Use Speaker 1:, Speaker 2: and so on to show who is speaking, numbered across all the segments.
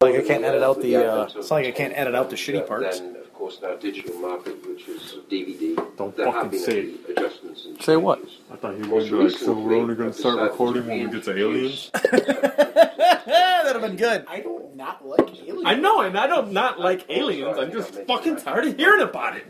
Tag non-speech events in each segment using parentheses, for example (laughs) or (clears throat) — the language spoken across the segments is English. Speaker 1: Like I can't edit out the. Uh, it's not like I can't edit out the shitty parts. (laughs)
Speaker 2: Then, of course, now digital market, which is DVD.
Speaker 3: Don't
Speaker 2: there have
Speaker 3: fucking
Speaker 2: been
Speaker 3: say
Speaker 2: many adjustments and
Speaker 4: Say what?
Speaker 2: changes.
Speaker 3: I thought he was gonna be like, so we're only gonna start recording when we get to aliens.
Speaker 1: That'd have Ah, been good.
Speaker 5: I don't not like aliens.
Speaker 6: I know, and I don't not like aliens. I'm just fucking tired of hearing about it.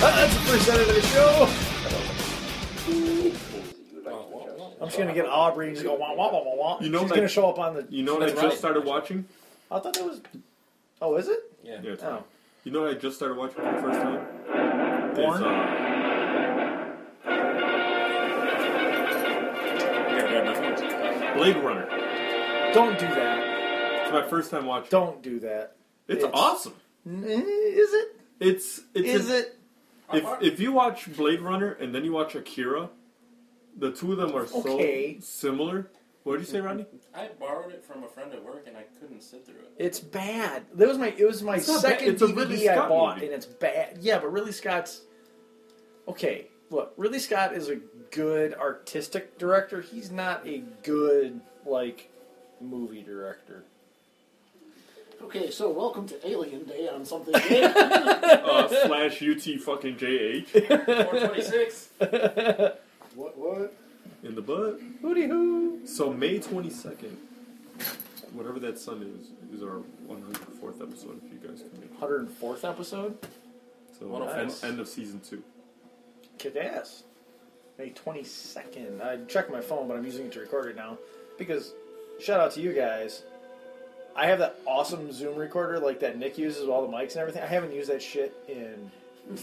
Speaker 1: Ah, that's the first edit of the show. I'm just gonna get Aubrey and just go wah wah wah wah wah.
Speaker 3: You know
Speaker 1: she's
Speaker 3: that-
Speaker 1: gonna show up on the.
Speaker 3: You know what I
Speaker 1: That's
Speaker 3: just
Speaker 1: right.
Speaker 3: started watching?
Speaker 1: I thought that was. Oh, is it?
Speaker 3: Yeah, it's
Speaker 1: Oh,
Speaker 3: You know what I just started watching for the first time? It's,
Speaker 1: Porn?
Speaker 3: uh, Blade Runner.
Speaker 1: don't do that.
Speaker 3: It's my first time watching.
Speaker 1: Don't do that.
Speaker 3: It's,
Speaker 1: it's-
Speaker 3: awesome.
Speaker 1: N- Is it?
Speaker 3: It's it's
Speaker 1: Is
Speaker 3: an-
Speaker 1: it?
Speaker 3: If if you watch Blade Runner and then you watch Akira, the two of them are so
Speaker 1: Okay.
Speaker 3: similar. What did you
Speaker 6: (laughs)
Speaker 3: say, Rodney?
Speaker 5: I borrowed it from a friend at work and I couldn't sit through it.
Speaker 1: It's bad. That was my. It was my
Speaker 3: not bad.
Speaker 1: second
Speaker 3: It's a
Speaker 1: DVD
Speaker 3: Ridley
Speaker 1: I
Speaker 3: Scott
Speaker 1: bought,
Speaker 3: movie.
Speaker 1: and it's bad. Yeah, but Ridley Scott's okay. Look, Ridley Scott is a good artistic director. He's not a good like movie director.
Speaker 5: Okay, so welcome to Alien Day on (laughs) something.
Speaker 3: Uh, slash UT fucking JH
Speaker 5: 426. what? What?
Speaker 3: in the butt.
Speaker 1: Hooty hoo.
Speaker 3: So May twenty second, whatever that Sunday is, is our one hundred fourth episode. If you guys can make it,
Speaker 1: Hundred and fourth episode.
Speaker 3: so end,
Speaker 5: 104th.
Speaker 3: end of season (laughs) two.
Speaker 1: Kick ass. May twenty second. I checked my phone, but I'm using it to record it now because shout out to you guys. I have that awesome Zoom recorder like that Nick uses with all the mics and everything. I haven't used that shit in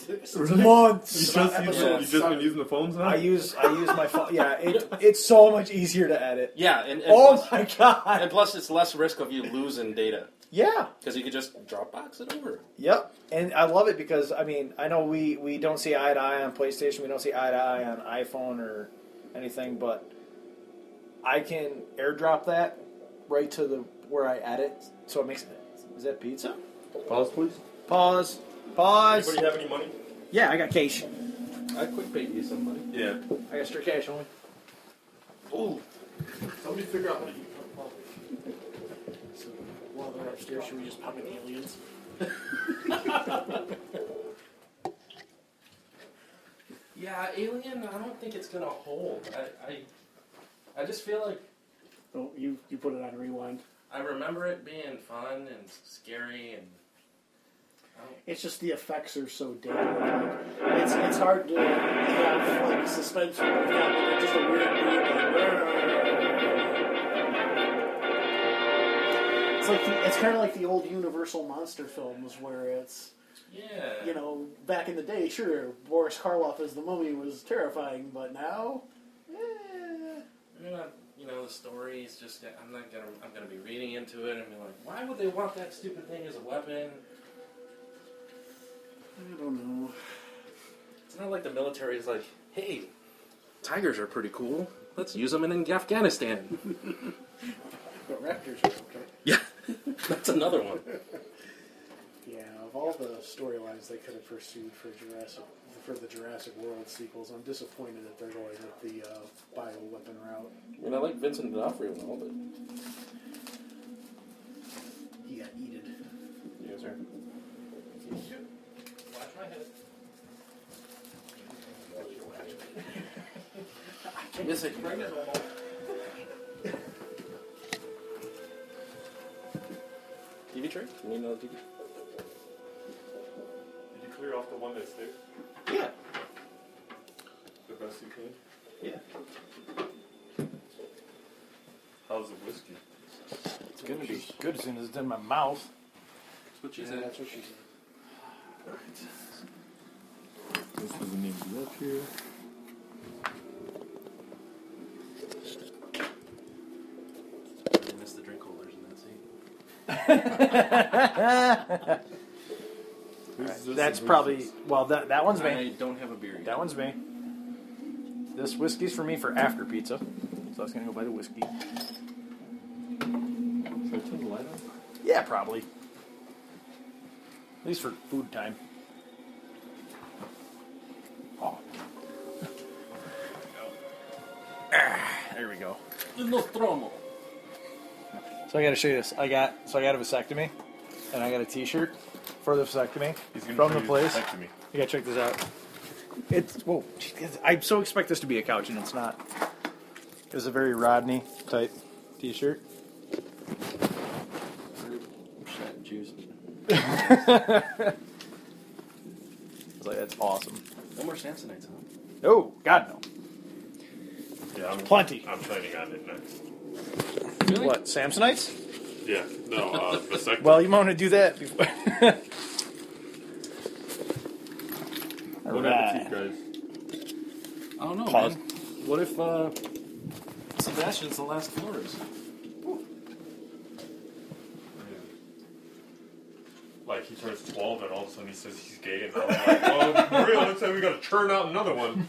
Speaker 3: You
Speaker 1: (laughs) months.
Speaker 3: just use,
Speaker 5: episode
Speaker 3: you just been using the phones now.
Speaker 1: I use I use my phone. Yeah, (laughs) it, it's so much easier to edit.
Speaker 7: (laughs) Yeah, and, and,
Speaker 1: Oh
Speaker 7: plus,
Speaker 1: my
Speaker 7: and
Speaker 1: god.
Speaker 7: plus it's less risk of you losing data
Speaker 1: Yeah.
Speaker 7: because you could just Dropbox it over.
Speaker 1: Yep. And I love it because I mean I know we we don't see eye to eye on PlayStation. We don't see eye to eye on iPhone or anything, but I can AirDrop that right to the where I edit, so it makes it. Is that pizza?
Speaker 3: Pause, please.
Speaker 1: Pause. Pause.
Speaker 3: have any money?
Speaker 1: Yeah, I got cash.
Speaker 7: I quick paid you some money.
Speaker 3: Yeah.
Speaker 1: I got straight cash only.
Speaker 7: Ooh,
Speaker 5: Somebody figure out what you. So, while they're upstairs, should we just pop in aliens?
Speaker 7: yeah, Alien. I don't think it's gonna hold. I, I, I just feel like
Speaker 5: Oh, you you put it on rewind.
Speaker 7: I remember it being fun and scary and.
Speaker 5: It's just the effects are so dated. Like, it's it's hard to have like suspension. Yeah, like, just a weird beat. Like, it's like the, it's kind of like the old Universal monster films where it's
Speaker 7: Yeah.
Speaker 5: you know back in the day, sure Boris Karloff as the mummy was terrifying, but now. eh.
Speaker 7: I'm not, you know, the story is just. I'm not gonna. I'm gonna be reading into it and be like, why would they want that stupid thing as a weapon?
Speaker 5: I don't know.
Speaker 7: It's not like the military is like, hey, tigers are pretty cool. Let's use them in Afghanistan.
Speaker 5: But Raptors are okay.
Speaker 7: (laughs) yeah, that's another one.
Speaker 5: Yeah, of all the storylines they could have pursued for Jurassic for the Jurassic World sequels, I'm disappointed that they're going with the uh, bioweapon route.
Speaker 7: I mean, I like Vincent D'Onofrio and all, but
Speaker 5: He got eaten.
Speaker 7: you guys are. Yes, I can. TV tray? You need another TV?
Speaker 3: Did you clear off the one that's there?
Speaker 1: Yeah.
Speaker 3: The best you can.
Speaker 1: Yeah.
Speaker 3: How's the whiskey?
Speaker 1: It's gonna be good as soon as it's in my mouth.
Speaker 7: That's what she
Speaker 5: Yeah,
Speaker 7: said.
Speaker 5: that's what she said.
Speaker 3: This doesn't need to be up here.
Speaker 7: I missed the drink holders in that scene.
Speaker 3: This is just
Speaker 1: That's
Speaker 3: a
Speaker 1: probably
Speaker 3: business.
Speaker 1: well. That that one's me.
Speaker 7: I don't have a beer yet.
Speaker 1: That one's me. This whiskey's for me for after pizza, so I was gonna go buy the whiskey.
Speaker 3: Should I turn the light on?
Speaker 1: Yeah, probably. At least for food time. Oh. Ah, There we go.
Speaker 7: Nostromo.
Speaker 1: So I got to show you this. I got so I got a vasectomy, and I got a T-shirt for the vasectomy from the place.
Speaker 3: Back to me.
Speaker 1: You gotta check this out. It's whoa! jeez, I so expect this to be a couch, and it's not. It's a very Rodney type T-shirt.
Speaker 7: Shit, juice.
Speaker 1: It's like that's awesome.
Speaker 7: No more Samsonites, huh?
Speaker 1: Oh God, no!
Speaker 3: Yeah, I'm,
Speaker 1: Plenty.
Speaker 3: I'm planning on it next.
Speaker 7: Really?
Speaker 1: What Samsonites?
Speaker 3: Yeah, no, uh, vasectomy.
Speaker 1: Well, you might want to do that (laughs) before. All
Speaker 3: what happened
Speaker 1: right.
Speaker 3: to you guys?
Speaker 7: I don't know,
Speaker 1: Pause.
Speaker 7: man. What if uh, Sebastian's the last Flores?
Speaker 3: Like he turns 12 and all of a sudden he says he's gay, and I'm like, (laughs) well, Maria, looks like we gotta churn out another one.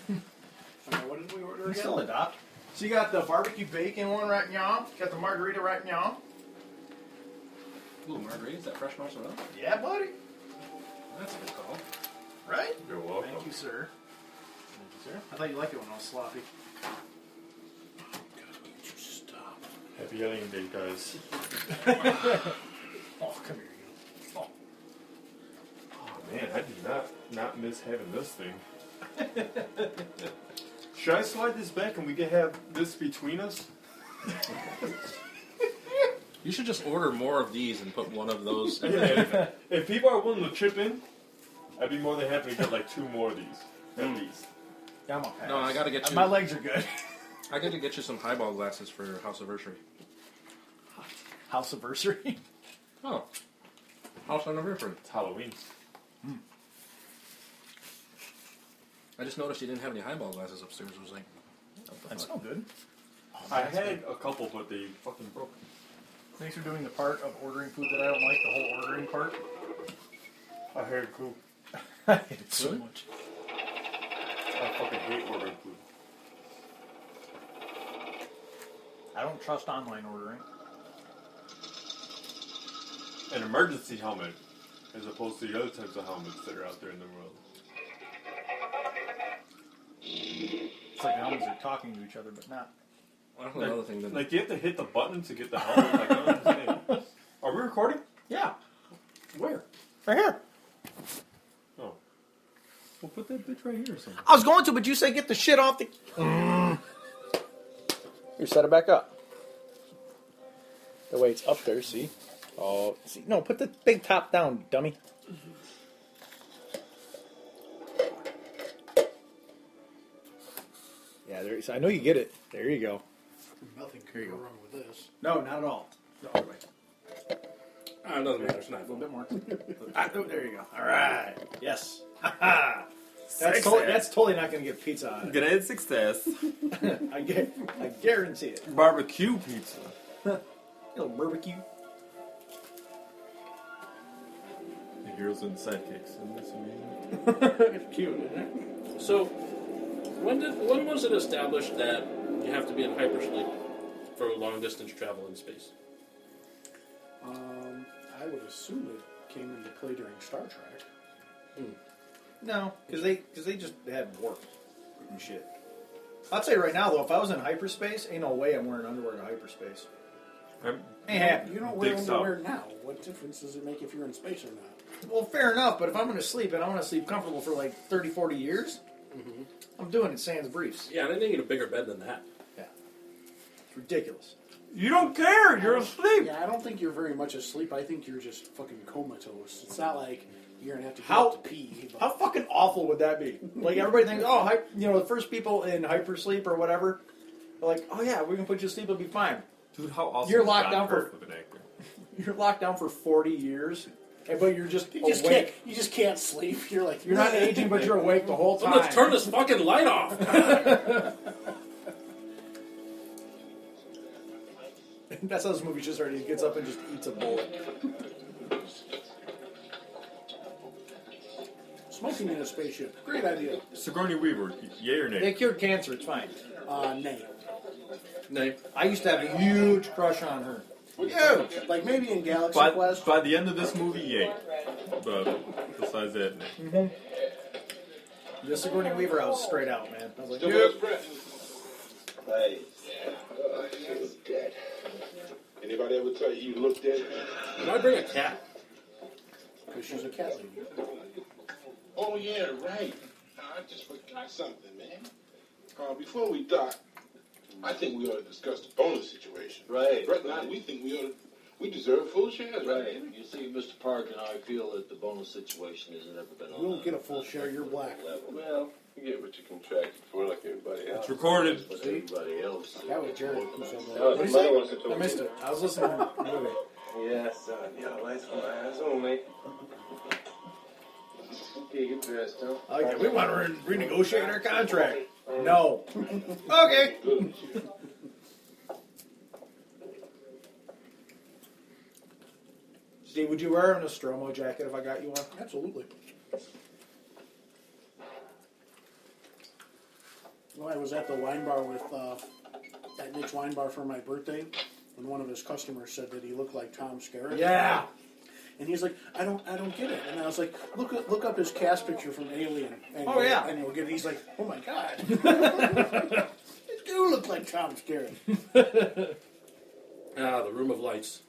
Speaker 1: What did we order again? Still adopt. So you got the barbecue bacon one right now. You got the margarita right now.
Speaker 7: Ooh, margarita, is that fresh marshmallow?
Speaker 1: Yeah, buddy.
Speaker 7: That's a good call.
Speaker 1: Right?
Speaker 3: You're welcome.
Speaker 1: Thank you, sir. Thank you, sir. I thought you liked it when I was sloppy.
Speaker 3: Happy Hunting Day, guys.
Speaker 1: (laughs) Oh, come here, you.
Speaker 3: Oh man, I did not not miss having
Speaker 1: (laughs)
Speaker 3: this thing. Should I slide this back and we can have this
Speaker 1: (laughs)
Speaker 3: between us?
Speaker 7: You should just order more of these and put one of (laughs) those.
Speaker 3: Yeah, if, if people are willing to chip in, I'd be more than happy to get like two more of these. At least.
Speaker 1: Yeah, I'm okay. Uh,
Speaker 7: No, I gotta get you.
Speaker 1: My legs are good. (laughs)
Speaker 7: I gotta get you some highball glasses for house anniversary.
Speaker 1: House anniversary. (laughs)
Speaker 7: Oh, house anniversary.
Speaker 3: It's Halloween.
Speaker 7: I just noticed you didn't have any highball glasses upstairs. I was like, what the
Speaker 1: That's
Speaker 7: fuck?
Speaker 1: no good.
Speaker 3: I had a couple, but they fucking broke.
Speaker 1: Thanks for doing the part of ordering food that I don't like, the whole ordering part. (laughs)
Speaker 3: I heard cool.
Speaker 1: I hate it so
Speaker 7: Really?
Speaker 1: much.
Speaker 3: I fucking hate ordering food.
Speaker 1: I don't trust online ordering.
Speaker 3: An emergency helmet, as opposed to the other types of helmets that are out there in the world.
Speaker 1: It's like the humans are talking to each other, but not.
Speaker 7: I don't know another thing. Then
Speaker 3: Like you have to hit the button to get the helmet. Like, I don't (laughs) understand. Are we recording?
Speaker 1: Yeah,
Speaker 3: Where?
Speaker 1: right here.
Speaker 3: Oh. Well, put that bitch right here or something.
Speaker 1: I was going to, but you said get the shit off the. You set it back up. The way it's up there, see? Oh, see, no, put the big top down, dummy. Yeah, there. So I know you get it. There you go.
Speaker 5: Nothing could go wrong with this.
Speaker 1: No, not at all. The other way.
Speaker 7: Ah, it doesn't matter. It's not.
Speaker 1: A little bit more. Ah, oh, there you go. All right. Yes. (laughs) that's, to- that's totally not going to get pizza on it.
Speaker 3: Great success.
Speaker 1: I, gu- I guarantee it.
Speaker 3: Barbecue pizza.
Speaker 1: little barbecue.
Speaker 3: The heroes and sidekicks. Isn't this amazing?
Speaker 7: (laughs) It's cute, isn't it?
Speaker 8: So, when did when was it established that you have to be in hypersleep for long distance travel in space?
Speaker 5: Um, I would assume it came into play during Star Trek.
Speaker 1: No, because they because they just had warp and shit. I'll tell you right now though, if I was in hyperspace, ain't no way I'm wearing underwear to hyperspace.
Speaker 3: I'm-
Speaker 1: Ain't happening.
Speaker 5: You don't wear
Speaker 3: Dick's
Speaker 5: underwear now. What difference does it make if you're in space or not?
Speaker 1: Well, fair enough, but if I'm going to sleep and I want to sleep comfortable for like 30, 40 years,
Speaker 7: Mm-hmm.
Speaker 1: I'm doing it sans briefs.
Speaker 8: Yeah, I didn't need a bigger bed than that.
Speaker 1: Yeah, it's ridiculous.
Speaker 3: You don't care. You're asleep.
Speaker 5: Yeah, I don't think you're very much asleep. I think you're just fucking comatose. It's not like you're gonna have to go
Speaker 1: How-
Speaker 5: up to pee. but-
Speaker 1: How fucking awful would that be? Like everybody thinks, oh, hy- you know, the first people in hypersleep or whatever, are like, oh yeah, we can put you to sleep, it'll be fine.
Speaker 3: Dude, how awesome
Speaker 1: You're
Speaker 3: is
Speaker 1: locked
Speaker 3: John
Speaker 1: down for-
Speaker 3: Hurt with an actor?
Speaker 1: You're locked down for 40 years, and- but you're just
Speaker 5: you just
Speaker 1: awake.
Speaker 5: can't. You just can't sleep. (laughs) You're like
Speaker 1: You're not aging, but you're awake the whole time.
Speaker 8: Let's turn this fucking light off.
Speaker 1: That's how this movie just started. He gets up and just eats a bullet.
Speaker 5: smoking in a spaceship. Great idea.
Speaker 3: Sigourney Weaver. Yay or nay?
Speaker 1: They cured cancer. It's fine.
Speaker 5: Uh, nay.
Speaker 7: Nay.
Speaker 1: I used to have a huge crush on her.
Speaker 5: Yeah, like maybe in Galaxy
Speaker 3: By,
Speaker 5: Quest.
Speaker 3: by the end of this movie, yay. But besides that, no.
Speaker 1: The Sigourney Weaver, I was straight out, man. I was like,
Speaker 9: Hey. Oh, she was dead. Anybody ever tell you you looked dead?
Speaker 8: Can I bring a cat?
Speaker 5: Because she's a cat lady.
Speaker 9: Oh, yeah, right. I just forgot something, man. Uh, before we dock, I think we ought to discuss the bonus situation.
Speaker 2: Right,
Speaker 9: Right now, we think we ought to, we deserve full shares, right?
Speaker 2: Right. You see, Mr. Park and I feel that the bonus situation hasn't ever been on.
Speaker 5: You don't
Speaker 2: a-
Speaker 5: get a full share, you're black.
Speaker 2: Level.
Speaker 9: Well, you get what you contracted for, like everybody else.
Speaker 3: It's recorded.
Speaker 2: But everybody else.
Speaker 5: That was Jared who said that.
Speaker 9: That was another one that
Speaker 1: I
Speaker 9: told
Speaker 1: missed
Speaker 9: me.
Speaker 1: it. I was listening to the movie.
Speaker 9: Yes, son. Your lights for my eyes only. Okay, get dressed, huh?
Speaker 1: I like that. We want to re- renegotiate our contract. No. (laughs) okay.
Speaker 9: Good.
Speaker 1: Steve, would you wear an Nostromo jacket if I got you one?
Speaker 5: Absolutely. Well, I was at the wine bar with uh, that Nick's wine bar for my birthday, and one of his customers said that he looked like Tom Skerritt.
Speaker 1: Yeah.
Speaker 5: And he's like, I don't, I don't get it. And I was like, look, up- look up his cast picture from Alien. And
Speaker 1: Oh, yeah.
Speaker 5: And you'll get it. He's like, oh my
Speaker 1: (laughs)
Speaker 5: god, you do look like Tom Skerritt.
Speaker 8: (laughs) Ah, the room of lights.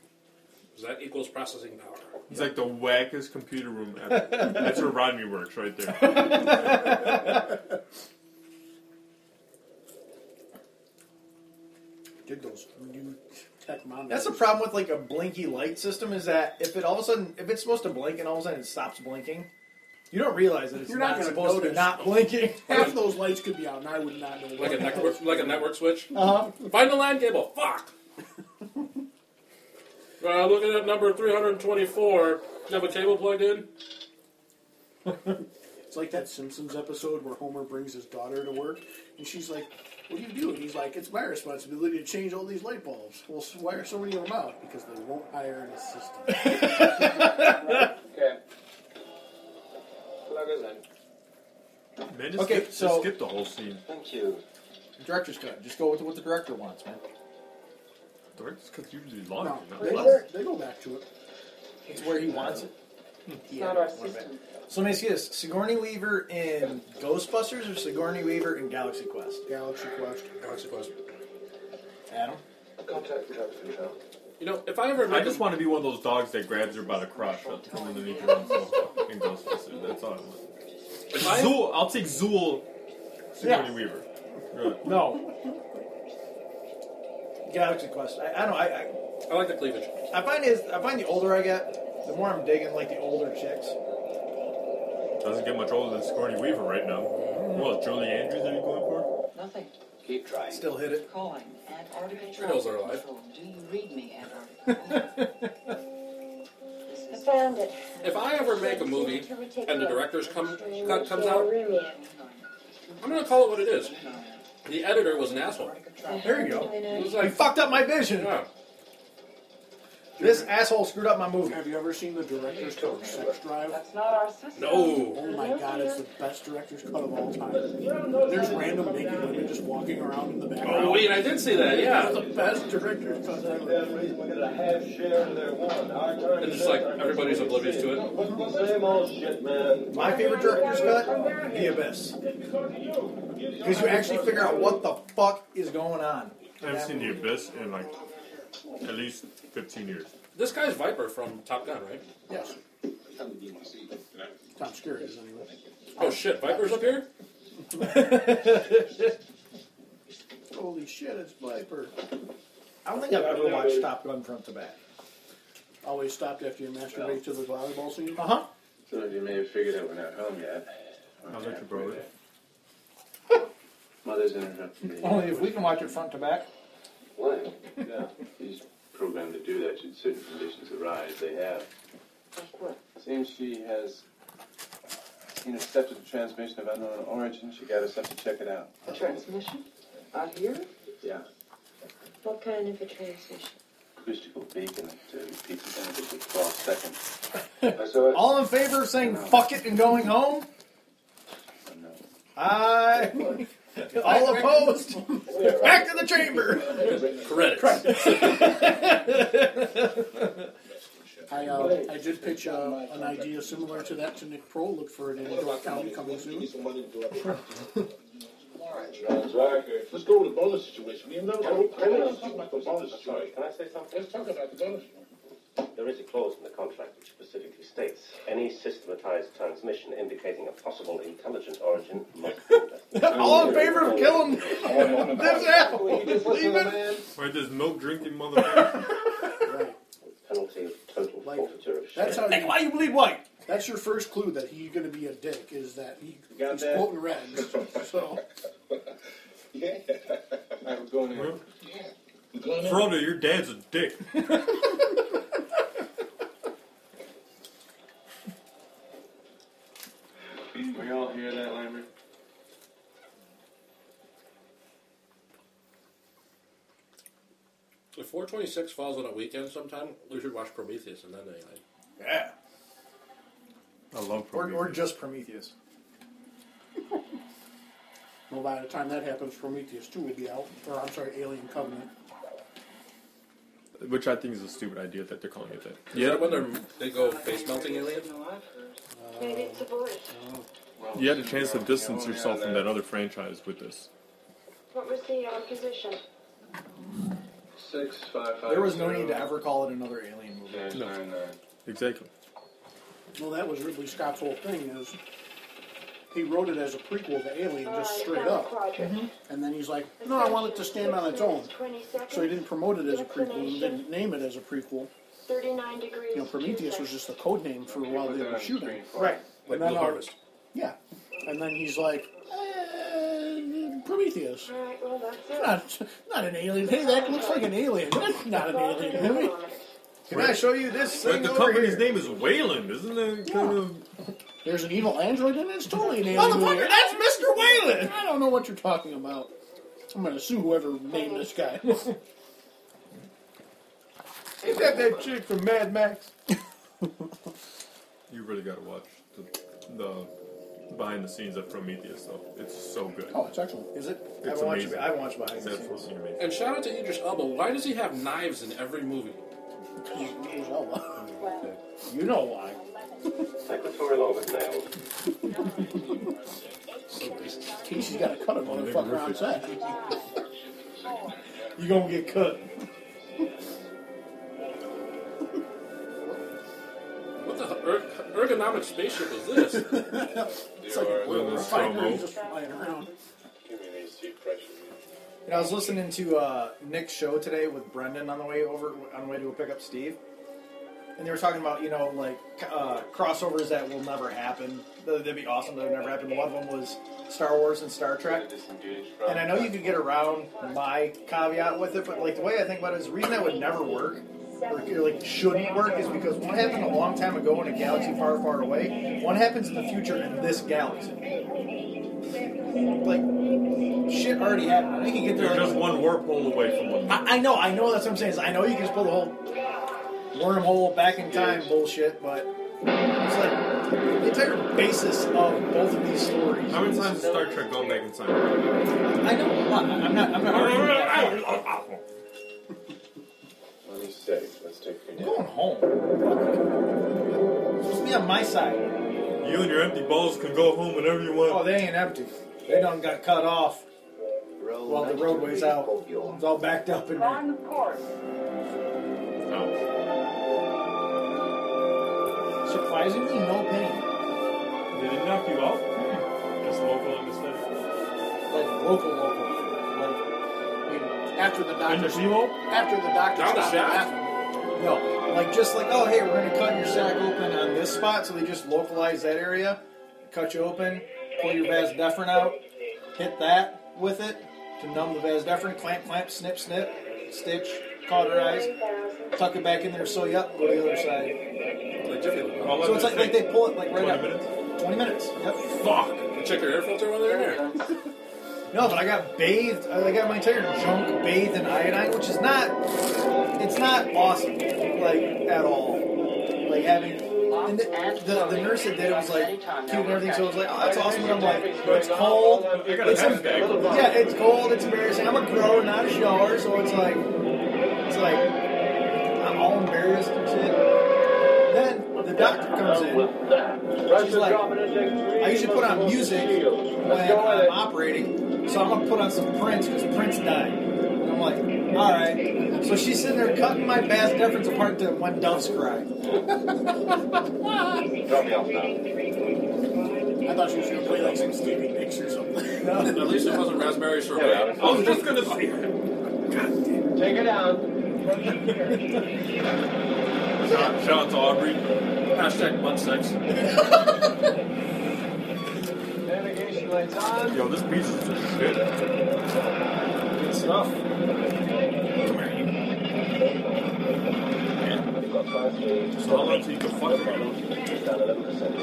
Speaker 8: 'Cause That equals processing power.
Speaker 3: It's like the wackest computer room ever. That's where Rodney works, right there.
Speaker 5: Did those new tech monitors?
Speaker 1: That's the problem with like a blinky light system is that if it all of a sudden if it's supposed to blink and all of a sudden it stops blinking, you don't realize that it's
Speaker 5: You're not
Speaker 1: not,
Speaker 5: gonna
Speaker 1: supposed to
Speaker 5: notice.
Speaker 1: be not blinking.
Speaker 5: Half those lights could be out, and I would not know.
Speaker 8: Like a (laughs)
Speaker 5: what-
Speaker 8: network, like a network switch.
Speaker 1: Uh-huh.
Speaker 8: Find the line cable. (laughs) Fuck. uh, looking at number 324. You have a cable plugged in?
Speaker 5: It's like that Simpsons episode where Homer brings his daughter to work, and she's like, "What do you do?" And he's like, "It's my responsibility to change all these light bulbs." Well, so why are so many of them out? Because they won't hire
Speaker 1: (laughs)
Speaker 5: an assistant.
Speaker 9: Okay. Plug us in.
Speaker 3: Man, just,
Speaker 1: Okay,
Speaker 3: skip,
Speaker 1: so-
Speaker 3: just skip the whole scene.
Speaker 2: Thank you.
Speaker 1: (laughs) Director's cut. Just go with what the director wants, man.
Speaker 3: Director's cut's usually long.
Speaker 5: No,
Speaker 3: you know?
Speaker 5: they go, they go back to it.
Speaker 1: It's where he wants it.
Speaker 10: Not our system.
Speaker 1: So let me ask you this: Sigourney Weaver in Ghostbusters or Sigourney Weaver in Galaxy Quest?
Speaker 5: Galaxy Quest.
Speaker 8: Galaxy Quest.
Speaker 1: Adam.
Speaker 9: Contact Traffic Control.
Speaker 8: You know, if I ever
Speaker 3: I
Speaker 8: make
Speaker 3: just want to be one of those dogs that grabs her by the crotch up from underneath her own sofa and goes for it. That's all I want.
Speaker 8: if I-
Speaker 3: Zool, I'll take Zool. Sigourney
Speaker 1: Yeah.
Speaker 3: Weaver. Really.
Speaker 1: No. Galaxy Quest. I, I don't. know, I, I
Speaker 8: I like the cleavage.
Speaker 1: I find is I find the older I get, the more I'm digging like the older chicks.
Speaker 3: Doesn't get much older than Sigourney Weaver right now. Well, Julie Andrews, are you going for?
Speaker 11: Nothing.
Speaker 2: Keep trying.
Speaker 1: Still hit it.
Speaker 11: Calling Antarctica
Speaker 8: Trails are
Speaker 11: Traffic
Speaker 8: alive.
Speaker 11: Control. Do you read me, Antarctica?
Speaker 10: I found it.
Speaker 8: If I ever make a movie and the director's come, cut comes out, I'm gonna call it what it is. The editor was an asshole.
Speaker 1: There you go.
Speaker 8: It
Speaker 1: (laughs)
Speaker 8: was
Speaker 1: You
Speaker 8: like,
Speaker 1: fucked up my vision.
Speaker 8: yeah.
Speaker 1: This asshole screwed up my movie.
Speaker 5: Have you ever seen the director's cut of Sex Drive?
Speaker 10: That's not our system.
Speaker 8: No.
Speaker 5: Oh my god, it's the best director's cut of all time. There's random naked women just walking around in the background.
Speaker 8: Oh wait, I did see that.
Speaker 5: That's
Speaker 8: Yeah.
Speaker 5: the best director's cut ever.
Speaker 8: And just like everybody's oblivious to it.
Speaker 2: Same old shit, man.
Speaker 1: My favorite director's cut, The Abyss. Because you actually figure out what the fuck is going on.
Speaker 3: I haven't seen The Abyss in like at least 15 years.
Speaker 8: This guy's Viper from Top Gun, right?
Speaker 5: Yes. Tom Skerritt is anyway.
Speaker 8: Oh shit, Viper's up here.
Speaker 5: Holy shit, it's Viper.
Speaker 1: I don't think I've ever watched Top Gun front to back.
Speaker 5: Always stopped after you masturbate to the volleyball scene.
Speaker 1: Uh
Speaker 3: Uh-huh.
Speaker 1: huh.
Speaker 9: So you may have figured out we're not home yet.
Speaker 3: How's that your brother?
Speaker 9: Mother's interrupting me.
Speaker 1: Only if we can watch it front to back.
Speaker 9: Why? Yeah, she's programmed to do that should certain conditions arise. They have. Seems she has intercepted the transmission of unknown origin. She got us up to check it out.
Speaker 10: A transmission? Out here?
Speaker 9: Yeah.
Speaker 10: What kind of a transmission?
Speaker 9: Acoustical beacon uh, to repeat the damage in 12 seconds. I saw Uh, it.
Speaker 1: All in favor of saying fuck it and going home?
Speaker 9: Oh, no.
Speaker 3: (laughs)
Speaker 1: I. All opposed. Back to the chamber.
Speaker 8: Credits.
Speaker 5: I did pitch uh, an idea similar to that to Nick Pro. Look for it in Door County coming soon.
Speaker 2: Right. Let's go with the bonus situation. You know,
Speaker 9: Can we- can we-
Speaker 2: let's talk about the bonus
Speaker 9: I'm sorry,
Speaker 2: situation.
Speaker 9: can I say something?
Speaker 2: Let's talk about the bonus.
Speaker 9: There is a clause in the contract which specifically states any systematized transmission indicating a possible intelligent origin must
Speaker 2: (laughs)
Speaker 9: be investigated.
Speaker 1: All in favor of killing this
Speaker 9: Will
Speaker 1: asshole?
Speaker 9: you just listen
Speaker 1: Leave
Speaker 9: to the
Speaker 1: it.
Speaker 9: man?
Speaker 3: Right, this milk drinking motherfucker. (laughs)
Speaker 9: Penalty of total forfeiture of
Speaker 2: (laughs)
Speaker 5: That's how
Speaker 9: share.
Speaker 5: you, why you bleed white. That's your first clue that he's going to be a dick. Is that he,
Speaker 9: got
Speaker 5: he's
Speaker 9: that?
Speaker 5: quoting red. So
Speaker 2: Yeah.
Speaker 9: Alright, we're going in.
Speaker 2: We're going in.
Speaker 3: Frodo, your dad's a dick.
Speaker 9: We all hear that, Lambert?
Speaker 8: If 426 falls on a weekend sometime, we should watch Prometheus and then anything.
Speaker 1: Yeah.
Speaker 3: I love
Speaker 1: Or, or
Speaker 3: Prometheus.
Speaker 1: just Prometheus.
Speaker 5: well, by the time that happens, Prometheus two will be out. Or I'm sorry, Alien Covenant.
Speaker 3: Which I think is a stupid idea that they're calling it that.
Speaker 8: Is that when they're, they go face melting alien?
Speaker 7: Maybe it's a voice.
Speaker 3: You had a chance to distance yourself from that other franchise with this.
Speaker 7: What was the uh, position?
Speaker 9: Six, five, five.
Speaker 1: There was no need to ever call it another alien movie.
Speaker 9: Nine, nine, nine.
Speaker 3: Exactly.
Speaker 5: Well, that was Ridley Scott's whole thing. Is he wrote it as a prequel to Alien,
Speaker 7: Uh,
Speaker 5: just straight
Speaker 7: down the
Speaker 5: up.
Speaker 7: quadrant.
Speaker 5: And then he's like, no, I want it to stand on its own.
Speaker 7: 20 seconds.
Speaker 5: So he didn't promote it as a prequel and didn't name it as a prequel.
Speaker 7: 39 degrees.
Speaker 5: You know, Prometheus was just a code name for while they were shooting.
Speaker 1: Right.
Speaker 8: Like
Speaker 5: And then
Speaker 8: Blue
Speaker 5: our-
Speaker 8: Harvest.
Speaker 5: Yeah. And then he's like, eh, Prometheus.
Speaker 7: Alright, well, that's it.
Speaker 5: Not, not an alien. Hey, that looks like an alien. That's not an alien movie.
Speaker 1: Can I show you this
Speaker 3: Right,
Speaker 1: thing
Speaker 3: the
Speaker 1: over
Speaker 3: company's
Speaker 1: here?
Speaker 3: name is Wayland, isn't that kind of?
Speaker 5: There's an evil android in it. It's totally an alien movie.
Speaker 1: Motherfucker, that's Mr. Whalen!
Speaker 5: I don't know what you're talking about. I'm going to sue whoever named
Speaker 1: (laughs)
Speaker 5: this guy.
Speaker 1: Ain't that that chick from Mad Max?
Speaker 3: You really gotta watch the, the behind the scenes of Prometheus though. It's so good.
Speaker 5: oh, it's excellent.
Speaker 1: Is it? I
Speaker 3: It's
Speaker 1: haven't watched,
Speaker 3: amazing.
Speaker 1: I haven't watched behind
Speaker 3: It's
Speaker 1: the scenes.
Speaker 3: absolutely amazing.
Speaker 8: And shout out to Idris Elba. Why does he have knives in every movie?
Speaker 1: You know why.
Speaker 9: Secretary Logan nailed.
Speaker 5: Casey's got to cut a
Speaker 3: Oh,
Speaker 5: motherfucker on set.
Speaker 1: You gonna get cut.
Speaker 8: What the er- ergonomic spaceship is this?
Speaker 5: It's like a
Speaker 3: Well, that's
Speaker 5: refiner.
Speaker 3: promo.
Speaker 5: He's just flying around.
Speaker 2: Give me these deep pressures.
Speaker 1: And I was listening to uh, Nick's show today with Brendan on the way over, on the way to pick up Steve. And they were talking about, you know, like uh, crossovers that will never happen. That'd that'd be awesome that would never happen. One of them was Star Wars and Star Trek.
Speaker 9: Disengaged
Speaker 1: And I know you could get around my caveat with it, but like the way I think about it is the reason that would never work or like shouldn't work is because one happened a long time ago in a galaxy far, far away. One happens in the future in this galaxy. Like shit already happened. We can get there.
Speaker 3: You're
Speaker 1: Like,
Speaker 3: just one wormhole away from one.
Speaker 1: I, I know, I know. That's what I'm saying. Is I know you can just pull the whole wormhole back in time bullshit, but it's like the entire basis of both of these stories.
Speaker 3: How many
Speaker 1: is-
Speaker 3: times has Star Trek gone back in time?
Speaker 1: I know a lot. I'm not. I'm not. arguing that.
Speaker 9: Money's safe. Let's take your
Speaker 1: I'm going home. Just be on my side.
Speaker 3: (laughs) You and your empty balls can go home whenever you
Speaker 1: Oh,
Speaker 3: want.
Speaker 1: they ain't empty. They done got cut off. Well, the roadway's out. It's all backed up in there.
Speaker 12: course.
Speaker 1: Oh,
Speaker 3: Ouch.
Speaker 1: Surprisingly, no pain.
Speaker 3: Did it knock you out? Just local anesthetic.
Speaker 1: Like local, local. Like you know,
Speaker 5: After the
Speaker 3: In the
Speaker 5: doctor,
Speaker 3: keyhole?
Speaker 5: after the doctor
Speaker 8: Down the
Speaker 5: stopped
Speaker 8: shaft.
Speaker 5: laughing.
Speaker 1: No, like just like oh hey, we're gonna cut your sack open on this spot, so they just localize that area, cut you open, pull your vas deferent out, hit that with it to numb the vas deferent, clamp, clamp, snip, snip, stitch, cauterize, tuck it back in there, sew you up, go to the other side.
Speaker 8: Like Jiffy Lube.
Speaker 3: How long
Speaker 1: So it's
Speaker 3: did
Speaker 1: like
Speaker 3: it
Speaker 1: like
Speaker 3: take?
Speaker 1: they pull it like right
Speaker 3: 20
Speaker 1: out.
Speaker 3: minutes?
Speaker 1: Twenty minutes. Yep.
Speaker 8: Fuck! You check your air filter while they're in there.
Speaker 1: No, but I got bathed. uh, I got my entire junk bathed in iodine, which is not. It's not awesome, like at all. Like having and the, the, the nurse that did it was like cute and everything, so it was like, oh, that's awesome. But I'm like, it's cold.
Speaker 3: I got a
Speaker 1: It's
Speaker 3: head bag.
Speaker 1: Yeah, it's cold. It's embarrassing. I'm a grower, not a shower, so it's like, it's like I'm all embarrassed and shit. Then the doctor comes in. She's like, I usually put on music when I'm operating, so I'm gonna put on some Prince because Prince died. And I'm like, all right. So she's sitting there cutting my bass deference apart to when doves cry.
Speaker 13: Drop me off now.
Speaker 5: I thought she was going to play like some Stevie Nicks or something.
Speaker 14: At least it wasn't raspberry sorbet. I was just gonna say.
Speaker 13: Take it down.
Speaker 14: Shout, shout out to Aubrey. Hashtag butt sex.
Speaker 13: Navigation lights on.
Speaker 3: Yo, this pizza is just good.
Speaker 1: Good stuff.
Speaker 3: So how long till you can fuck her?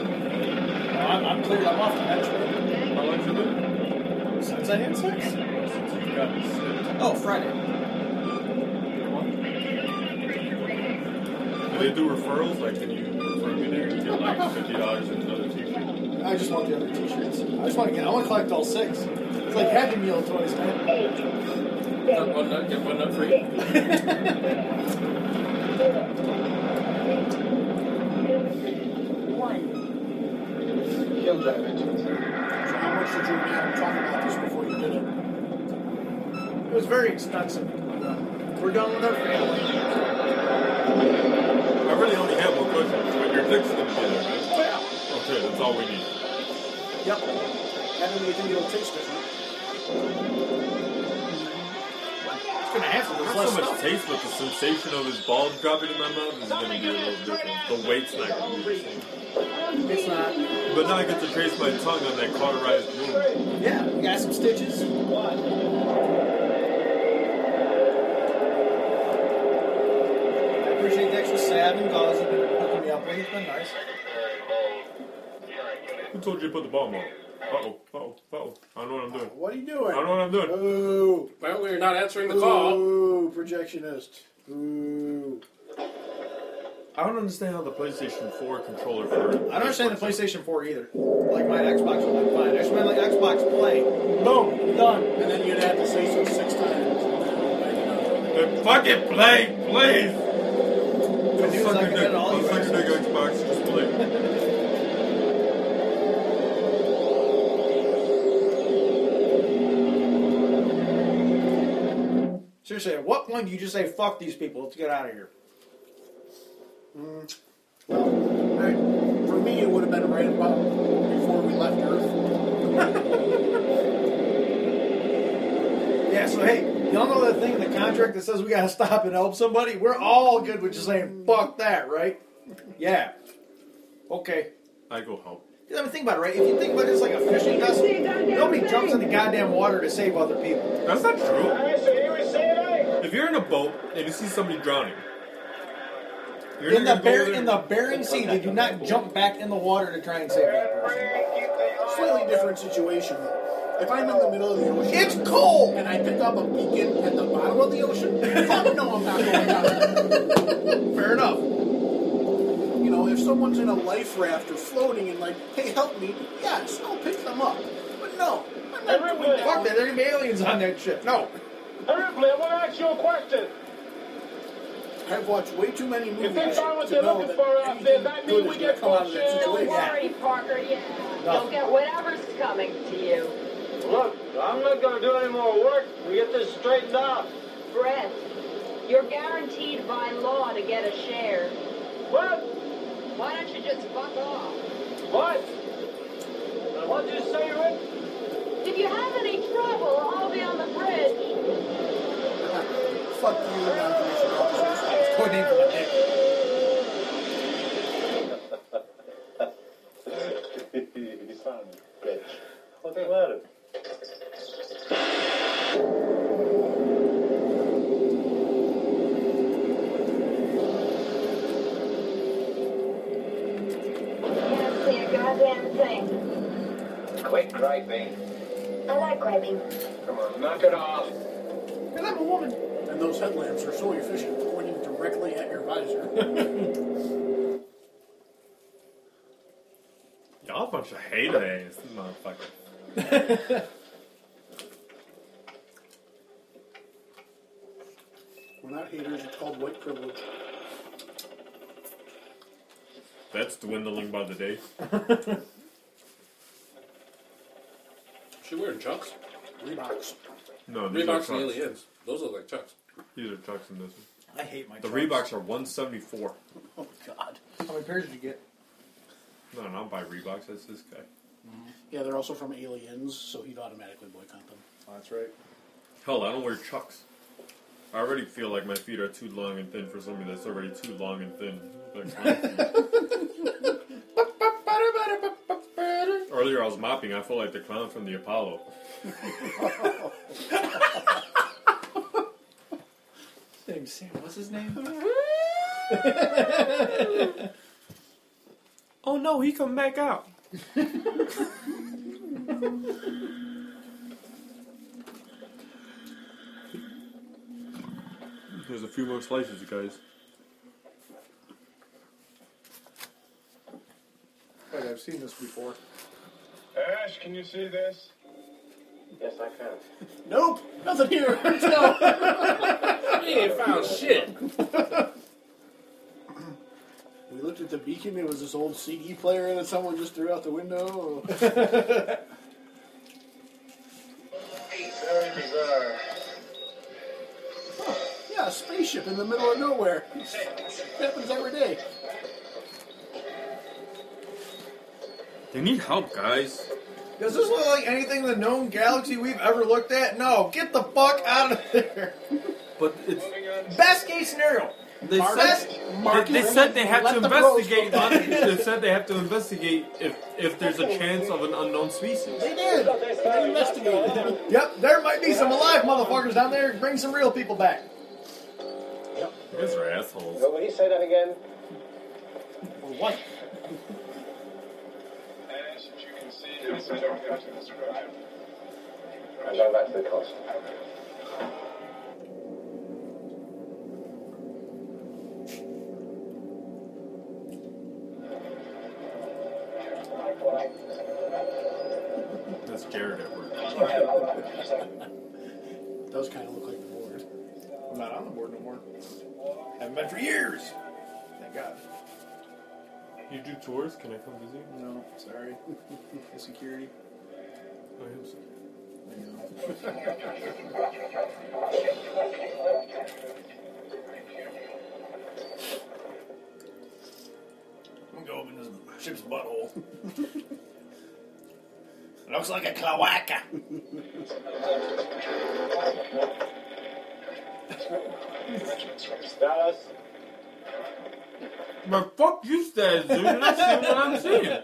Speaker 1: I'm, I'm cleared. I'm off the metro
Speaker 3: How long you been?
Speaker 1: since I had sex.
Speaker 3: Since you've gotten sick.
Speaker 1: Oh, Friday.
Speaker 3: Do they do referrals? Like, can you refer me there and get like fifty dollars and another T-shirt?
Speaker 5: I just want the other T-shirts. I just want to get. I want to collect all six. It's like Happy Meal toys, man.
Speaker 14: Get one nut, get one nut free.
Speaker 13: Kill drive engines.
Speaker 5: So how much did you have talk about this before you did it?
Speaker 1: It was very expensive. We're done with our family.
Speaker 3: I really only have one question. When your dick's gonna be there, right? Okay, that's all we need.
Speaker 5: Yep. Haven't you think it'll taste different? It's gonna have to. There's
Speaker 3: Not
Speaker 5: less
Speaker 3: so much
Speaker 5: stuff.
Speaker 3: taste, but the sensation of his balls dropping in my mouth is going to be a little different. The weight's not going to be the same.
Speaker 5: It's not.
Speaker 3: But now I get to trace my tongue on that cauterized wound.
Speaker 5: Yeah, you got some stitches.
Speaker 1: I appreciate the extra salve and gauze you've been hooking me up with. It's been nice.
Speaker 3: Who told you to put the bomb on? Uh-oh, uh-oh, uh-oh. I don't know what I'm doing.
Speaker 5: What are you
Speaker 3: I
Speaker 5: doing?
Speaker 3: don't know what I'm doing.
Speaker 5: Ooh,
Speaker 14: Apparently, you're not answering the call.
Speaker 5: ooh, projectionist. Ooh.
Speaker 3: I don't understand how the PlayStation 4 controller for...
Speaker 1: I don't understand the PlayStation 4 either. Like my Xbox was like fine. I just meant like Xbox Play. Boom, done.
Speaker 5: And then you'd have to say so six times.
Speaker 3: Then fucking play, please!
Speaker 1: The news I can get all
Speaker 3: I'll
Speaker 1: you
Speaker 3: suck
Speaker 1: guys.
Speaker 3: your dick, Xbox, just play.
Speaker 1: Seriously, at what point do you just say fuck these people? Let's get out of here.
Speaker 5: All right. For me, it would have been right about before we left Earth.
Speaker 1: Yeah. So hey, y'all know that thing in the contract that says we gotta stop and help somebody? We're all good with just saying fuck that, right? Yeah. Okay.
Speaker 3: I go home.
Speaker 1: Because I mean, think about it, right? If you think about it, it's like a fishing vessel. Nobody jumps in the goddamn water to save other people.
Speaker 3: That's not true.
Speaker 8: Well,
Speaker 3: If you're in a boat and you see somebody drowning... you're
Speaker 1: In the
Speaker 3: gonna go
Speaker 1: bear,
Speaker 3: there-
Speaker 1: in the Bering Sea, they do not jump back in the water to try and save that person.
Speaker 5: Slightly different situation. though. If I'm in the middle of the ocean
Speaker 1: It's cold.
Speaker 5: and I pick up a beacon at the bottom of the ocean, (laughs) fuck no, I'm not going out.
Speaker 1: Fair enough.
Speaker 5: You know, if someone's in a life raft or floating and like, hey, help me, yes, I'll pick them up. But no, I'm not doing that.
Speaker 1: Fuck that. There are aliens on that ship. No.
Speaker 8: ask you a question.
Speaker 5: I've watched way too many movies
Speaker 8: If they find what
Speaker 5: to
Speaker 8: they're
Speaker 5: know
Speaker 8: looking for out
Speaker 5: that
Speaker 8: there,
Speaker 5: anything
Speaker 8: that
Speaker 5: good
Speaker 8: means
Speaker 5: is
Speaker 8: we
Speaker 5: going to
Speaker 8: get
Speaker 5: come out of that
Speaker 8: bullshit.
Speaker 9: Don't
Speaker 5: situation.
Speaker 9: worry, Parker. Yeah. You'll get whatever's coming to you.
Speaker 8: Look, I'm not gonna do any more work. We get this straightened out.
Speaker 9: Brett, you're guaranteed by law to get a share.
Speaker 8: What?
Speaker 9: Why don't you just fuck off?
Speaker 8: What? What'd you say, Rick?
Speaker 9: If you have any trouble, I'll be on the bridge.
Speaker 5: Fuck you, non-commissioned officers. It's code name for my dick.
Speaker 13: He's found me. Bitch. What's the matter?
Speaker 9: Can't see a goddamn thing.
Speaker 8: Quit griping.
Speaker 9: I like grabbing.
Speaker 8: Come on, knock it off.
Speaker 1: Because I'm a woman.
Speaker 5: And those headlamps are so efficient, pointing directly at your visor. (laughs)
Speaker 3: Y'all a bunch of hater ass, motherfucker.
Speaker 5: We're not haters, It's called white privilege.
Speaker 3: That's dwindling by the day.
Speaker 8: She wearing chucks?
Speaker 5: Reeboks.
Speaker 3: No, these are
Speaker 8: Reeboks
Speaker 3: Chucks.
Speaker 8: and aliens. Those look like chucks.
Speaker 3: These are Chucks and this one.
Speaker 1: I hate my
Speaker 3: The
Speaker 1: Chucks.
Speaker 3: Reeboks are 174.
Speaker 1: Oh God! How many pairs did you get?
Speaker 3: No, not by Reeboks. That's this guy.
Speaker 5: Yeah, they're also from Aliens, so he'd automatically boycott them.
Speaker 1: that's right.
Speaker 3: Hell, I don't wear Chucks. I already feel like my feet are too long and thin for somebody that's already too long and thin. Like my
Speaker 1: (laughs)
Speaker 3: feet. Earlier, I was mopping. I felt like the clown from the Apollo.
Speaker 1: Name Sam. What's his name? oh no, he come back out.
Speaker 3: There's a few more slices, you guys.
Speaker 1: Wait, I've seen this before.
Speaker 15: Ash, can you see this? Yes, I can.
Speaker 5: (laughs) Nope, nothing here. (laughs)
Speaker 8: We ain't found shit.
Speaker 5: we looked at the beacon. It was this old CD player that someone just threw out the window.
Speaker 1: (laughs)
Speaker 2: Very bizarre.
Speaker 5: yeah, a spaceship in the middle of nowhere. happens every day.
Speaker 3: They need help, guys.
Speaker 1: Does this look like anything in the known galaxy we've ever looked at? No, get the fuck out of (laughs) there.
Speaker 16: But it's
Speaker 1: Best case scenario.
Speaker 16: they
Speaker 1: Marcus-
Speaker 16: said
Speaker 1: Marcus-
Speaker 16: they, they said they had
Speaker 1: Let
Speaker 16: to
Speaker 1: the pros
Speaker 16: investigate.
Speaker 1: go.
Speaker 16: un-
Speaker 1: (laughs)
Speaker 16: they said they have to investigate if if there's a chance of an unknown species.
Speaker 5: They did. They investigated. (laughs)
Speaker 1: Yep, there might be some alive motherfuckers down there. Bring some real people back.
Speaker 3: You guys are assholes.
Speaker 2: Nobody say that again.
Speaker 5: Or what?
Speaker 15: Ash, if you can see this, I don't have to describe.
Speaker 2: And now back to the cost.
Speaker 3: That's Jared at work.
Speaker 5: Does kind of look like the board.
Speaker 1: I'm not on the board no more. Haven't been for years. Thank God.
Speaker 3: You do tours? Can I come visit? you?
Speaker 1: No, sorry. (laughs) The security.
Speaker 16: Oh,
Speaker 3: I am sorry.
Speaker 1: I know. I'm gonna go open this ship's butthole. (laughs) Looks like a cloaca.
Speaker 2: Dallas.
Speaker 16: But fuck you, said dude. That's what I'm saying.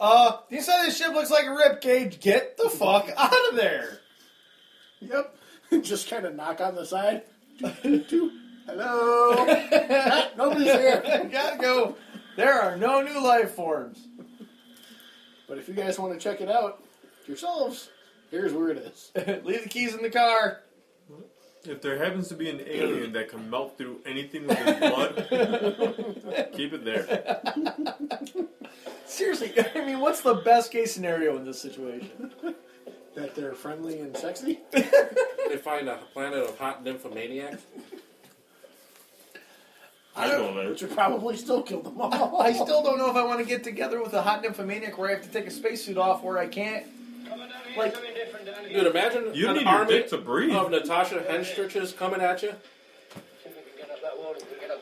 Speaker 1: Uh, you said this ship looks like a rib cage. Get the fuck (laughs) out of there.
Speaker 5: Yep. (laughs) Just kind of knock on the side.
Speaker 1: (laughs)
Speaker 5: Toot, toot. Hello. Ah, Nobody's here.
Speaker 1: Gotta go. There are no new life forms. (laughs)
Speaker 5: But if you guys want to check it out yourselves, here's where it is.
Speaker 1: Leave the keys in the car.
Speaker 3: (laughs) If there happens to be an alien that can melt through anything with his
Speaker 16: (laughs)
Speaker 3: blood, keep it there.
Speaker 1: Seriously, (laughs) I mean, what's the best case scenario in this situation?
Speaker 5: That they're friendly and sexy.
Speaker 8: They find a planet of hot nymphomaniacs.
Speaker 3: I know
Speaker 5: Which
Speaker 3: that.
Speaker 5: would probably still kill them
Speaker 1: (laughs)
Speaker 5: all.
Speaker 1: I still don't know if I want to get together with a hot nymphomaniac where I have to take a spacesuit off where I can't. Like,
Speaker 8: Dude, imagine
Speaker 3: You
Speaker 8: an
Speaker 3: need your
Speaker 8: army
Speaker 3: dick to breathe.
Speaker 8: of Natasha Henstriches coming at you.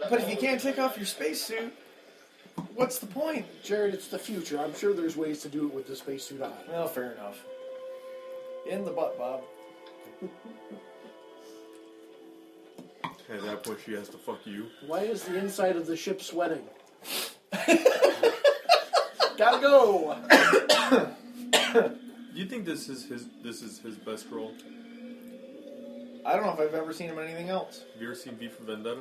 Speaker 1: but if you can't take off your spacesuit, what's the point?
Speaker 5: Jared, it's the future. I'm sure there's ways to do it with the spacesuit on.
Speaker 1: Well, fair enough. In the butt, Bob.
Speaker 3: At that point, she has to fuck you.
Speaker 5: Why is the inside of the
Speaker 1: (laughs)
Speaker 5: ship sweating? Gotta go.
Speaker 3: Do you think this is his? This is his best role.
Speaker 1: I don't know if I've ever seen him in anything else.
Speaker 3: Have you ever seen V for Vendetta?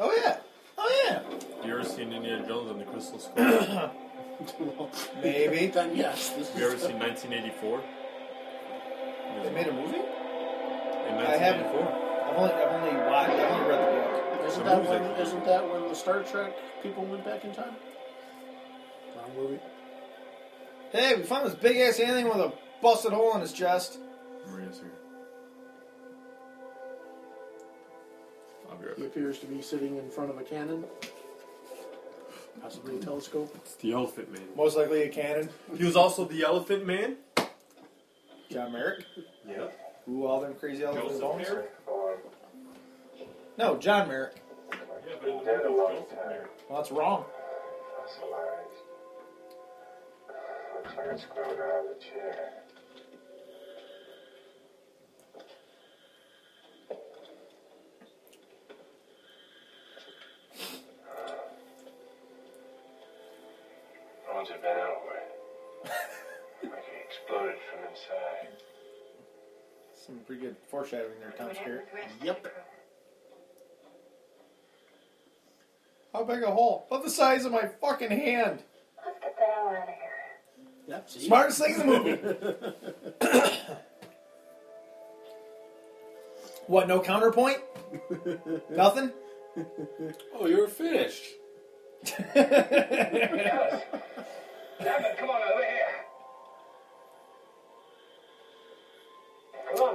Speaker 1: Oh yeah, oh yeah.
Speaker 3: Have you ever seen Indiana Jones and the Crystal Skull? Have
Speaker 1: Maybe (laughs) they
Speaker 5: Then yes, this
Speaker 3: (coughs) you ever
Speaker 5: is
Speaker 3: seen 1984?
Speaker 1: made a movie.
Speaker 3: In
Speaker 1: I haven't.
Speaker 3: 1984.
Speaker 1: I've only, I've only watched. I've only read the book.
Speaker 5: Isn't
Speaker 3: The
Speaker 5: that
Speaker 3: movie.
Speaker 5: when? Isn't that when the Star Trek people went back in time? Wrong movie.
Speaker 1: Hey, we found this big ass alien with a busted hole in his chest.
Speaker 3: Maria's here.
Speaker 5: He appears to be sitting in front of a cannon, possibly a telescope.
Speaker 3: It's the Elephant Man.
Speaker 1: Most likely a cannon.
Speaker 3: He was also the Elephant Man.
Speaker 1: John Merrick.
Speaker 3: Yeah.
Speaker 1: Who all them crazy elephant
Speaker 3: Joseph
Speaker 1: bones?
Speaker 3: Merrick?
Speaker 1: No, John Merrick.
Speaker 3: Yeah, but in the movie, it's Joseph Merrick.
Speaker 1: Well, that's wrong.
Speaker 2: Bones had been outward. like he exploded from inside.
Speaker 1: Some pretty good foreshadowing there, Tom Skerritt.
Speaker 3: Yep.
Speaker 1: How big a hole? About the size of my fucking hand.
Speaker 5: Yep, see?
Speaker 1: Smartest thing in the movie. (coughs) what? No counterpoint? (laughs) Nothing?
Speaker 8: Oh, you're finished.
Speaker 17: David, come on over here. Come on.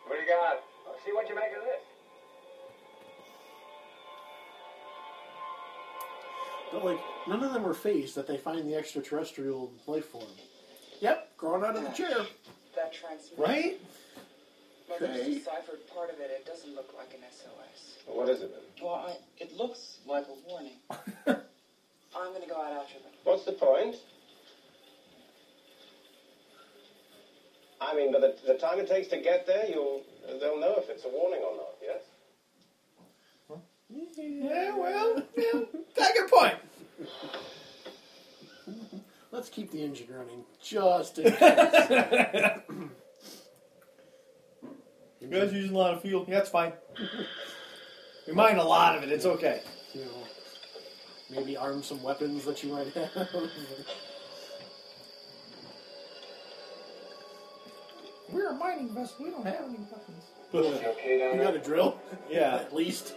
Speaker 17: What do you got? Let's see what you make of this.
Speaker 5: But like none of them are phased that they find the extraterrestrial life form. Yep, growing out of the chair.
Speaker 18: That transmitter.
Speaker 5: Right?
Speaker 18: Mother's
Speaker 5: Okay.
Speaker 18: deciphered part of it. It doesn't look like an SOS.
Speaker 2: Well, what is it then?
Speaker 18: Well, I, it looks like a
Speaker 2: (laughs)
Speaker 18: warning. I'm gonna go out after them.
Speaker 17: What's the point? I mean, by the, the time it takes to get there, you'll they'll know if it's a warning or not. Yes.
Speaker 1: Yeah, well, yeah, take your point.
Speaker 5: Let's keep the engine running just in case.
Speaker 1: You guys are using a lot of fuel. Yeah, that's fine. We mine a lot of it. It's okay.
Speaker 5: you know, maybe arm some weapons that you might have.
Speaker 1: We're a mining vessel. We don't have any weapons.
Speaker 5: you got a drill?
Speaker 1: Yeah.
Speaker 5: At least.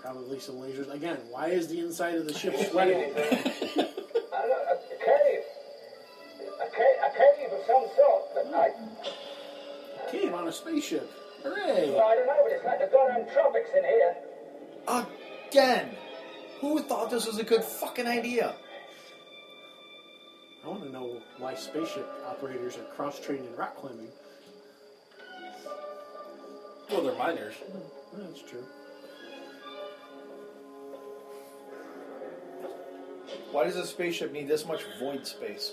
Speaker 5: Probably some lasers. Again, why is the inside of the ship sweating?
Speaker 17: I don't- A cave. A cave, a cave of some sort. But I,
Speaker 5: Came on a spaceship. Hooray!
Speaker 17: I don't know, but it's like the goddamn tropics in here.
Speaker 1: Again, who thought this was a good fucking idea?
Speaker 5: I want to know why spaceship operators are cross trained in rock climbing.
Speaker 8: Well, they're miners.
Speaker 5: Oh, That's true.
Speaker 1: Why does a spaceship need this much void space?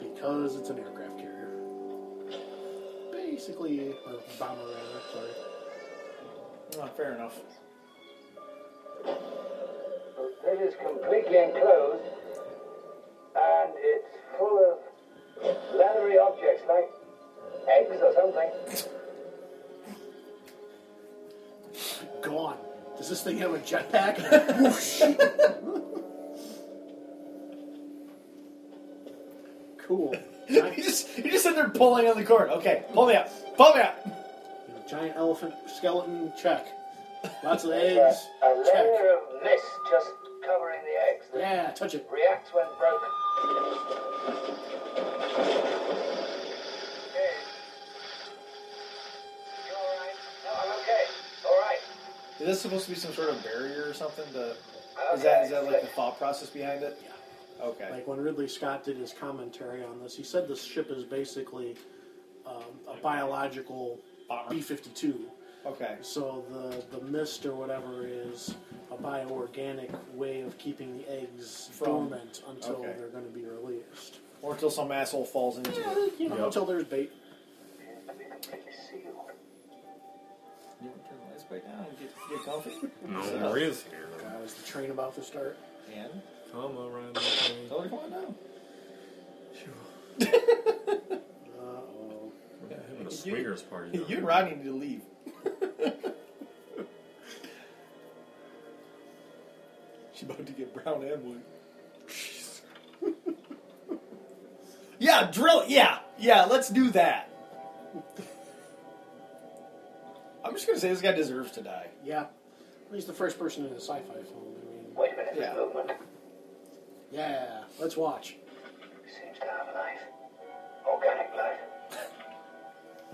Speaker 5: Because it's an aircraft carrier. Basically, or bomber rather, sorry.
Speaker 1: Oh, fair enough.
Speaker 17: It is completely enclosed, and it's full of leathery objects like eggs or something.
Speaker 5: Gone. Does this thing have a jetpack? (laughs) Whoosh. cool.
Speaker 1: (laughs) you just you just sit there pulling on the cord. Okay, pull me out. Pull me out.
Speaker 5: Giant elephant skeleton, check.
Speaker 17: (laughs)
Speaker 5: Lots of
Speaker 17: A,
Speaker 5: eggs,
Speaker 17: a
Speaker 5: check.
Speaker 17: layer of mist just covering the eggs. that
Speaker 5: Yeah, touch it.
Speaker 17: Reacts when broken.
Speaker 1: Is this supposed to be some sort of barrier or something? To, is that is that like the thought process behind it? Yeah. Okay.
Speaker 5: Like when Ridley Scott did his commentary on this, he said the ship is basically um, a biological B 52.
Speaker 1: Okay.
Speaker 5: So the, the mist or whatever is a bioorganic way of keeping the eggs
Speaker 1: From-
Speaker 5: dormant until
Speaker 1: okay.
Speaker 5: they're going to be released.
Speaker 1: Or until some asshole falls into
Speaker 5: Yeah,
Speaker 1: it.
Speaker 5: you know, until there's bait.
Speaker 1: You want to turn the lights back down and get, get comfy?
Speaker 19: No, Maria's here.
Speaker 5: God, Uh, is the train about to start?
Speaker 1: And
Speaker 3: (laughs)
Speaker 19: Come around the train.
Speaker 1: tell her to come on down.
Speaker 5: Uh oh.
Speaker 19: Having a swingers party. down
Speaker 1: You
Speaker 19: there.
Speaker 1: and Rodney need to leave. She's about to get brown and blue. yeah, drill. Yeah, yeah. Let's do that. I'm just gonna say this guy deserves to die.
Speaker 5: Yeah. Well, He's the first person in a sci fi film. I mean,
Speaker 17: Wait a minute,
Speaker 1: Yeah.
Speaker 17: this movement
Speaker 5: yeah, let's watch.
Speaker 17: seems to have life. Organic life.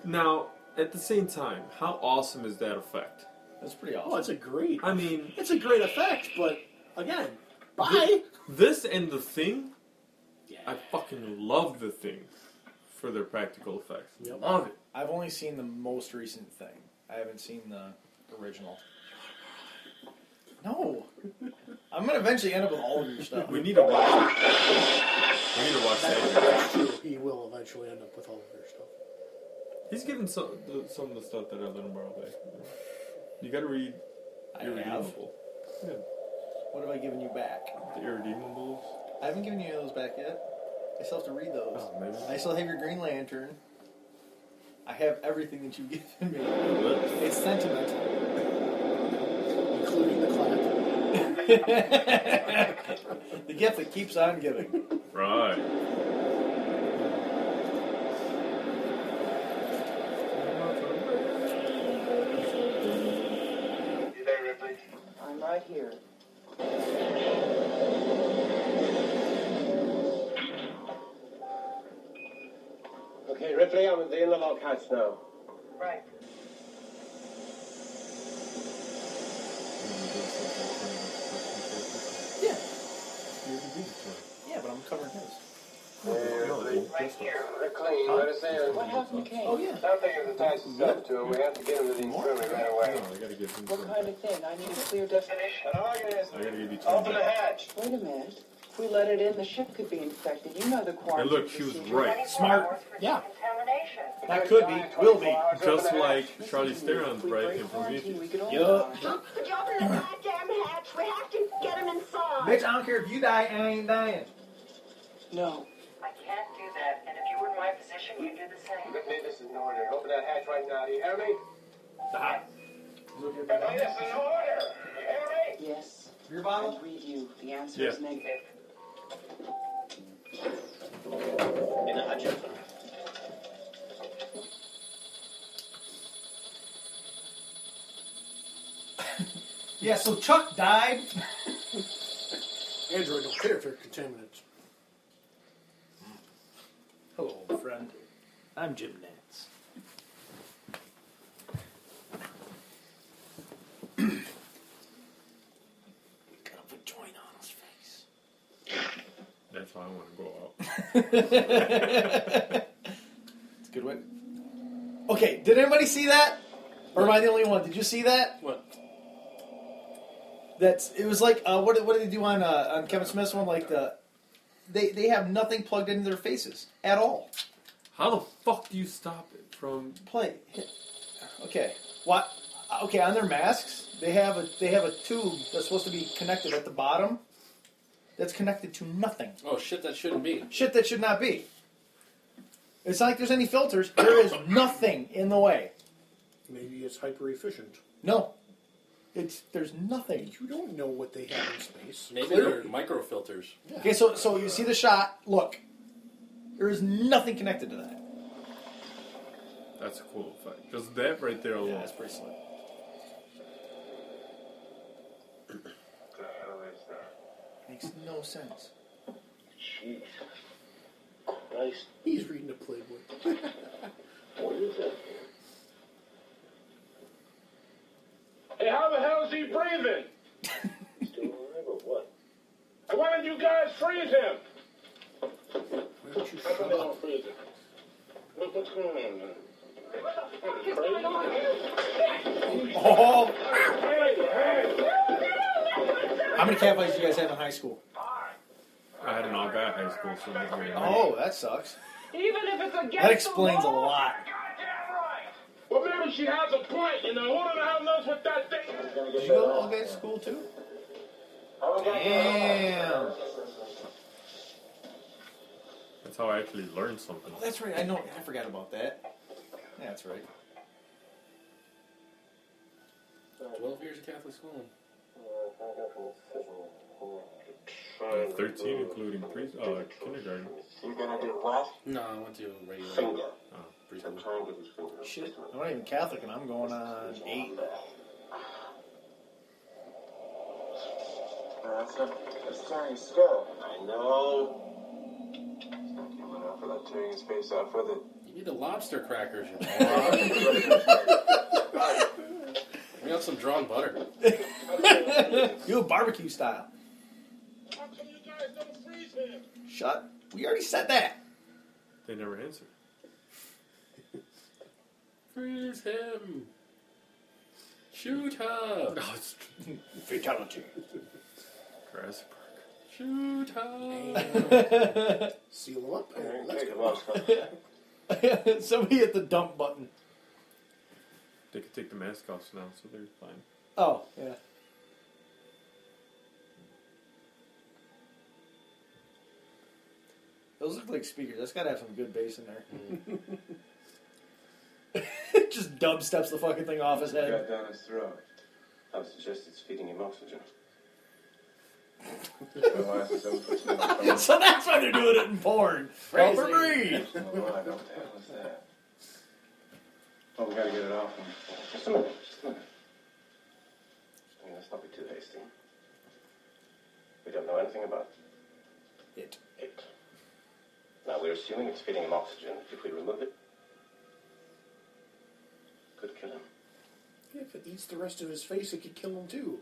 Speaker 3: Now, at the same time, how awesome is that effect?
Speaker 5: That's pretty awesome. Well, Oh, it's a great.
Speaker 3: I mean,
Speaker 5: it's a great effect, but again, bye.
Speaker 3: This and the thing, I fucking love the thing for their practical effects. Love it.
Speaker 1: I've only seen the most recent thing. I haven't seen the original. No. I'm gonna eventually end up with all of your stuff.
Speaker 3: We need to watch. We need to watch that.
Speaker 5: True, he will eventually end up with all of your stuff.
Speaker 3: He's given some the, some of the stuff that I let him borrow back. You got to read.
Speaker 1: I
Speaker 3: Irredeemable. Yeah.
Speaker 1: What have I given you back?
Speaker 3: The Irredeemables.
Speaker 1: I haven't given you any of those back yet. I still have to read those.
Speaker 3: Oh, maybe.
Speaker 1: I still have your Green Lantern. I have everything that you've (laughs) given me. It's sentimental. Including the clap. (laughs) the gift that keeps on giving.
Speaker 3: Right.
Speaker 18: I'm right here.
Speaker 20: Okay, Ripley, I'm at the Innerlock House now.
Speaker 18: Right.
Speaker 1: Yeah. Yeah, but I'm covering his.
Speaker 20: Right here. McLean, let us in.
Speaker 18: What happened to Kane?
Speaker 1: Oh, yeah.
Speaker 20: Something has attached itself to him. We have to get him to the infirmary right away.
Speaker 3: I gotta give him.
Speaker 18: What kind of thing? I need a clear definition.
Speaker 20: An organism.
Speaker 3: I gotta give you two.
Speaker 20: Open the hatch.
Speaker 18: Wait a minute. If we let it in, the ship could be infected. You know the quarantine.
Speaker 3: look, she was
Speaker 18: procedure.
Speaker 3: right.
Speaker 1: Smart. Yeah.
Speaker 21: Contamination.
Speaker 1: That could be. Will be.
Speaker 3: Just like Charlie Theron's right in Prometheus.
Speaker 18: We could all
Speaker 1: Yup.
Speaker 21: Put you open the goddamn hatch. We have to get him inside.
Speaker 1: Bitch, I don't care if you die, I ain't dying.
Speaker 18: No.
Speaker 21: I can't do that, and if you were in my position, you'd do the same.
Speaker 20: Ripley, this is an order. Open that hatch right now. Do you hear me? Ripley, this is an order. Do you hear me?
Speaker 18: Yes.
Speaker 1: Beer
Speaker 18: I
Speaker 1: bottle?
Speaker 18: read you. The answer
Speaker 3: Yeah.
Speaker 18: is negative.
Speaker 22: In a hatchet.
Speaker 1: (laughs) Yeah, so Chuck died.
Speaker 5: Android don't care if they're contaminants.
Speaker 1: Hello, friend. I'm Jim Nance. (clears throat) Got a vagina on his face.
Speaker 3: That's why I want to go out.
Speaker 1: It's a good way. Okay, did anybody see that? Or am I the only one? Did you see that?
Speaker 8: What?
Speaker 1: That's it was like uh, what did- what did they do on uh, on Kevin Smith's one? Like the they they have nothing plugged into their faces at all.
Speaker 3: How the fuck do you stop it from?
Speaker 1: Play. hit. Okay. What? Okay, on their masks, they have a they have a tube that's supposed to be connected at the bottom. That's connected to nothing.
Speaker 8: Oh shit, that shouldn't be.
Speaker 1: Shit that should not be. It's not like there's any filters. There is nothing in the way.
Speaker 5: Maybe it's hyper efficient.
Speaker 1: No. It's there's nothing.
Speaker 5: You don't know what they have in space.
Speaker 8: Maybe
Speaker 5: Clearly.
Speaker 8: they're microfilters.
Speaker 1: Okay, so so you see the shot. Look, there is nothing connected to that.
Speaker 3: That's a cool effect. Just that right there alone.
Speaker 1: pretty slick.
Speaker 20: What the hell is that?
Speaker 1: Makes no sense.
Speaker 22: Jeez. Christ.
Speaker 5: He's reading a Playboy.
Speaker 22: What is that?
Speaker 20: Hey, how the hell is he breathing?
Speaker 22: Still alive or what?
Speaker 20: Why did you guys freeze him?
Speaker 5: Why don't you shut up?
Speaker 20: freeze him. Look what's going on now.
Speaker 1: Oh,
Speaker 20: Hey, hey!
Speaker 1: how many catfights do you guys have in high school?
Speaker 3: I had an all guy high school, so not very
Speaker 1: Oh, that sucks.
Speaker 21: Even if it's against
Speaker 1: That explains
Speaker 21: the
Speaker 1: a
Speaker 21: law.
Speaker 1: lot.
Speaker 20: Well, maybe she has a point, you know. Who the hell knows what that thing is?
Speaker 1: Did you go to all guys school too? Damn.
Speaker 3: That's how I actually learned something.
Speaker 1: That's right. I know. I forgot about that. Yeah, that's right.
Speaker 8: Twelve years of Catholic schooling.
Speaker 3: I'm Thirteen, including pre uh, kindergarten.
Speaker 20: You're gonna do what?
Speaker 8: No, I went to regular
Speaker 20: Finger. I'm
Speaker 8: preschool.
Speaker 20: trying to get his finger.
Speaker 1: Shit, I'm not even Catholic, and I'm going on eight.
Speaker 20: Uh, That's a, that's starting still. I know. He's not giving up without tearing his face off with it.
Speaker 8: You You need the lobster crackers,
Speaker 2: (laughs)
Speaker 8: you know. We got some drawn butter.
Speaker 1: (laughs) You barbecue style. Shut. We already said that.
Speaker 3: They never answered.
Speaker 8: Freeze him. Shoot her.
Speaker 1: Fatality.
Speaker 3: Jurassic
Speaker 8: Shoot her.
Speaker 5: Seal them up. and
Speaker 2: Take him
Speaker 5: Let's go.
Speaker 2: off. son.
Speaker 1: (laughs) Somebody hit the dump button.
Speaker 3: They could take the mask off now, so they're fine.
Speaker 1: Oh, yeah. Those look like speakers. That's gotta have some good bass in there. (laughs) Just dub steps the fucking thing off his head.
Speaker 2: Got down his throat. I would suggest it's feeding him oxygen. Otherwise, it's
Speaker 1: (laughs)
Speaker 2: unfortunate.
Speaker 1: so that's why they're doing it in porn. Help her (laughs) breathe.
Speaker 2: Oh, my, what the hell is that? Oh, we gotta get it off him. Just a minute, just a minute. I mean, let's not be too hasty. We don't know anything about
Speaker 1: it.
Speaker 2: It. Now, we're assuming it's feeding him oxygen. If we remove it, could kill him.
Speaker 5: Yeah, if it eats the rest of his face, it could kill him too.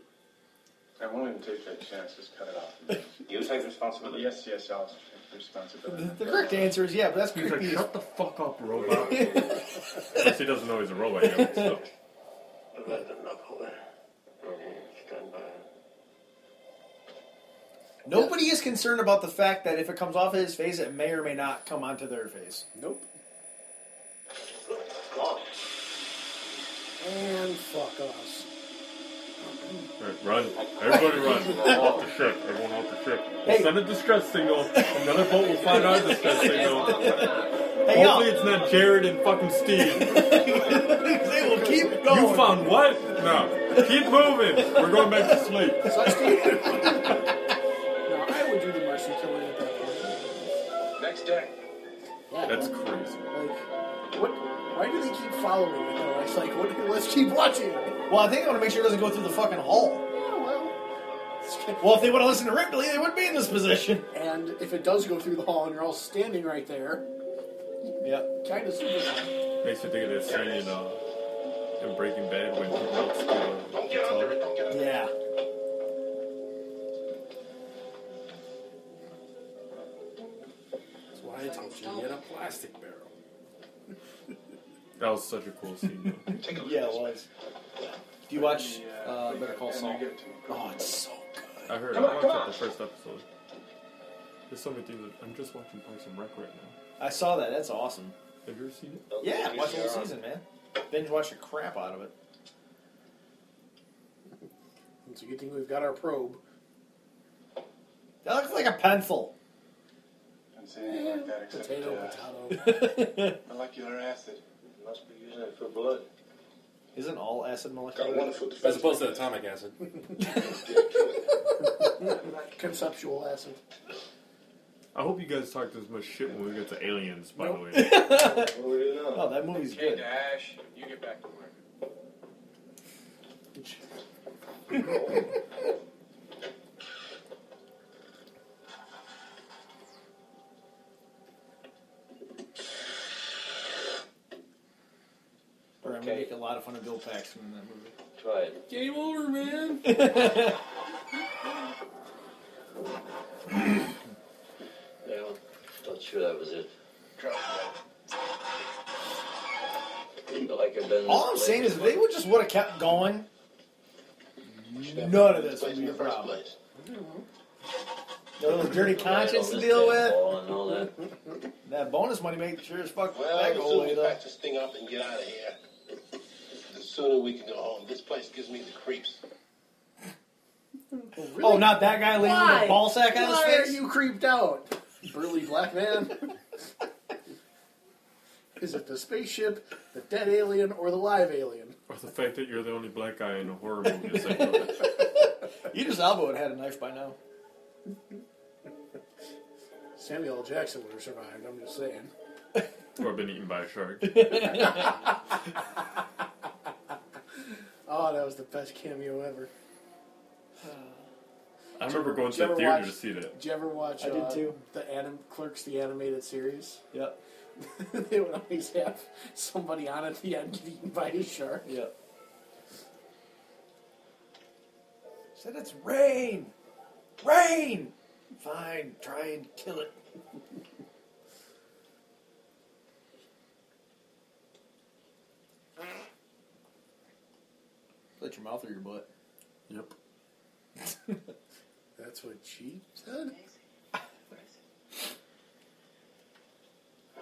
Speaker 2: I won't even take that chance. Just cut it off. (laughs) you take responsibility. Yes, yes, I'll take responsibility.
Speaker 1: The correct answer is yeah, but that's
Speaker 3: He's like,
Speaker 1: creepy. as-
Speaker 3: (laughs) shut the fuck up, robot. Unless he doesn't know he's a robot yet. So.
Speaker 1: Nobody is concerned about the fact that if it comes off of his face, it may or may not come onto their face.
Speaker 5: Nope. And fuck us.
Speaker 3: Alright, run. Everybody run. off the ship. Everyone off the ship. We'll
Speaker 1: Hey.
Speaker 3: send a distress signal. Another boat will find our distress signal.
Speaker 1: Hey,
Speaker 3: Hopefully it's not Jared and fucking
Speaker 1: (laughs)
Speaker 3: Steve.
Speaker 1: they will keep going.
Speaker 3: You found what? No. Keep moving. We're going back to sleep.
Speaker 5: So I stayed- (laughs) now I would do the mercy killing at that point.
Speaker 2: Next day.
Speaker 5: Yeah.
Speaker 3: That's crazy.
Speaker 5: like what? Why do they keep following me? though? It's like what? Let's keep watching. Yeah,
Speaker 1: Well, I think I want to make sure it doesn't go through the fucking hole.
Speaker 5: well.
Speaker 1: Well, if they would have listened to Ripley, they wouldn't be in this position. (laughs)
Speaker 5: And if it does go through the hall and you're all standing right there,
Speaker 1: Yeah.
Speaker 5: kind of super.
Speaker 3: Makes you think of that scene in, uh, in Breaking Bad when he walks to the guitar.
Speaker 1: Yeah.
Speaker 8: That's why I told you to get a plastic barrel.
Speaker 3: That was such a cool scene. though.
Speaker 1: Yeah, it was. Do you watch uh, Better Call
Speaker 2: And I
Speaker 1: Saul?
Speaker 2: give it to him.
Speaker 1: Oh, it's so good.
Speaker 3: I heard.
Speaker 2: Come
Speaker 3: I
Speaker 2: on,
Speaker 3: watched
Speaker 2: come
Speaker 3: it
Speaker 2: on.
Speaker 3: the first episode. There's so many things. That I'm just watching Parks and Rec right now.
Speaker 1: I saw that. That's awesome.
Speaker 3: Have you ever seen it?
Speaker 1: Yeah, watch the whole season, man. Binge watch the crap out of it.
Speaker 5: It's a good thing we've got our probe.
Speaker 1: That looks like a pencil. (laughs)
Speaker 2: Don't say anything like that except
Speaker 5: Potato,
Speaker 2: uh,
Speaker 5: potato.
Speaker 2: molecular acid. You must be using it for blood.
Speaker 1: Isn't all acid
Speaker 2: Got
Speaker 1: molecular?
Speaker 2: wonderful
Speaker 8: As opposed to atomic acid.
Speaker 5: (laughs) Conceptual acid.
Speaker 3: I hope you guys talked as much shit when we get to aliens. By the way,
Speaker 2: What do we do now?
Speaker 1: Oh, that movie's
Speaker 20: Okay,
Speaker 1: good.
Speaker 20: Dash, you get back to work.
Speaker 5: Oh,
Speaker 1: Or I'm gonna make a lot of fun of Bill Paxton in that movie.
Speaker 2: Try it.
Speaker 8: Game over, man.
Speaker 22: Yeah, not sure that was it. Feel like I've been
Speaker 1: All I'm saying is, if they would just would have kept going, none of this would be a problem. Those dirty conscience to deal with.
Speaker 22: and all that.
Speaker 1: That bonus money made sure as fuck
Speaker 2: Well,
Speaker 1: that
Speaker 2: as
Speaker 1: go
Speaker 2: soon
Speaker 1: away
Speaker 2: as
Speaker 1: though.
Speaker 2: pack this thing up and get out of here, the sooner we can go home. This place gives me the creeps.
Speaker 1: Oh, not that guy leaving
Speaker 5: Why?
Speaker 1: the ball sack on his
Speaker 5: Why are
Speaker 1: face.
Speaker 5: you creeped out, burly black man? Is it the spaceship, the dead alien, or the live alien?
Speaker 3: or the fact that you're the only black guy in a horror movie. Is like, oh,
Speaker 1: Idris Elba would have had a knife by now.
Speaker 5: Samuel L. Jackson would have survived. I'm just saying.
Speaker 3: or been eaten by a shark.
Speaker 5: Oh, that was the best cameo ever.
Speaker 3: I remember going to
Speaker 5: Did you
Speaker 3: the
Speaker 5: ever
Speaker 3: theater
Speaker 5: watch-
Speaker 3: to see that.
Speaker 5: Did you ever watch?
Speaker 1: I did
Speaker 5: uh,
Speaker 1: too.
Speaker 5: The anim- Clerks, the animated series. (laughs)
Speaker 1: Yep.
Speaker 5: they would always have somebody on at the end eaten by a shark.
Speaker 1: Yeah. Said it's rain. Rain. Fine. Try and kill it. Let your mouth or your butt.
Speaker 7: Yep.
Speaker 5: That's what she said.
Speaker 2: Are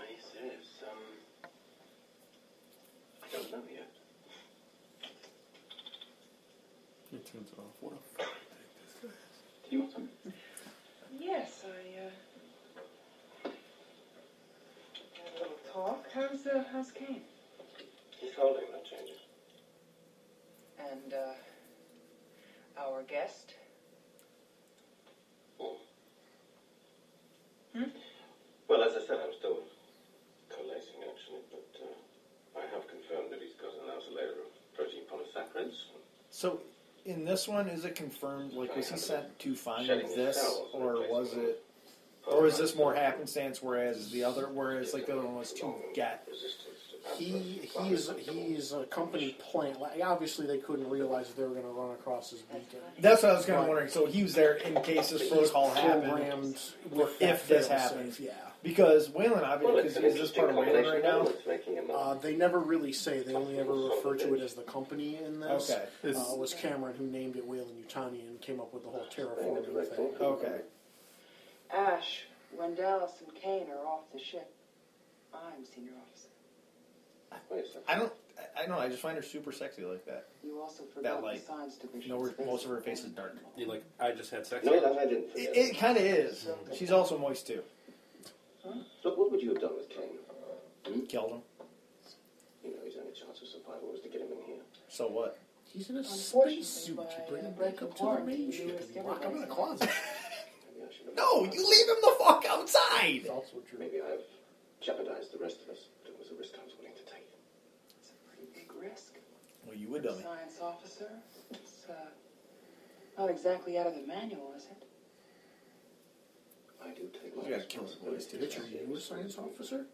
Speaker 2: you serious? Um, I don't know yet.
Speaker 3: He turns it off. What a
Speaker 2: Do you want some?
Speaker 18: Yes, I, uh. Had a little talk. How's, uh, how's Kane?
Speaker 2: He's holding, not changing.
Speaker 18: And, uh. Our guest?
Speaker 2: Well, as I said, I'm still collating actually, but uh, I have confirmed that he's got an outer layer of protein polysaccharides.
Speaker 1: So, in this one, is it confirmed? Like, was he sent to find this, or was it, or is this more happenstance? Whereas the other, whereas like the other one was to get.
Speaker 5: He he is he is a company plant. Like, obviously, they couldn't realize that they were going to run across his beacon.
Speaker 1: That's what I was kind of wondering. So he was there in case this protocol happened,
Speaker 5: Programmed with that
Speaker 1: if this
Speaker 5: fail-safe,
Speaker 1: happens.
Speaker 5: yeah.
Speaker 1: Because Whalen,
Speaker 2: Well,
Speaker 1: obviously,
Speaker 2: it's
Speaker 1: is,
Speaker 2: an
Speaker 1: is this
Speaker 2: interesting
Speaker 1: part of Whalen
Speaker 2: combination.
Speaker 1: right now?
Speaker 2: It's making him
Speaker 5: Uh, they never really say. They only ever refer to it as the company in this.
Speaker 1: Okay.
Speaker 5: Uh, it
Speaker 1: It's-
Speaker 5: was Cameron who named it Whalen Utani and came up with the whole terraforming thing.
Speaker 1: Okay.
Speaker 18: Ash, Wendellis, and Kane are off the ship. I'm senior officer.
Speaker 2: Wait a second.
Speaker 1: I don't. I- I know. I just find her super sexy like that.
Speaker 18: You also
Speaker 1: That
Speaker 18: forgot the
Speaker 1: like,
Speaker 18: signs to Bishop's
Speaker 1: no, her-
Speaker 18: face.
Speaker 1: most of her face is dark.
Speaker 8: You like, I just had sex.
Speaker 2: No, that I didn't
Speaker 1: It,
Speaker 2: forget.
Speaker 1: it kind of is. She's also moist too.
Speaker 2: Look, what would you have done with Kane?
Speaker 1: Killed him.
Speaker 2: You know, his only chance of survival was to get him in here.
Speaker 1: So what?
Speaker 5: He's in a
Speaker 18: Unfortunately,
Speaker 5: space suit.
Speaker 18: by,
Speaker 5: You bring him
Speaker 18: uh,
Speaker 5: back up to the
Speaker 18: quarantine,
Speaker 5: main
Speaker 18: you
Speaker 5: ship
Speaker 18: risk
Speaker 5: and you lock him in a
Speaker 18: everybody's
Speaker 5: closet.
Speaker 2: Maybe I should have.
Speaker 1: No, you leave him the fuck outside.
Speaker 5: also true.
Speaker 2: Maybe I've jeopardized the rest of us, but it was a risk I was willing to take.
Speaker 18: It's a pretty big risk.
Speaker 1: Well, you would dummy. (laughs)
Speaker 18: Science officer. It's uh, not exactly out of the manual, is it?
Speaker 2: I do take my
Speaker 1: You gotta kill some boys,
Speaker 2: responsibility.
Speaker 1: too.
Speaker 5: Richard, are you a science officer?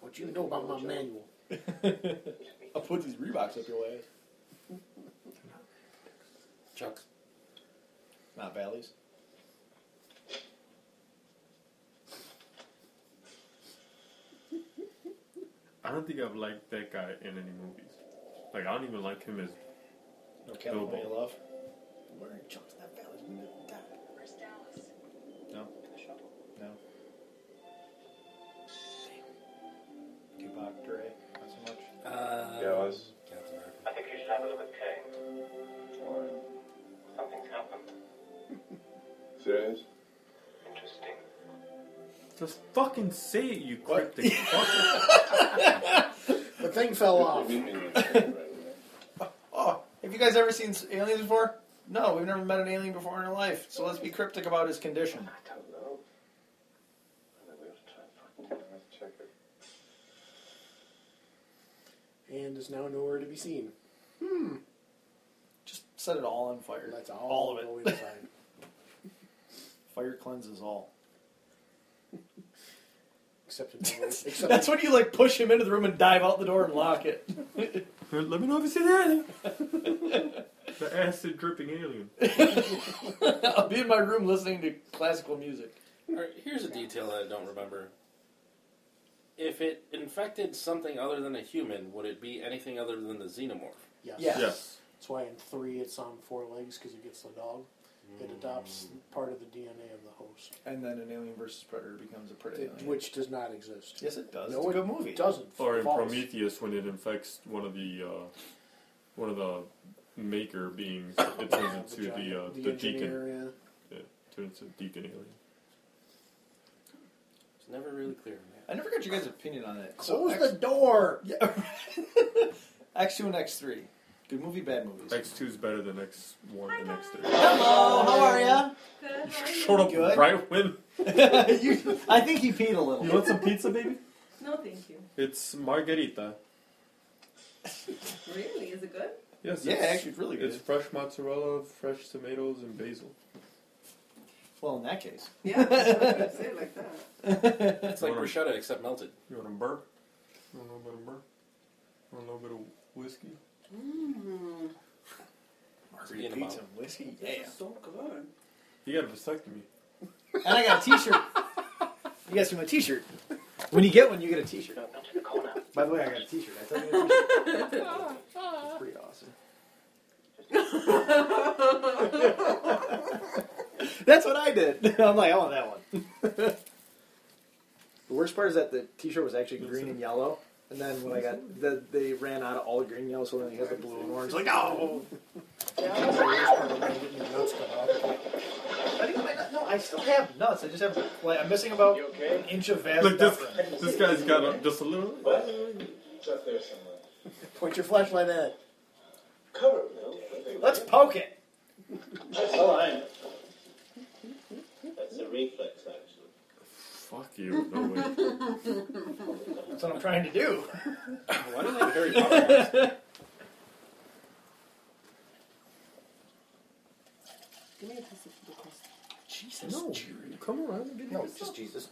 Speaker 5: What do you know about my manual?
Speaker 1: I'll put these Reeboks up your ass.
Speaker 8: Chucks.
Speaker 1: Not Valleys.
Speaker 3: I don't think I've liked that guy in any movies. Like I don't even like him as
Speaker 1: No California
Speaker 3: Bilbo.
Speaker 1: love. I'm wearing chucks, not Valleys. We live and die.
Speaker 18: Where's Dallas?
Speaker 1: No,
Speaker 18: In the shuttle.
Speaker 1: no. Tupac, Dre, not so much.
Speaker 8: Uh,
Speaker 2: Yeah, I was-
Speaker 8: Captain America.
Speaker 17: I think you should have a look at Kane. Or something's happened.
Speaker 2: (laughs) Serious?
Speaker 17: Interesting.
Speaker 3: just fucking say it, you cryptic fucker.
Speaker 5: The thing fell off.
Speaker 1: Oh, have you guys ever seen s- aliens before? No, we've never met an alien before in our life. So let's be cryptic about his condition.
Speaker 2: I don't know. I think we ought to try and find him. Let's check it.
Speaker 5: And is now nowhere to be seen.
Speaker 1: Just set it all on fire.
Speaker 5: That's all,
Speaker 1: all
Speaker 5: the way
Speaker 1: of
Speaker 5: to
Speaker 1: it.
Speaker 3: (laughs)
Speaker 5: find.
Speaker 1: (laughs) Fire cleanses all.
Speaker 5: Except, it never, except
Speaker 1: (laughs) That's when you like push him into the room and dive out the door and lock
Speaker 5: (laughs)
Speaker 1: it.
Speaker 3: (laughs) Let me know if you see the alien. (laughs) the acid dripping alien.
Speaker 1: I'll be in my room listening to classical music.
Speaker 8: All right, here's a detail that I don't remember. If it infected something other than a human, would it be anything other than the xenomorph?
Speaker 5: yes.
Speaker 1: Yes.
Speaker 3: Yes.
Speaker 5: That's why in three it's on four legs because it gets the dog. It
Speaker 3: Mm.
Speaker 5: adopts part of the DNA of the host,
Speaker 1: And then an alien versus predator becomes a predator.
Speaker 5: it- which does not exist.
Speaker 1: yes, it does.
Speaker 5: No,
Speaker 1: it's a
Speaker 5: it
Speaker 1: good movie.
Speaker 5: doesn't.
Speaker 3: Or in
Speaker 5: False.
Speaker 3: Prometheus when it infects one of the uh, one of the maker beings, it turns
Speaker 5: Yeah,
Speaker 3: into the
Speaker 5: giant-
Speaker 3: uh, the deacon.
Speaker 5: engineer, yeah.
Speaker 3: Yeah, turns into deacon alien.
Speaker 8: It's never really clear. Man.
Speaker 1: I never got your guys' opinion on it.
Speaker 5: Close
Speaker 1: X-
Speaker 5: the door.
Speaker 1: Yeah. (laughs) X two and X three. Good movie, bad movies.
Speaker 3: X two is better than X one and X three.
Speaker 1: Hello, how are ya?
Speaker 21: Good.
Speaker 3: Showed up
Speaker 1: Good.
Speaker 3: right when
Speaker 1: (laughs) you? I think he peed a little.
Speaker 3: you want some pizza, baby.
Speaker 21: No, thank you.
Speaker 3: It's margarita.
Speaker 21: Really? Is it good?
Speaker 3: Yes.
Speaker 1: Yeah,
Speaker 3: it's-
Speaker 1: actually, it's really good.
Speaker 3: It's fresh mozzarella, fresh tomatoes, and basil.
Speaker 1: Well, in that
Speaker 3: (laughs)
Speaker 1: case.
Speaker 9: Yeah, say it like that.
Speaker 8: It's like bruschetta except melted.
Speaker 3: You want a burr? You want a little bit of burr? You want a little bit of whiskey?
Speaker 9: Mm.
Speaker 1: Pizza and whiskey?
Speaker 9: This
Speaker 1: Yeah.
Speaker 9: is so good.
Speaker 3: You got a vasectomy.
Speaker 1: And I got a t-shirt. (laughs) You guys see my t-shirt. When you get one, you get a t-shirt. By the way, I got a t-shirt. I thought you had a t-shirt. It's pretty awesome. (laughs) That's what I did. (laughs) I'm like, I want that one. (laughs) the worst part is that the t-shirt was actually green and yellow. And then when I got, the, they ran out of all green and yellow, so then they had the blue and orange. Like, oh! I think I might not, no, I still have nuts. I just have, like, I'm missing about an inch of vast
Speaker 3: (laughs) Look, this,
Speaker 1: pepper.
Speaker 3: this guy's got a, just a little.
Speaker 17: It's up there somewhere.
Speaker 1: Point your flashlight at it.
Speaker 17: Cover it, Bill.
Speaker 1: Let's poke it.
Speaker 17: That's
Speaker 20: Oh,
Speaker 17: fine. That's a reflex, actually.
Speaker 3: Fuck you. No way.
Speaker 1: That's what I'm trying to do.
Speaker 8: (laughs) Why do they have Harry Potter ones?
Speaker 9: Give me a piece of pizza crust.
Speaker 1: Jesus, no. Come around and get No, it's just Jesus.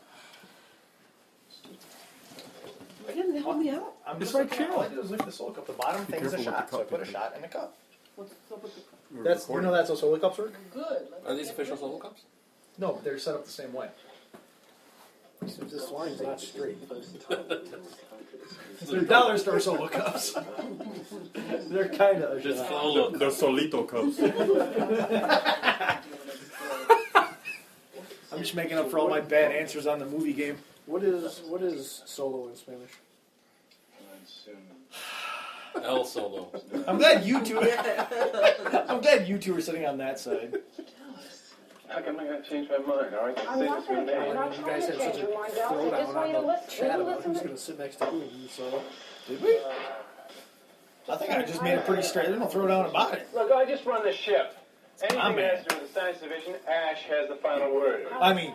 Speaker 9: Are you gonna help me out?
Speaker 1: I'm
Speaker 3: It's
Speaker 1: just
Speaker 3: right
Speaker 1: looking at-
Speaker 3: here.
Speaker 1: All I did was lift this little cup. The bottom
Speaker 3: Be
Speaker 1: thing's a
Speaker 3: careful with
Speaker 1: shot,
Speaker 3: the
Speaker 1: so I
Speaker 3: cup,
Speaker 1: put a
Speaker 3: I think.
Speaker 1: shot in the cup.
Speaker 9: What's up with the crust?
Speaker 3: We're
Speaker 1: That's you
Speaker 3: recording.
Speaker 1: know that's also solo cups work.
Speaker 9: Good. let's
Speaker 8: Are these
Speaker 9: get
Speaker 8: official
Speaker 9: rid
Speaker 8: solo
Speaker 9: of it.
Speaker 8: cups?
Speaker 1: No, they're set up the same way. Except this line's not straight. they're dollar store solo
Speaker 3: (laughs)
Speaker 1: cups. they're kind of.
Speaker 8: Just
Speaker 3: The,
Speaker 8: follow.
Speaker 3: the Solito cups.
Speaker 1: I'm just making up for all my bad answers on the movie game.
Speaker 5: What is what is solo in Spanish?
Speaker 8: El Solo.
Speaker 1: I'm glad you two. (laughs) I'm glad you two are sitting on that side.
Speaker 2: How come I gotta change my mind, alright?
Speaker 21: I'm not gonna change. I'm not
Speaker 5: You
Speaker 21: trying
Speaker 5: guys
Speaker 21: to
Speaker 5: had
Speaker 21: change
Speaker 5: such a
Speaker 21: your mind, Dallas. I just
Speaker 5: throwdown
Speaker 21: want you to
Speaker 5: on the
Speaker 21: listen.
Speaker 5: chat
Speaker 21: Will you
Speaker 5: about
Speaker 21: listen
Speaker 5: who's
Speaker 21: to
Speaker 5: going to sit next to who. You solo.
Speaker 1: Did we? I think I just made it pretty straight. I didn't throw down about it.
Speaker 2: Look, I just run the ship.
Speaker 1: my man.
Speaker 2: Anything that's during the science division, Ash has the final word.
Speaker 1: I mean,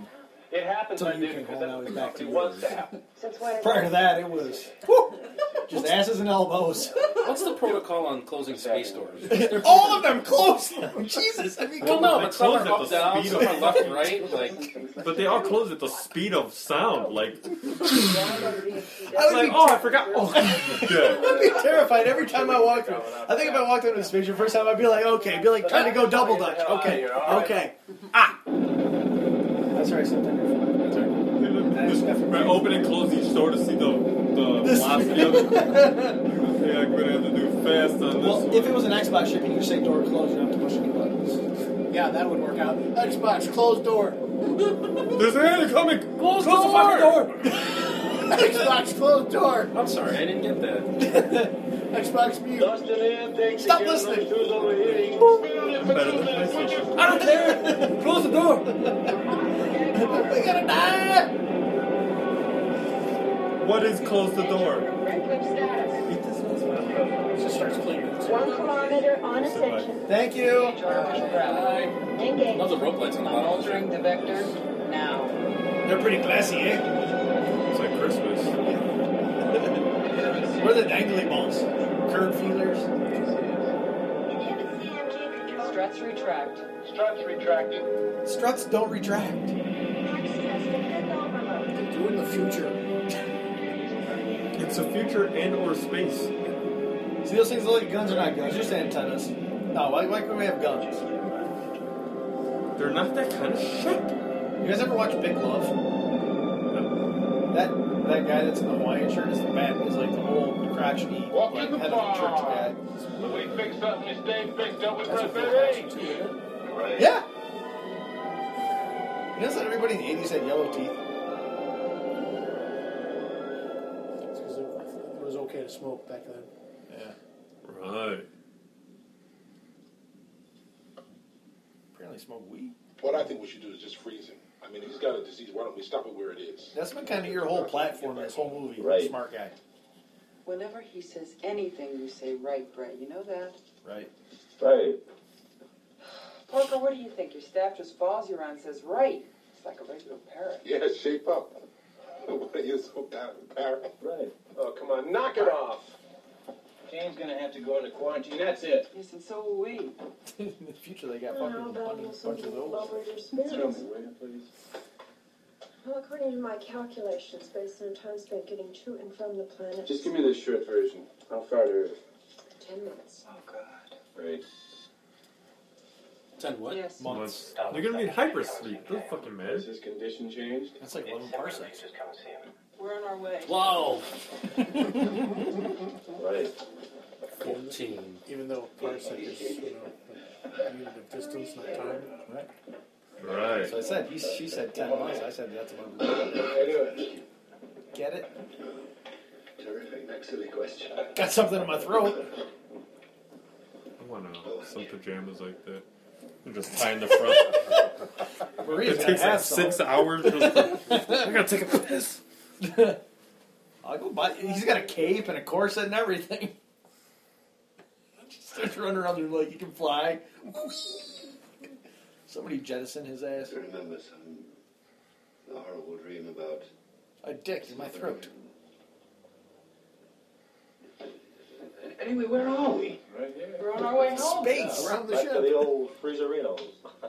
Speaker 2: It happens
Speaker 1: Till
Speaker 2: I
Speaker 1: you
Speaker 2: do
Speaker 1: can
Speaker 2: because
Speaker 1: hold
Speaker 2: that's
Speaker 1: out
Speaker 2: what the
Speaker 1: his back
Speaker 2: company
Speaker 1: to
Speaker 2: wants
Speaker 1: yours.
Speaker 2: to happen.
Speaker 21: Since when?
Speaker 1: prior to that, it was whew, just asses and elbows.
Speaker 8: What's the protocol on closing space doors?
Speaker 1: (laughs) All of them close. (laughs) Jesus, I mean,
Speaker 8: Well,
Speaker 1: come
Speaker 8: no,
Speaker 1: on.
Speaker 8: but some are
Speaker 3: close at
Speaker 8: up
Speaker 3: the
Speaker 8: down,
Speaker 3: speed
Speaker 8: some
Speaker 3: of
Speaker 8: are left and right. Like,
Speaker 3: But they all close at the speed of sound. Like,
Speaker 1: (laughs) I would
Speaker 3: like
Speaker 1: be,
Speaker 3: oh, I forgot. Oh, yeah.
Speaker 1: (laughs) I'd be terrified every time I walked through. I think if I walked into this picture first time, I'd be like, okay, I'd be like trying to go double dutch. Okay,
Speaker 8: (laughs)
Speaker 1: okay. Ah, that's right. Something. That's right.
Speaker 3: I open and close each door to see the, the
Speaker 1: (laughs)
Speaker 3: velocity of it. yeah, I'm gonna have to do fast on this
Speaker 1: Well,
Speaker 3: one.
Speaker 1: if it was an Xbox, you could just say door closed. You don't have to push any buttons. Yeah, that would work out.
Speaker 5: Xbox closed door.
Speaker 3: There's an alien coming!
Speaker 1: Close,
Speaker 3: the fucking
Speaker 1: door.
Speaker 5: Xbox closed door.
Speaker 8: I'm sorry, I didn't get that.
Speaker 1: (laughs)
Speaker 5: Xbox mute.
Speaker 2: Dustin in, thanks
Speaker 1: Stop
Speaker 2: again.
Speaker 1: listening.
Speaker 2: Number Two's over here. You can spit on it for
Speaker 3: Better
Speaker 2: two
Speaker 3: than
Speaker 2: minutes, would you?
Speaker 1: I don't care. Close the door. we gotta die.
Speaker 3: What is close the door?
Speaker 21: Redcliffe status.
Speaker 5: Just starts cleaning.
Speaker 21: One kilometer on ascension.
Speaker 1: Thank you.
Speaker 21: Engage.
Speaker 8: Love the rope lights on the bottom. of the train.
Speaker 9: the vector now.
Speaker 1: They're pretty classy, eh?
Speaker 3: It's like Christmas.
Speaker 1: We're the dangly balls. Curb feelers.
Speaker 21: Inhibit CMG control.
Speaker 9: Struts retract.
Speaker 2: Struts retracted.
Speaker 1: Struts don't retract.
Speaker 21: Access to fifth overload.
Speaker 5: Do it in the future.
Speaker 3: It's a future and or space.
Speaker 1: See, those things look like guns are not guns. Just antennas. No, why, why can't we have guns?
Speaker 3: They're not that kind of shit.
Speaker 1: You guys ever watch Big Love? That that guy that's in the Hawaiian shirt is the bad. Is like the old crotchety
Speaker 20: Walk
Speaker 1: like,
Speaker 20: in the
Speaker 1: head of the church
Speaker 20: bar.
Speaker 1: guy.
Speaker 20: We fix up mistake, fixed up with President A.
Speaker 1: Yeah. You notice that everybody in the 80s had yellow teeth?
Speaker 5: It's 'cause it, it was okay to smoke back then.
Speaker 1: Yeah.
Speaker 3: Right.
Speaker 1: Apparently smoke weed.
Speaker 20: What I think we should do is just freeze him. I mean, he's got a disease. Why don't we stop it where it is?
Speaker 1: That's been kind of your whole platform in this whole movie.
Speaker 2: Right.
Speaker 1: Smart guy.
Speaker 9: Whenever he says anything, you say right, Brett. You know that.
Speaker 1: Right. (laughs)
Speaker 2: Right.
Speaker 9: Parker, what do you think? Your staff just follows you around and says right. It's like a regular parrot.
Speaker 20: Yeah, shape up. What are you so down, Barry?
Speaker 2: Right. Oh, come on, knock it off. Jane's gonna have to go into quarantine. That's it.
Speaker 23: Yes, and so will we.
Speaker 1: In the future, they got
Speaker 9: I don't
Speaker 1: fucking
Speaker 9: know about
Speaker 1: bunch,
Speaker 9: you,
Speaker 1: bunch,
Speaker 9: some
Speaker 1: of
Speaker 9: people
Speaker 1: those.
Speaker 9: lower their
Speaker 2: Throw
Speaker 9: spirits.
Speaker 2: me, will you, please?
Speaker 9: Well, according to my calculations, based on time spent getting to and from the planet,
Speaker 2: Just give me the short version. How far to Earth?
Speaker 9: ten minutes.
Speaker 2: Oh God. Right.
Speaker 8: Ten what?
Speaker 9: Yes.
Speaker 3: Months. They're gonna need hypersleep. Those fucking
Speaker 2: Has
Speaker 3: matters.
Speaker 2: his condition changed?
Speaker 1: That's like eleven parsecs.
Speaker 23: We're on our way.
Speaker 8: Whoa!
Speaker 2: Right.
Speaker 8: 14.
Speaker 5: Even though parsec is, you know, a unit of distance, not time.
Speaker 1: Right.
Speaker 3: Right.
Speaker 1: So I said, he, she said ten months. I said that's about. Get it?
Speaker 24: Terrific. Next silly question.
Speaker 1: Got something in my throat.
Speaker 3: I want uh, some pajamas like that. They're just tie in the (laughs) front.
Speaker 1: Maria's
Speaker 3: it
Speaker 1: gonna
Speaker 3: takes like
Speaker 1: have some.
Speaker 3: six hours. Just to, (laughs) I gotta take a piss.
Speaker 1: I'll go buy. He's got a cape and a corset and everything. Just starts running around there like he can fly. Somebody jettison his ass.
Speaker 24: I remember some horrible dream about
Speaker 1: A dick in my throat.
Speaker 24: Anyway, where are we?
Speaker 2: Right here.
Speaker 23: We're on our way home.
Speaker 1: Space around the
Speaker 24: Back to the
Speaker 1: ship.
Speaker 24: old Freezerinos. (laughs)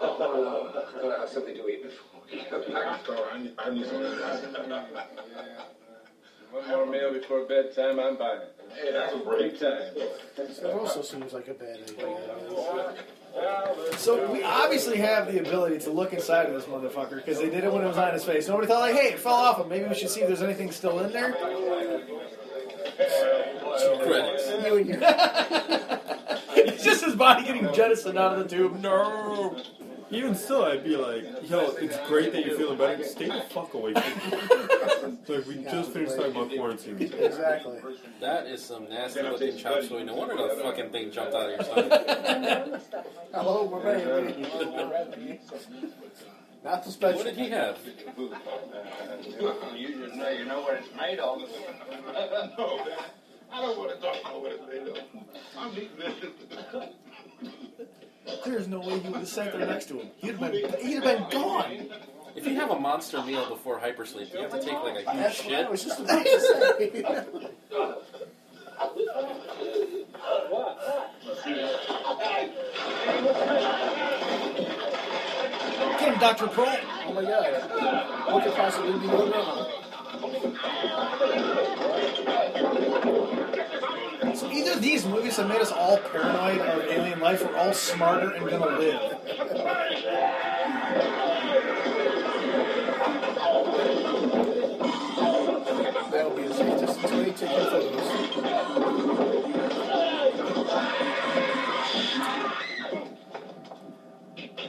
Speaker 24: oh, no, I've got to have something to eat before we go back. I, I need
Speaker 2: One more meal before bedtime. I'm buying it. Hey, that's a break time.
Speaker 5: That also seems like a bad idea.
Speaker 1: So we obviously have the ability to look inside of this motherfucker because they did it when it was on his face. Nobody thought like, hey, it fell off him. Maybe we should see if there's anything still in there.
Speaker 8: Credits.
Speaker 1: You and your- (laughs) it's just his body getting jettisoned out of the tube. No.
Speaker 3: Even still, I'd be like, yo, it's great that you're feeling better. Stay the fuck away from me. (laughs) It's like, we just finished talking about quarantine. (laughs)
Speaker 5: Exactly.
Speaker 8: That is some nasty looking chop suey. No wonder the fucking thing jumped out of your
Speaker 5: (laughs)
Speaker 8: stomach.
Speaker 9: (laughs)
Speaker 5: Hello, we're back. Not the special.
Speaker 8: What did he have?
Speaker 2: You just know you know what it's made of.
Speaker 25: no, man. I don't want to talk about what it's made of. I'm eating this.
Speaker 1: There's no way you would have sat there next to him. He'd have been, he'd have been gone.
Speaker 8: If you have a monster meal before hypersleep, you have to take like a huge
Speaker 5: That's what
Speaker 8: shit.
Speaker 5: I was just about to say. (laughs)
Speaker 1: Get him, Dr. Pratt.
Speaker 5: Oh my god. What could possibly be going wrong?
Speaker 1: So either these movies have made us all paranoid of alien life or all smarter and gonna live.
Speaker 5: That would be a safe distance away taking photos.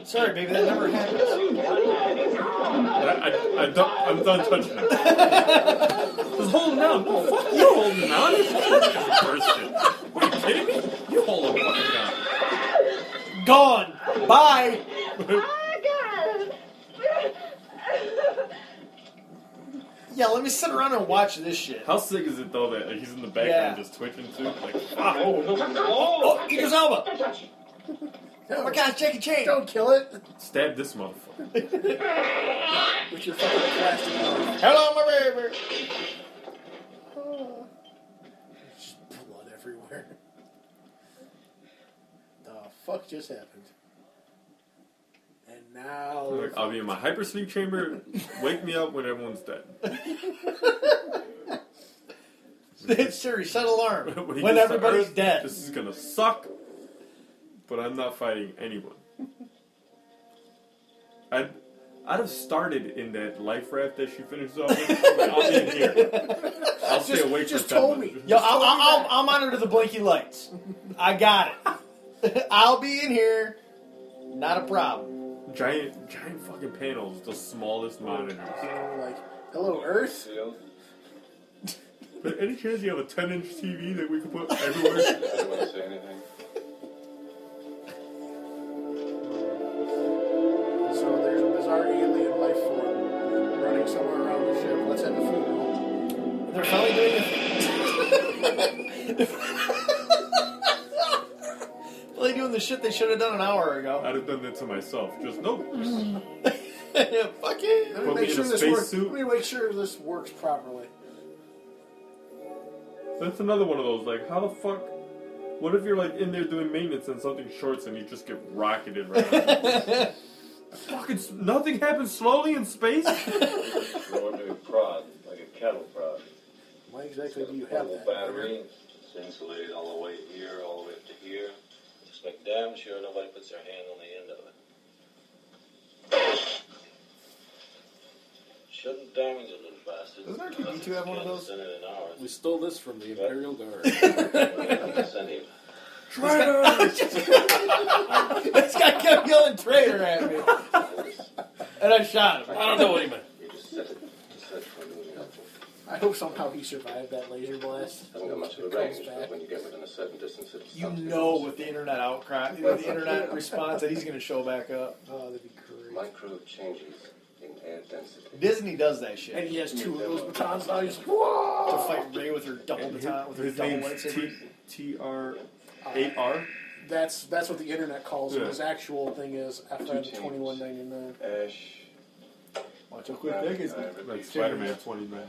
Speaker 1: Sorry, baby, that never happens.
Speaker 3: I, I, I don't, I'm done touching it. Just holding on. No, fuck you holding on. It's a person. Are you kidding me? You hold a fucking on.
Speaker 1: Gone. Bye.
Speaker 2: (laughs)
Speaker 9: Oh my god!
Speaker 1: Yeah, let me sit around and watch this shit.
Speaker 3: How sick is it though that like, he's in the background
Speaker 1: Yeah.
Speaker 3: just twitching too? Like, oh,
Speaker 1: Oh, Idris Elba. Oh my gosh, Jackie Chan.
Speaker 5: Don't kill it
Speaker 3: stab this motherfucker.
Speaker 5: with your fucking plastic arm.
Speaker 1: Hello, my (laughs) baby.
Speaker 5: Just blood everywhere. The fuck just happened? And now.
Speaker 3: Like, I'll be in my hypersleep chamber. Wake me up when everyone's dead. (laughs)
Speaker 1: Siri, set alarm
Speaker 3: When he
Speaker 1: when
Speaker 3: gets to
Speaker 1: everybody's
Speaker 3: Earth,
Speaker 1: dead.
Speaker 3: This is gonna suck, but I'm not fighting anyone. I'd, I'd have started in that life raft that she finishes off with. but I'll be in
Speaker 5: (laughs)
Speaker 3: here. I'll stay awake
Speaker 5: just
Speaker 3: for 10
Speaker 5: told me.
Speaker 3: minutes.
Speaker 1: Yo, I'll, I'll, I'll, I'll monitor the blinky lights. I got it. (laughs) I'll be in here. Not a problem.
Speaker 3: Giant, giant fucking panels, the smallest monitors.
Speaker 5: Like, hello, Earth?
Speaker 2: Sealed.
Speaker 3: But any chance you have a 10 inch TV that we could put everywhere?
Speaker 2: I don't want to say anything.
Speaker 5: So there's a bizarre alien life form running somewhere around the ship. Let's have a funeral.
Speaker 1: They're finally doing the. (laughs) They're doing the shit they should have done an hour ago. (laughs)
Speaker 3: I'd have done that to myself. Just nope.
Speaker 1: Fuck
Speaker 5: Let
Speaker 1: it.
Speaker 5: me
Speaker 3: Put me
Speaker 5: make
Speaker 3: in
Speaker 5: sure
Speaker 3: a
Speaker 5: this
Speaker 3: space
Speaker 5: works.
Speaker 3: suit.
Speaker 5: Let me make sure this works properly.
Speaker 3: That's another one of those, like, how the fuck. What if you're, like, in there doing maintenance and something shorts and you just get rocketed right out? Fucking. s- Nothing happens slowly in space?
Speaker 22: Going to a prod, like a kettle prod.
Speaker 5: Why exactly do you
Speaker 22: Full
Speaker 5: have that?
Speaker 22: battery, it's insulated all the way here, all the way up to here. Looks like damn sure nobody puts their hand on the end of it. Shouldn't damage a little bastard.
Speaker 1: Doesn't R2D2 have one of those?
Speaker 8: We stole this from the Imperial
Speaker 5: (laughs)
Speaker 8: Guard.
Speaker 1: this guy kept yelling traitor at me. And I shot him.
Speaker 8: I don't know what he meant.
Speaker 5: I hope somehow he survived that laser blast.
Speaker 2: Hasn't got much of a range, but when you get within a certain distance, it
Speaker 1: You know, with the internet outcry, with the internet response, that he's going to show back up.
Speaker 5: Oh, that'd be
Speaker 2: micro changes in air density.
Speaker 1: Disney does that shit.
Speaker 5: And he has two of those batons now. He's like,
Speaker 1: to
Speaker 5: whoa!
Speaker 1: fight Ray with her double baton, with her
Speaker 3: His
Speaker 1: double
Speaker 3: name's
Speaker 1: lightsaber.
Speaker 3: T- TR. 8R?
Speaker 5: That's that's what the internet calls it.
Speaker 3: Yeah.
Speaker 5: His actual thing is
Speaker 2: Two
Speaker 5: FM
Speaker 2: teams.
Speaker 5: twenty one ninety nine.
Speaker 2: Ash. uh,
Speaker 1: Watch how quick Nick is.
Speaker 3: Like Spider Man 29, man.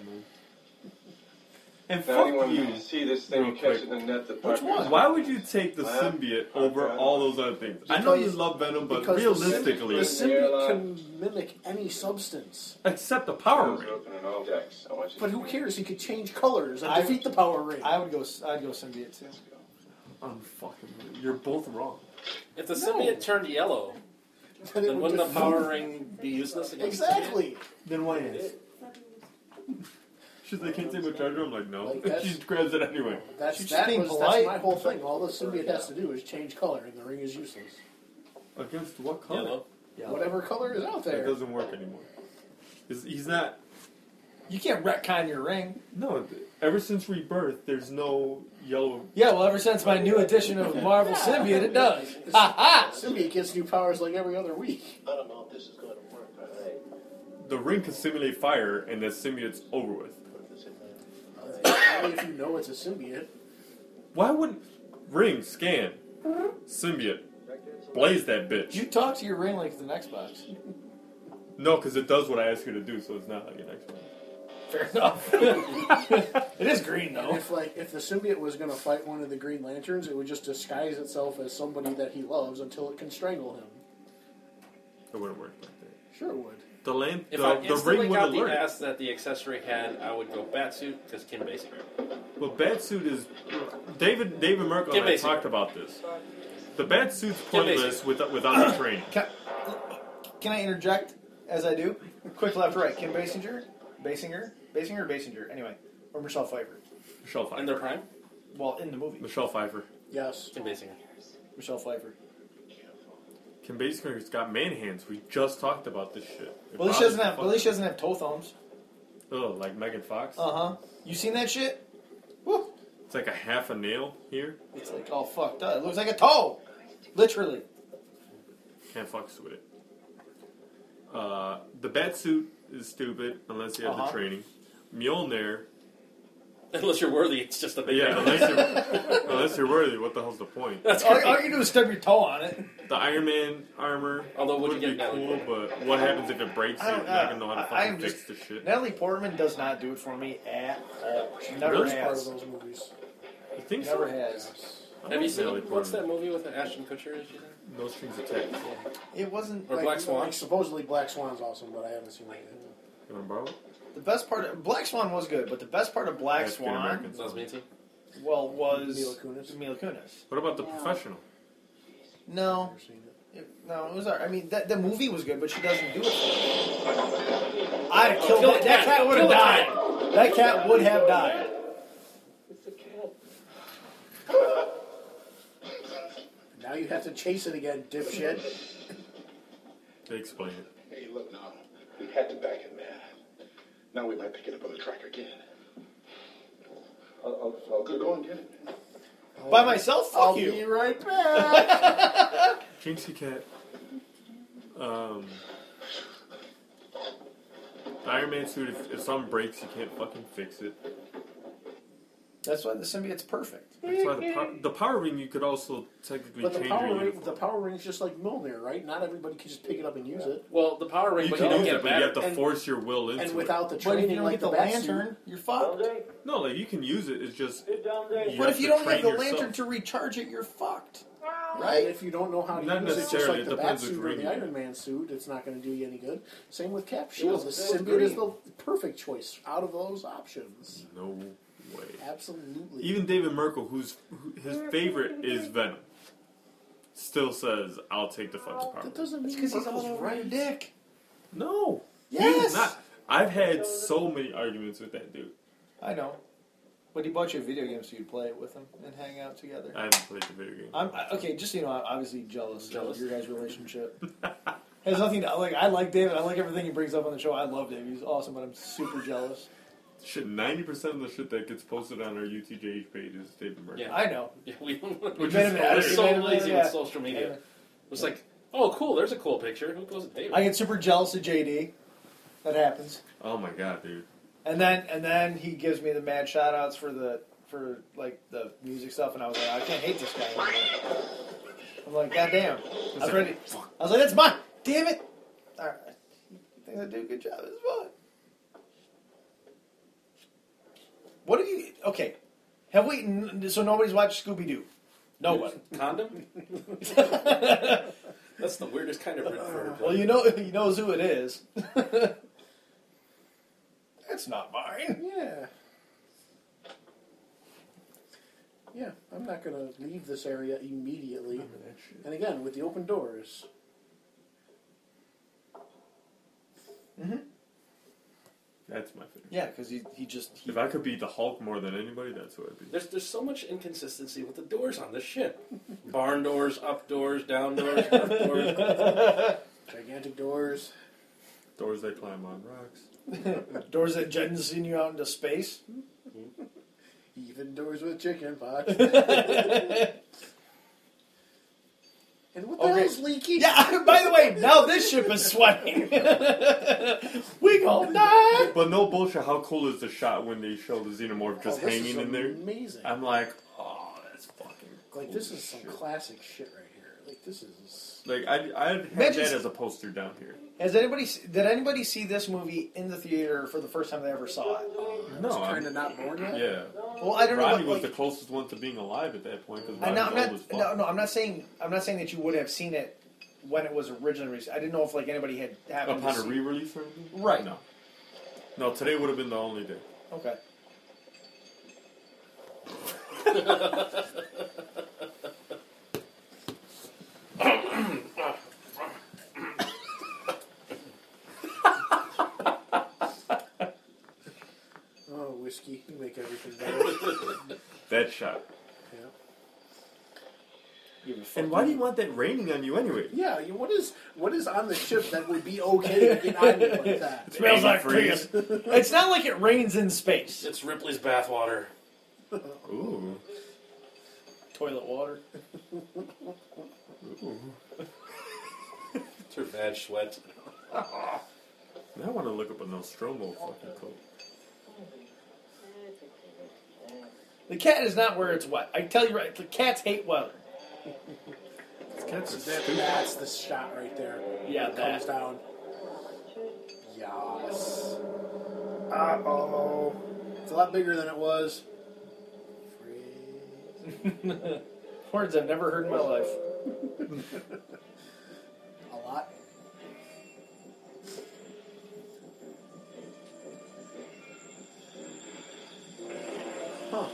Speaker 3: And
Speaker 2: Now,
Speaker 3: fuck
Speaker 2: anyone
Speaker 3: you.
Speaker 2: you see this thing
Speaker 3: Real
Speaker 2: and catch
Speaker 3: quick.
Speaker 2: it in the net, the
Speaker 5: Which one?
Speaker 3: Why would you take the
Speaker 2: Well,
Speaker 3: symbiote over all those other things? I know you
Speaker 5: Because-
Speaker 3: love Venom, but
Speaker 5: Because the sym-
Speaker 3: realistically,
Speaker 5: the symbiote can mimic any substance.
Speaker 3: except the Power Ranger.
Speaker 2: open in all decks. I want you
Speaker 5: But
Speaker 2: to
Speaker 5: who cares? He could change colors and
Speaker 1: I-
Speaker 5: defeat the Power Ranger.
Speaker 1: I would go. I'd go symbiote too.
Speaker 3: I'm fucking. You're both wrong.
Speaker 8: If the symbiote turned yellow,
Speaker 5: Then (laughs) it
Speaker 8: then
Speaker 5: would
Speaker 8: wouldn't the
Speaker 5: defeat-
Speaker 8: power ring be useless against
Speaker 5: Exactly.
Speaker 3: Then why is? She's like, can't take my charger. I'm like, no.
Speaker 5: Like,
Speaker 3: (laughs)
Speaker 5: that's-
Speaker 3: she grabs it anyway.
Speaker 5: That's,
Speaker 1: She's just
Speaker 5: that
Speaker 1: being
Speaker 5: was,
Speaker 1: polite.
Speaker 5: that's my whole thing. All the symbiote has to do is change color, and the ring is useless.
Speaker 3: Against what
Speaker 8: the
Speaker 3: color?
Speaker 8: yellow?
Speaker 5: Whatever color is out
Speaker 3: That
Speaker 5: there.
Speaker 3: doesn't work anymore. He's, he's not.
Speaker 1: You can't retcon your ring.
Speaker 3: No. Ever since Rebirth, there's no yellow.
Speaker 1: Yeah, well, ever since my new edition of Marvel Symbiote, it (laughs) does. Ha ha!
Speaker 5: Symbiote gets new powers like every other week.
Speaker 22: I don't know if this is going to work, but hey,
Speaker 3: The ring can simulate fire, and that symbiote's over with.
Speaker 22: put this in there.
Speaker 5: Only if you know it's a symbiote.
Speaker 3: Why wouldn't ring scan symbiote blaze that bitch?
Speaker 1: You talk to your ring like it's an Xbox.
Speaker 3: No, because it does what I ask you to do, so it's not like an Xbox.
Speaker 1: Fair enough. (laughs) it is green
Speaker 5: And
Speaker 1: though.
Speaker 5: if like if the symbiote was going to fight one of the Green Lanterns, it would just disguise itself as somebody that he loves until it can strangle him.
Speaker 3: It wouldn't work like that.
Speaker 5: Sure it would.
Speaker 3: The land,
Speaker 8: If
Speaker 3: the,
Speaker 8: I
Speaker 3: the
Speaker 8: instantly
Speaker 3: ring would
Speaker 8: got the
Speaker 3: alert.
Speaker 8: ass that the accessory had, I would go Batsuit because Kim Basic.
Speaker 3: Well, Batsuit is David. David Merkel
Speaker 8: Get
Speaker 3: and I
Speaker 8: basic.
Speaker 3: talked about this. The Batsuit's pointless without without the training.
Speaker 1: Can, can I interject as I do? Quick left, right. Kim Basinger, Basinger, Basinger, or Basinger. Anyway, or Michelle Pfeiffer.
Speaker 3: (coughs) Michelle
Speaker 8: In their
Speaker 3: Pfeiffer.
Speaker 8: prime?
Speaker 1: Well, in the movie,
Speaker 3: Michelle Pfeiffer.
Speaker 5: Yes.
Speaker 8: Kim Basinger. (laughs)
Speaker 1: Michelle Pfeiffer.
Speaker 3: Kim Basinger's got man hands. We just talked about this shit. It
Speaker 1: Well, at least she
Speaker 3: bothers
Speaker 1: doesn't
Speaker 3: the
Speaker 1: have. Well, at least
Speaker 3: fuck-
Speaker 1: she doesn't have toe thumbs.
Speaker 3: Ugh, Oh, like Megan Fox.
Speaker 1: Uh huh. You seen that shit? Woo!
Speaker 3: It's like a half a nail here.
Speaker 1: It's like all fucked up. It looks like a toe, literally.
Speaker 3: Can't fucks with it. Uh, the Batsuit is stupid unless you have
Speaker 1: Uh-huh.
Speaker 3: the training. Mjolnir
Speaker 8: Unless you're worthy, it's just a big
Speaker 3: Yeah,
Speaker 8: guy.
Speaker 3: unless
Speaker 1: (laughs)
Speaker 3: you're, unless you're worthy, what the hell's the point?
Speaker 8: (laughs) That's
Speaker 1: All,
Speaker 8: great.
Speaker 1: all you can do is stub your toe on it.
Speaker 3: The Iron Man armor
Speaker 8: Although, would
Speaker 3: would
Speaker 8: you
Speaker 3: be
Speaker 8: get that?
Speaker 3: cool, but what happens if it breaks?
Speaker 1: I
Speaker 3: You're
Speaker 1: don't
Speaker 3: not
Speaker 1: know.
Speaker 3: gonna know how to
Speaker 1: I- I
Speaker 3: fucking
Speaker 1: am
Speaker 3: fix
Speaker 1: just-
Speaker 3: this shit.
Speaker 1: Natalie Portman does not do it for me at all. She never
Speaker 3: Really?
Speaker 5: Part of
Speaker 1: has.
Speaker 5: those movies.
Speaker 3: You think
Speaker 1: Never
Speaker 3: so?
Speaker 1: has.
Speaker 3: I
Speaker 8: Have you
Speaker 3: like
Speaker 8: seen
Speaker 3: Natalie
Speaker 8: what's that
Speaker 3: Portman.
Speaker 8: movie with Ashton Kutcher? Is she in?
Speaker 3: No strings attached.
Speaker 1: It wasn't
Speaker 8: Or
Speaker 5: Like-
Speaker 8: Black Swan?
Speaker 5: like, supposedly Black Swan's awesome, but I haven't seen it.
Speaker 3: You wanna borrow? it?
Speaker 1: the best part. Of, Black Swan was good, but the best part of Black
Speaker 3: African
Speaker 1: Swan,
Speaker 3: Americans.
Speaker 8: Sounds mean to you?
Speaker 1: well, was
Speaker 5: Mila Kunis?
Speaker 1: Mila Kunis.
Speaker 3: What about the
Speaker 9: Yeah.
Speaker 3: professional?
Speaker 5: I've
Speaker 1: No,
Speaker 5: never seen it.
Speaker 1: it, no, it was. All right. I mean, that the movie was good, but she doesn't do it. For me. I'd have killed
Speaker 8: Kill
Speaker 1: that.
Speaker 8: the
Speaker 1: That
Speaker 8: cat.
Speaker 1: cat would have
Speaker 8: Kill
Speaker 1: died.
Speaker 8: the
Speaker 1: That cat would have died.
Speaker 9: It's a cat.
Speaker 5: Now you have to chase it again, dipshit.
Speaker 3: They explain it.
Speaker 20: Hey, look now. We had to back him, man. Now we might pick it up on the track again.
Speaker 2: I'll, I'll, I'll
Speaker 20: Go, go and get it.
Speaker 1: By myself, (laughs) fuck
Speaker 5: I'll
Speaker 1: you.
Speaker 5: be right
Speaker 1: (laughs)
Speaker 5: back.
Speaker 3: Jinxie Cat. Um. The Iron Man suit, if, if something breaks, you can't fucking fix it.
Speaker 1: That's why the symbiote's perfect.
Speaker 3: That's why the, power, the power ring, you could also technically
Speaker 5: but the
Speaker 3: change
Speaker 5: power
Speaker 3: your
Speaker 5: ring,
Speaker 3: uniform.
Speaker 5: the power ring's just like Mjolnir, right? Not everybody can just pick it up and use it.
Speaker 8: Well, the power ring,
Speaker 3: You
Speaker 8: but
Speaker 3: can
Speaker 8: you don't
Speaker 3: use
Speaker 8: get
Speaker 3: it,
Speaker 8: a
Speaker 3: but you have to
Speaker 8: battery.
Speaker 3: force your will into
Speaker 5: And
Speaker 3: it.
Speaker 5: without the
Speaker 1: But if you
Speaker 5: training,
Speaker 1: don't
Speaker 5: like
Speaker 1: get the
Speaker 5: the, bat suit,
Speaker 1: lantern, you're fucked.
Speaker 3: No, like you can use it. It's just
Speaker 5: You
Speaker 1: but
Speaker 5: have
Speaker 1: if you
Speaker 5: to
Speaker 1: don't
Speaker 5: train
Speaker 1: have the
Speaker 5: yourself.
Speaker 1: lantern to recharge it, you're fucked.
Speaker 5: Right?
Speaker 1: Right?
Speaker 5: If you don't know how to
Speaker 1: Not
Speaker 5: use it, just
Speaker 1: necessarily,
Speaker 5: like
Speaker 1: it
Speaker 5: the bat
Speaker 1: depends which
Speaker 5: suit or
Speaker 1: ring
Speaker 5: the
Speaker 1: you
Speaker 5: Iron Man suit, it's not going to do you any good. Same with Cap
Speaker 1: It was
Speaker 5: Shield. The
Speaker 1: still
Speaker 5: symbiote is the
Speaker 1: green.
Speaker 5: perfect choice out of those options.
Speaker 3: No way.
Speaker 5: Absolutely.
Speaker 3: Even David Merkel, who's who, his favorite is Venom, still says, "I'll take the fucking power."
Speaker 5: That doesn't mean
Speaker 1: because he's
Speaker 5: Merkel's
Speaker 1: all over
Speaker 5: right.
Speaker 1: your dick.
Speaker 3: No.
Speaker 1: Yes!
Speaker 3: He's not. I've had so many arguments with that dude.
Speaker 1: I know. But he bought you a video game so you'd play it with him and hang out together.
Speaker 3: I haven't played the video game.
Speaker 1: I'm I- okay. Just so you know, I'm obviously jealous, of your guys'
Speaker 5: (laughs)
Speaker 1: relationship. Has nothing to like. I like David. I like everything he brings up on the show. I love David. He's awesome, but I'm super jealous.
Speaker 3: Shit, ninety percent of the shit that gets posted on our UTJH page is David Merkel.
Speaker 1: I know.
Speaker 8: Yeah, (laughs) we don't want to.
Speaker 1: We've been in that.
Speaker 8: We're
Speaker 1: We've
Speaker 8: so
Speaker 1: been in that,
Speaker 8: lazy
Speaker 1: yeah.
Speaker 8: with social media. It's like, oh, cool. There's a cool picture. Who goes to David?
Speaker 1: I get super jealous of JD. That happens.
Speaker 3: Oh my god, dude.
Speaker 1: And then and then he gives me the mad shout outs for the for like the music stuff, and I was like, I can't hate this guy. anymore. I'm like, goddamn. I was ready. I was like, that's mine. Damn it. All right. You think I do a good job? It's fine. What have you? Okay. Have we? n- So nobody's watched Scooby Doo.
Speaker 8: No one.
Speaker 1: (laughs)
Speaker 8: Condom? (laughs) That's the weirdest kind of pervert.
Speaker 1: Well, you know, (laughs) you knows who it is. (laughs) That's not mine.
Speaker 5: Yeah. Yeah, I'm not going to leave this area immediately.
Speaker 3: Mm-hmm.
Speaker 5: And again, with the open doors.
Speaker 3: That's my favorite.
Speaker 1: Yeah, because he, he just. He,
Speaker 3: If I could beat the Hulk more than anybody, that's who I'd be.
Speaker 8: There's there's so much inconsistency with the doors on this ship. Barn doors, up doors, down doors, up
Speaker 1: (laughs)
Speaker 8: doors.
Speaker 5: Gigantic doors.
Speaker 3: Doors they climb on rocks.
Speaker 1: Doors that jettison you out into space.
Speaker 5: Even doors with chicken pox. and what the
Speaker 1: Okay.
Speaker 5: hell's leaking?
Speaker 1: Yeah. (laughs) By the way, now this ship is sweating. (laughs) we gonna die.
Speaker 3: But no bullshit. How cool is the shot when they show the xenomorph just
Speaker 5: Oh, this is
Speaker 3: hanging in there?
Speaker 5: Amazing.
Speaker 3: I'm like, oh, that's fucking.
Speaker 5: Like
Speaker 3: cool
Speaker 5: this is
Speaker 3: as
Speaker 5: some
Speaker 3: shit.
Speaker 5: classic shit right here. Like this is
Speaker 3: Like I, I had
Speaker 1: Imagine-
Speaker 3: that as a poster down here.
Speaker 1: Has anybody? s- Did anybody see this movie in the theater for the first time they ever saw it?
Speaker 3: No,
Speaker 5: kind
Speaker 3: I'm,
Speaker 5: of not born yet.
Speaker 3: yeah.
Speaker 1: Well, I don't know.
Speaker 3: Robbie
Speaker 1: What, like,
Speaker 3: was the closest one to being alive at that point because
Speaker 1: I know, I'm
Speaker 3: Robbie
Speaker 1: not.
Speaker 3: was fucked.
Speaker 1: No, no, I'm not saying. I'm not saying that you would have seen it when it was originally. released. I didn't know if like anybody had happened
Speaker 3: Upon
Speaker 1: to
Speaker 3: a
Speaker 1: see-
Speaker 3: re-release or anything?
Speaker 1: Right.
Speaker 3: No. No, today would have been the only day.
Speaker 1: Okay.
Speaker 5: Oh, whiskey, you make everything better.
Speaker 3: That shot.
Speaker 5: yeah.
Speaker 3: And why do you want that raining on you anyway?
Speaker 5: Yeah, you, what is what is on the ship that would be okay to get on you
Speaker 1: (laughs)
Speaker 5: like that?
Speaker 1: Smells like
Speaker 3: Antifreeze.
Speaker 1: piss. It's not like it rains in space.
Speaker 8: It's Ripley's bathwater.
Speaker 3: Ooh.
Speaker 1: Toilet water.
Speaker 3: Ooh.
Speaker 8: It's her bad sweat.
Speaker 3: Now I want to look up a Nostromo fucking coat.
Speaker 1: The cat is not where it's wet. I tell you right. The cats hate weather.
Speaker 3: These cats are
Speaker 5: That-
Speaker 3: stupid.
Speaker 5: that's the shot right there.
Speaker 1: Yeah,
Speaker 5: It comes
Speaker 1: that.
Speaker 5: down. Yes.
Speaker 1: Uh oh.
Speaker 5: It's a lot bigger than it was.
Speaker 1: Words I've never heard in my life.
Speaker 5: A lot. Huh.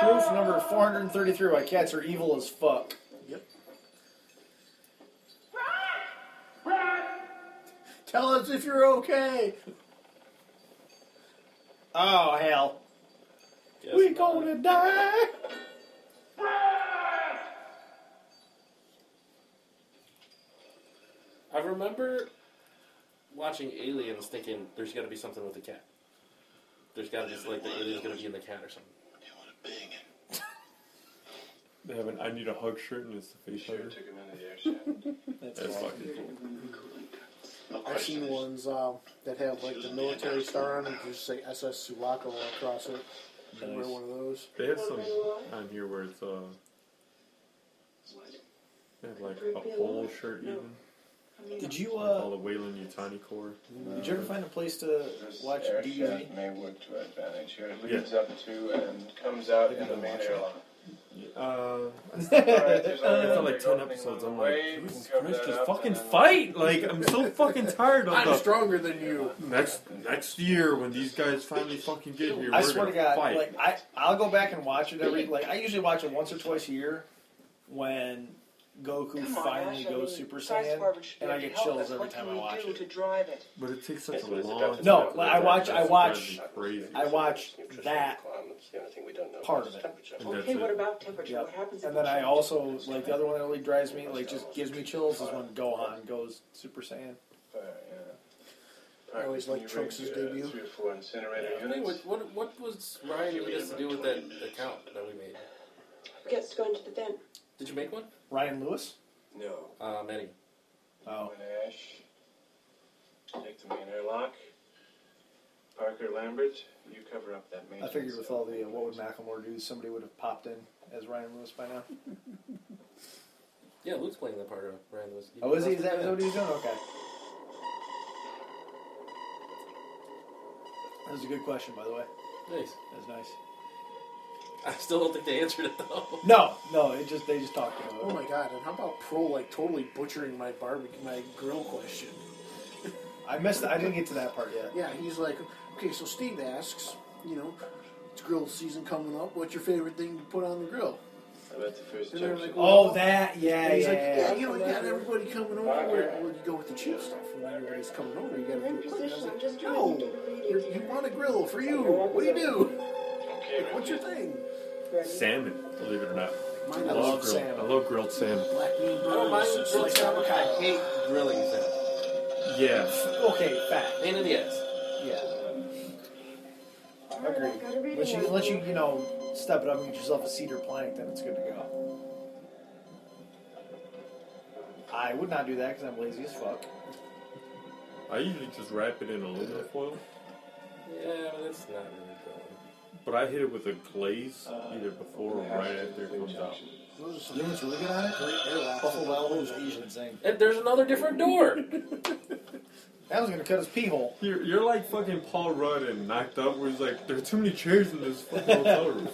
Speaker 1: Proof number 433 why cats are evil as fuck.
Speaker 5: Yep. Tell us if you're okay.
Speaker 1: Oh, hell.
Speaker 8: Guess
Speaker 1: we
Speaker 8: not.
Speaker 1: gonna die.
Speaker 8: I remember watching Aliens, thinking there's got to be something with the cat. There's got to be like the alien's going to be in the cat or something.
Speaker 3: They have an I need a hug shirt and it's the face hugger.
Speaker 2: Took him into the air shaft.
Speaker 1: That's
Speaker 3: (laughs) That's
Speaker 1: awesome.
Speaker 3: fucking cool.
Speaker 5: I've seen ones um, that have like the military star on it, just say SS Sulaco across it. And wear
Speaker 3: Nice.
Speaker 5: one of those.
Speaker 3: They have some on here where it's uh, they have like a polo shirt even.
Speaker 1: Did you uh?
Speaker 3: All the Wayland Utani core.
Speaker 1: Did you ever find a place to watch
Speaker 2: Air
Speaker 1: (laughs) DVD?
Speaker 2: shaft may work to advantage here. It
Speaker 3: Yeah.
Speaker 2: leads up to and comes out in the main airlock.
Speaker 3: Uh, it's not like ten episodes. I'm like, Jesus Christ, just fucking fight! Like, I'm so fucking tired of
Speaker 5: I'm
Speaker 3: the-
Speaker 5: stronger than you.
Speaker 3: Next next year, when these guys finally fucking get here,
Speaker 1: I
Speaker 3: we're
Speaker 1: swear to
Speaker 3: gonna
Speaker 1: God,
Speaker 3: fight.
Speaker 1: like I, I'll go back and watch it every. Like I usually watch it once or twice a year when Goku
Speaker 9: Come on,
Speaker 1: finally
Speaker 9: Ash, I
Speaker 1: goes
Speaker 9: mean,
Speaker 1: Super
Speaker 9: besides
Speaker 1: Saiyan,
Speaker 9: Barbara should be
Speaker 1: and I
Speaker 9: able to
Speaker 1: get
Speaker 9: help
Speaker 1: chills
Speaker 9: us.
Speaker 1: every
Speaker 9: What
Speaker 1: time
Speaker 9: can
Speaker 1: I
Speaker 9: we
Speaker 1: watch
Speaker 9: do
Speaker 1: it.
Speaker 9: to drive it?
Speaker 3: but it takes such
Speaker 9: Yes,
Speaker 3: a
Speaker 9: but it's
Speaker 3: long
Speaker 9: about
Speaker 3: time.
Speaker 9: to
Speaker 1: No,
Speaker 3: to
Speaker 1: like, I watch, I
Speaker 3: digest.
Speaker 1: watch,
Speaker 3: It's Crazy.
Speaker 1: I watch that
Speaker 17: The only thing we don't know
Speaker 1: part
Speaker 17: is
Speaker 1: of it.
Speaker 17: temperature.
Speaker 3: And that's
Speaker 9: Okay, what
Speaker 3: it.
Speaker 9: about temperature? What happens if
Speaker 1: And then
Speaker 9: we
Speaker 1: I
Speaker 9: change-
Speaker 1: also like the other one that really drives me, like just gives me chills, is when Gohan goes Super Saiyan.
Speaker 5: I always like Trunks' debut.
Speaker 2: Three or four incinerator
Speaker 8: Hey,
Speaker 2: units.
Speaker 8: what, what, what was Ryan giving us to do with that account that we made?
Speaker 26: Gets to go into the vent.
Speaker 8: Did you make one?
Speaker 1: Ryan Lewis.
Speaker 2: No.
Speaker 8: Uh, many.
Speaker 1: Oh.
Speaker 2: Ash. Take the main airlock. Parker Lambert, you cover up that main.
Speaker 1: I figured with all the uh, what would Macklemore do, somebody would have popped in as Ryan Lewis by now.
Speaker 8: Yeah, Luke's playing that part of Ryan Lewis.
Speaker 1: Oh, is he? Is that, is that what he's doing? Okay. That was a good question, by the way.
Speaker 8: Nice.
Speaker 1: That's nice.
Speaker 8: I still don't think they answered it though. (laughs)
Speaker 1: No, no, it just they just talked about it.
Speaker 5: Oh my god! And how about Pro like totally butchering my barbecue, my grill question?
Speaker 1: I missed. I didn't get to that part yet.
Speaker 5: Yeah, he's like, okay, so Steve asks, you know, it's grill season coming up. What's your favorite thing to put on the grill?
Speaker 2: I bet the first
Speaker 5: And they're
Speaker 2: jump.
Speaker 5: like,
Speaker 1: Oh, that. Yeah,
Speaker 5: And he's
Speaker 1: yeah,
Speaker 5: like,
Speaker 1: yeah,
Speaker 5: yeah,
Speaker 1: yeah.
Speaker 5: you know, you got everybody coming over. Where, where do you go with the cheap stuff? When everybody's coming over, you got to
Speaker 26: You're in
Speaker 5: do it quick. And I was
Speaker 26: position.
Speaker 5: like,
Speaker 26: I'm just trying
Speaker 5: no,
Speaker 26: to get a reading.
Speaker 5: you're- you want a grill for you. What do you do? Like, what's your thing?
Speaker 3: salmon, believe it or not.
Speaker 5: Mine
Speaker 3: I
Speaker 5: is
Speaker 3: love grilled.
Speaker 5: salmon.
Speaker 3: I love grilled salmon.
Speaker 5: Black bean
Speaker 8: I don't mind
Speaker 5: burgers,
Speaker 8: grilled
Speaker 5: sliced
Speaker 8: salmon.
Speaker 5: avocado.
Speaker 8: I hate grilling salmon.
Speaker 3: Yeah.
Speaker 1: Okay, fact.
Speaker 8: Pain in the ass.
Speaker 1: Yeah.
Speaker 26: I've got a
Speaker 1: Agreed.
Speaker 26: reading
Speaker 1: Unless you,
Speaker 26: on
Speaker 1: unless
Speaker 26: you.
Speaker 1: you, you know, step it up and get yourself a cedar plank, then it's good to go. I would not do that because I'm lazy as fuck.
Speaker 3: I usually just wrap it in aluminum foil,
Speaker 8: Yeah, but that's not really grilling.
Speaker 3: but I hit it with a glaze either before or right after it comes out.
Speaker 5: Those are some
Speaker 1: You know what's really good on it?
Speaker 5: great airlocks.
Speaker 1: Buffalo Wild Wings Asian Zing.
Speaker 8: And there's another different door. (laughs)
Speaker 1: That was gonna cut his pee hole.
Speaker 3: You're, you're like fucking Paul Rudd and knocked up where he's like, there are too many chairs in this fucking hotel room.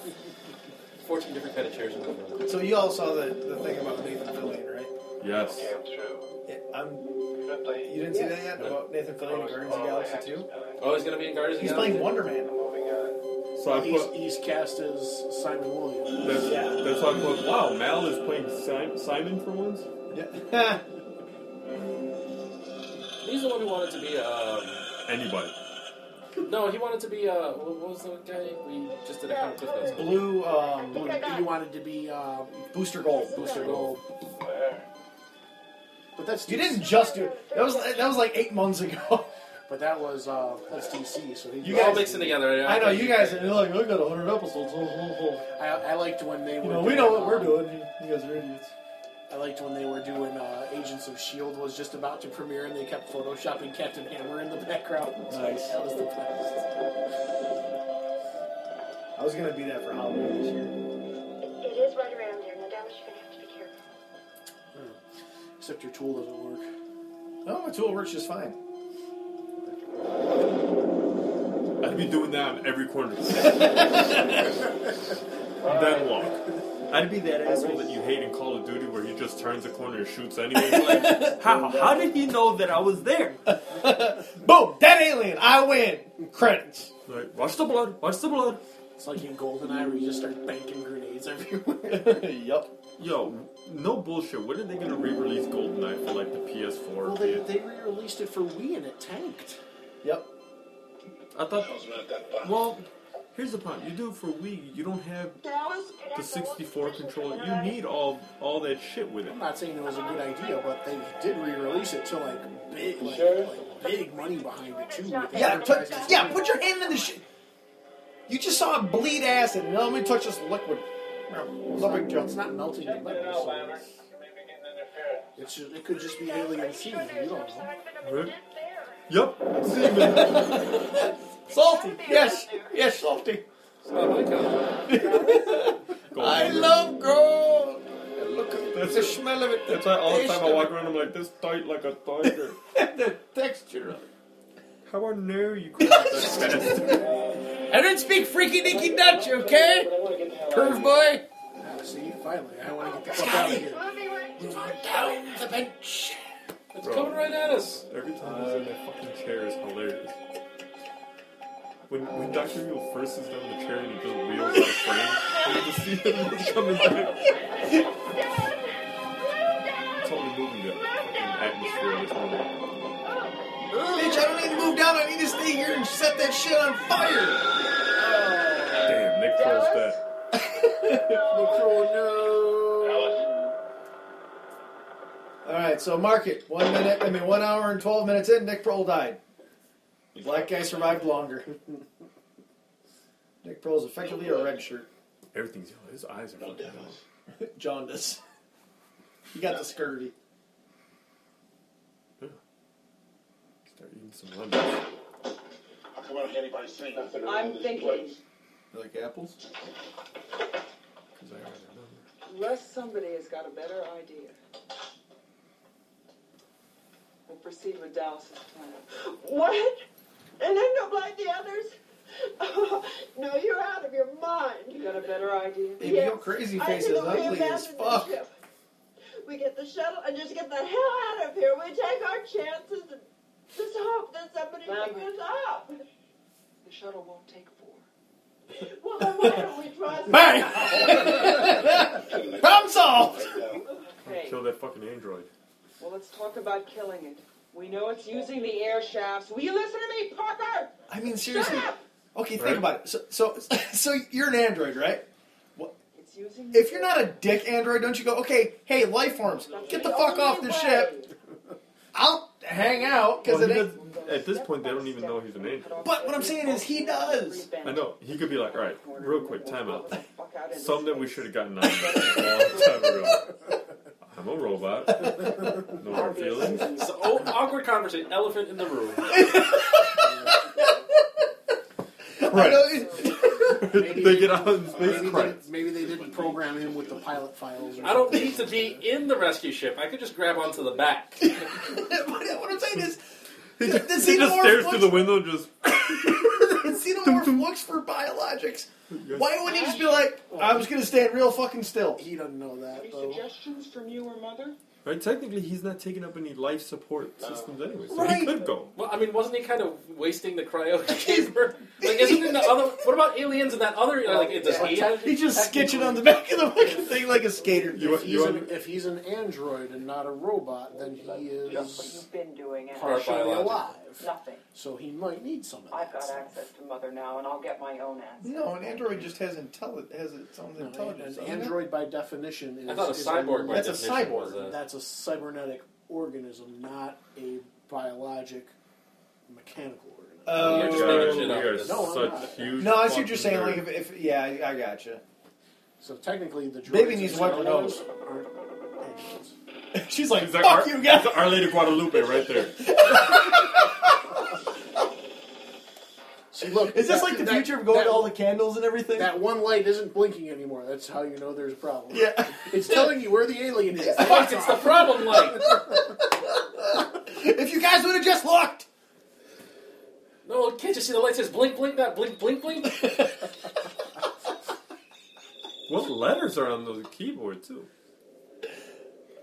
Speaker 8: 14 different kind of chairs in the room.
Speaker 1: So you all saw the, the thing about Nathan Fillion, right?
Speaker 3: Yes.
Speaker 2: Damn true.
Speaker 1: Yeah, I'm. You
Speaker 2: Ripley.
Speaker 1: didn't see that yet about Nathan Fillion in Guardians of the Galaxy 2?
Speaker 8: Oh, he's gonna be in Guardians of
Speaker 1: He's
Speaker 8: the
Speaker 1: playing
Speaker 8: Galaxy?
Speaker 1: Wonder Man. (laughs)
Speaker 2: Moving on.
Speaker 3: So I
Speaker 5: He's,
Speaker 3: put,
Speaker 5: he's cast as Simon Williams.
Speaker 3: that's,
Speaker 1: Yeah.
Speaker 3: that's why I put, wow, Mal is playing Sim- Simon for once?
Speaker 1: Yeah.
Speaker 8: He's the one who wanted to be, um...
Speaker 3: Anybody.
Speaker 8: No, he wanted to be, uh... What what was the guy we just did a comic clip notes on?
Speaker 1: Blue um,
Speaker 5: He wanted to be uh,
Speaker 1: Booster Gold.
Speaker 5: Booster Gold, but that's
Speaker 1: You
Speaker 5: DC.
Speaker 1: didn't just do it. That was that was like eight months ago. (laughs)
Speaker 5: But that was uh, that's DC. So he
Speaker 1: You
Speaker 8: You all
Speaker 1: guys-
Speaker 8: mixing together.
Speaker 1: I know you guys are like, I got hundred episodes. oh, oh, oh."
Speaker 5: I, I liked when they
Speaker 1: You
Speaker 5: were.
Speaker 1: know, we
Speaker 5: doing,
Speaker 1: know what we're
Speaker 5: uh,
Speaker 1: doing. You guys are idiots.
Speaker 5: I liked when they were doing uh, Agents of Shield was just about to premiere, and they kept photoshopping Captain Hammer in the background. It's like,
Speaker 1: Nice.
Speaker 5: That was the best.
Speaker 1: I was gonna be that for Halloween this year.
Speaker 26: It is right around there. Now, Dallas, you're going to have to be careful.
Speaker 5: Except your tool doesn't work.
Speaker 1: No, Oh, my tool works just fine.
Speaker 3: I'd be doing that on every corner. Deadlock. I'd be that asshole that you hate in Call of Duty where he just turns the corner and shoots anyway. You're like, how, how did he know that I was there?
Speaker 1: Boom! Dead alien. I win. Credits. (laughs)
Speaker 3: Like, watch the blood, watch the blood.
Speaker 5: It's like in GoldenEye where you just start banking
Speaker 1: (laughs)
Speaker 5: grenades everywhere.
Speaker 1: yep.
Speaker 3: Yo, no bullshit. When are they gonna re-release GoldenEye for like the PS4?
Speaker 5: well, they, they re-released it for Wii and it tanked.
Speaker 1: Yep.
Speaker 3: I thought. Well, here's the problem. You do it for Wii. You don't have
Speaker 18: Dallas?
Speaker 3: the 64 controller. You need all all that shit with it.
Speaker 5: I'm not saying it was a good idea, but they did re-release it to like big, like, like, big money behind it too. with
Speaker 1: Yeah. Put,
Speaker 5: advertising.
Speaker 1: yeah. Put your hand in the shit. You just saw it bleed acid. and Let me touch this liquid. No big deal.
Speaker 5: It's not melting the
Speaker 2: Get
Speaker 5: metal.
Speaker 2: out,
Speaker 5: So
Speaker 2: Lambert. You may be getting interference.
Speaker 5: it's just, it could just be alien season. You don't know.
Speaker 3: Yep.
Speaker 8: (laughs)
Speaker 1: (laughs)
Speaker 3: Semen.
Speaker 1: Salty. Yes. Yes. Salty.
Speaker 8: It's not my kind.
Speaker 1: I love gold. Look at
Speaker 3: That's
Speaker 1: the smell of it.
Speaker 3: That's why all the
Speaker 1: taste
Speaker 3: time I
Speaker 1: of
Speaker 3: walk
Speaker 1: it.
Speaker 3: around, I'm like this tight like a tiger.
Speaker 1: (laughs) the texture of it.
Speaker 3: How I know you couldn't
Speaker 8: (laughs)
Speaker 1: I don't speak freaky dicky Dutch, okay? Perv boy.
Speaker 5: Ah, See, finally, I want to get the fuck out of here.
Speaker 1: Move on down the bench.
Speaker 8: It's
Speaker 3: Bro.
Speaker 8: coming right at us.
Speaker 3: Every time he's in that fucking chair is hilarious. When, when Dr. Mule first sits down in the chair and he just wheels out of frame, you just see him (laughs) coming back. It's only moving the fucking atmosphere of this movie.
Speaker 1: Bitch, I don't need to move down. I need to stay here and set that shit on fire.
Speaker 3: Damn, Nick Kroll's dead. Oh.
Speaker 1: All right, so mark it. One minute, I mean, one hour and 12 minutes in, Nick Prohl died. The black guy survived longer. Nick Prohl's effectively a red shirt.
Speaker 3: Everything's yellow. His eyes are fucking yellow.
Speaker 1: Jaundice. He got the scurvy.
Speaker 3: Start eating some lemons.
Speaker 20: How come I don't hear anybody sing?
Speaker 9: I'm thinking,
Speaker 1: You like apples?
Speaker 3: Because I already know.
Speaker 9: unless somebody has got a better idea, we'll proceed with Dallas's plan.
Speaker 27: What? And then don't blame the others? (laughs) Oh, no, you're out of your mind.
Speaker 9: You got a better idea?
Speaker 1: Baby, your crazy face is ugly as fuck.
Speaker 27: We get the shuttle and just get the hell out of here. We take our chances and just hope that somebody
Speaker 9: Lambert.
Speaker 27: picks us up.
Speaker 9: The shuttle won't take four.
Speaker 27: Well, then why don't we trust
Speaker 1: Bang! Problem solved!
Speaker 9: Hey,
Speaker 3: Kill that fucking android.
Speaker 9: well, let's talk about killing it. We know it's using the air shafts. Will you listen to me, Parker?
Speaker 1: I mean, seriously. Okay, think
Speaker 3: Right.
Speaker 1: about it. So, so, so you're an android, right?
Speaker 9: It's using.
Speaker 1: If you're not a dick android, don't you go, okay, hey, life forms, get the fuck off the ship. I'll hang out, because
Speaker 3: Well,
Speaker 1: it
Speaker 3: he
Speaker 1: ain't.
Speaker 3: doesn't- at this point, they don't even know he's an android.
Speaker 1: But what I'm saying is, he does.
Speaker 3: I know. He could be like, alright, real quick, time out.
Speaker 9: Fuck out in this
Speaker 3: Something we should have gotten on a long time ago. (laughs) I'm a robot. No hard feelings.
Speaker 8: It's the o- oh, awkward conversation. Elephant in the room.
Speaker 1: I know
Speaker 3: Right.
Speaker 1: it-
Speaker 3: they get out in space.
Speaker 5: Maybe they,
Speaker 3: Right.
Speaker 5: maybe they didn't program him with the pilot files. Or
Speaker 8: I don't
Speaker 5: something.
Speaker 8: need to be in the rescue ship. I could just grab onto the back.
Speaker 1: what, what I'm saying
Speaker 5: (laughs)
Speaker 1: is,
Speaker 3: He
Speaker 1: the
Speaker 3: just, he just
Speaker 1: xenomorph
Speaker 3: stares
Speaker 1: looks-
Speaker 3: through the window and just.
Speaker 1: the xenomorph looks for biologics. Why wouldn't he just be like, I'm just gonna stand real fucking still?
Speaker 5: He doesn't know that
Speaker 9: Any
Speaker 5: though.
Speaker 9: suggestions from you or Mother?
Speaker 3: Right, technically, he's not taking up any life support systems anyway, so
Speaker 1: Right.
Speaker 3: he could go.
Speaker 8: Well, I mean, wasn't he kind of wasting the cryo (laughs) chamber? Like, isn't in the other? What about aliens and that other? Like, it's a alien.
Speaker 1: He just sketching on the back of the fucking thing like a skater.
Speaker 3: You,
Speaker 5: If he's,
Speaker 3: you,
Speaker 5: an, if he's an android and not a robot, then he is
Speaker 9: You've been doing it.
Speaker 5: partially
Speaker 8: biological.
Speaker 5: alive.
Speaker 9: Nothing.
Speaker 5: So he might need some of that.
Speaker 9: I've got access to Mother now, and I'll get my own answer.
Speaker 1: No, an android just has intelli- has its own
Speaker 5: No,
Speaker 1: intelligence. doesn't
Speaker 5: an
Speaker 1: it?
Speaker 5: android by definition is.
Speaker 8: I thought a
Speaker 5: is
Speaker 8: cyborg by
Speaker 1: That's a cyborg.
Speaker 8: definition was a-
Speaker 5: That's a cybernetic organism, not a biologic mechanical organism.
Speaker 1: Oh.
Speaker 8: You're just
Speaker 3: God,
Speaker 8: making shit
Speaker 3: we
Speaker 8: up.
Speaker 3: are
Speaker 8: This-
Speaker 5: No, I'm
Speaker 3: such
Speaker 5: not.
Speaker 3: huge.
Speaker 1: No, I see what you're
Speaker 3: fucking
Speaker 1: saying. Like,
Speaker 3: nerds.
Speaker 1: if, if yeah, I, I gotcha. (laughs)
Speaker 5: so technically, the droids
Speaker 1: Baby needs
Speaker 5: and
Speaker 1: wiper
Speaker 5: androids
Speaker 1: nose.
Speaker 5: aren't androids.
Speaker 1: She's like,
Speaker 3: He's like,
Speaker 1: fuck
Speaker 3: Our-
Speaker 1: you guys.
Speaker 3: Our Lady Guadalupe right there.
Speaker 5: See, look,
Speaker 1: Is this
Speaker 5: that-
Speaker 1: like the
Speaker 5: that-
Speaker 1: future of going
Speaker 5: that-
Speaker 1: to all the candles and everything?
Speaker 5: That one light isn't blinking anymore. That's how you know there's a problem.
Speaker 1: yeah. (laughs)
Speaker 5: It's telling you where the alien is.
Speaker 8: Fuck! It's the problem light.
Speaker 1: if you guys would have just looked.
Speaker 8: No, can't you see the light says blink, blink, not blink, blink, blink?
Speaker 3: What letters are on the keyboard, too?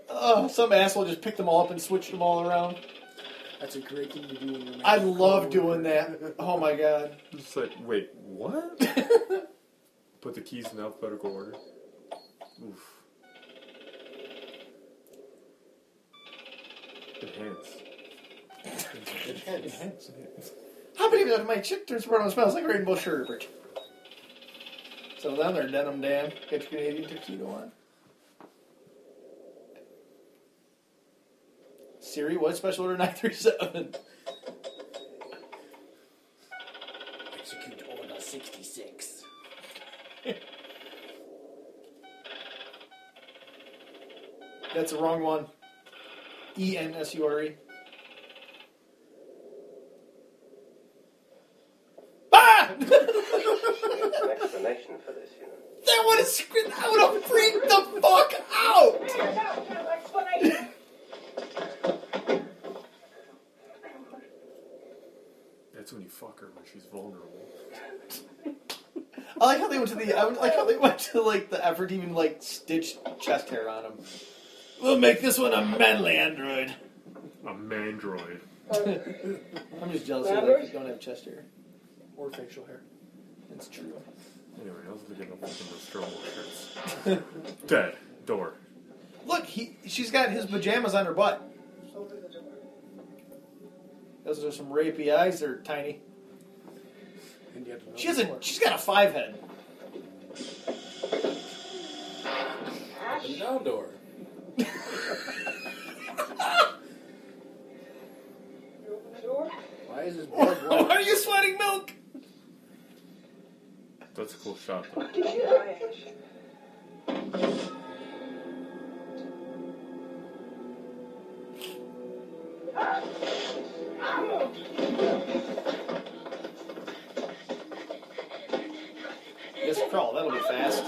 Speaker 1: Oh, some asshole just picked them all up and switched them all around.
Speaker 5: That's a great thing to do. When you're
Speaker 1: I
Speaker 5: making a
Speaker 1: love
Speaker 5: call.
Speaker 1: doing that. Oh my god.
Speaker 3: It's like, wait, what? Put the keys in alphabetical order. Oof. Enhance. Enhance.
Speaker 1: How many of my chick turns brown smells like rainbow sherbet? So down there, denim Dan, get your Canadian tuxedo on. Siri, what special order 937?
Speaker 5: Execute order 66.
Speaker 1: That's the wrong one. E N S U R E. Ah! (laughs)
Speaker 2: There's an explanation for this, you know.
Speaker 1: That would have screamed. That would have freaked the fuck out. the I would like how they went to like the effort to even like stitch chest hair on him. We'll make this one a manly android.
Speaker 3: A mandroid.
Speaker 1: I'm just jealous that
Speaker 5: Remember?
Speaker 1: they don't have chest hair.
Speaker 5: Or facial hair.
Speaker 1: It's true.
Speaker 3: Anyway, I was looking up fucking Nostromo shirts. Dead. Door.
Speaker 1: Look, he she's got his pajamas on her butt. Those are some rapey eyes. They're tiny. She has a she's got a five head.
Speaker 8: Open down door.
Speaker 5: Why is
Speaker 1: (laughs) (laughs)
Speaker 5: this
Speaker 1: Why are you sweating milk?
Speaker 3: That's a cool shot, though.
Speaker 1: Yes, crawl. That'll be fast.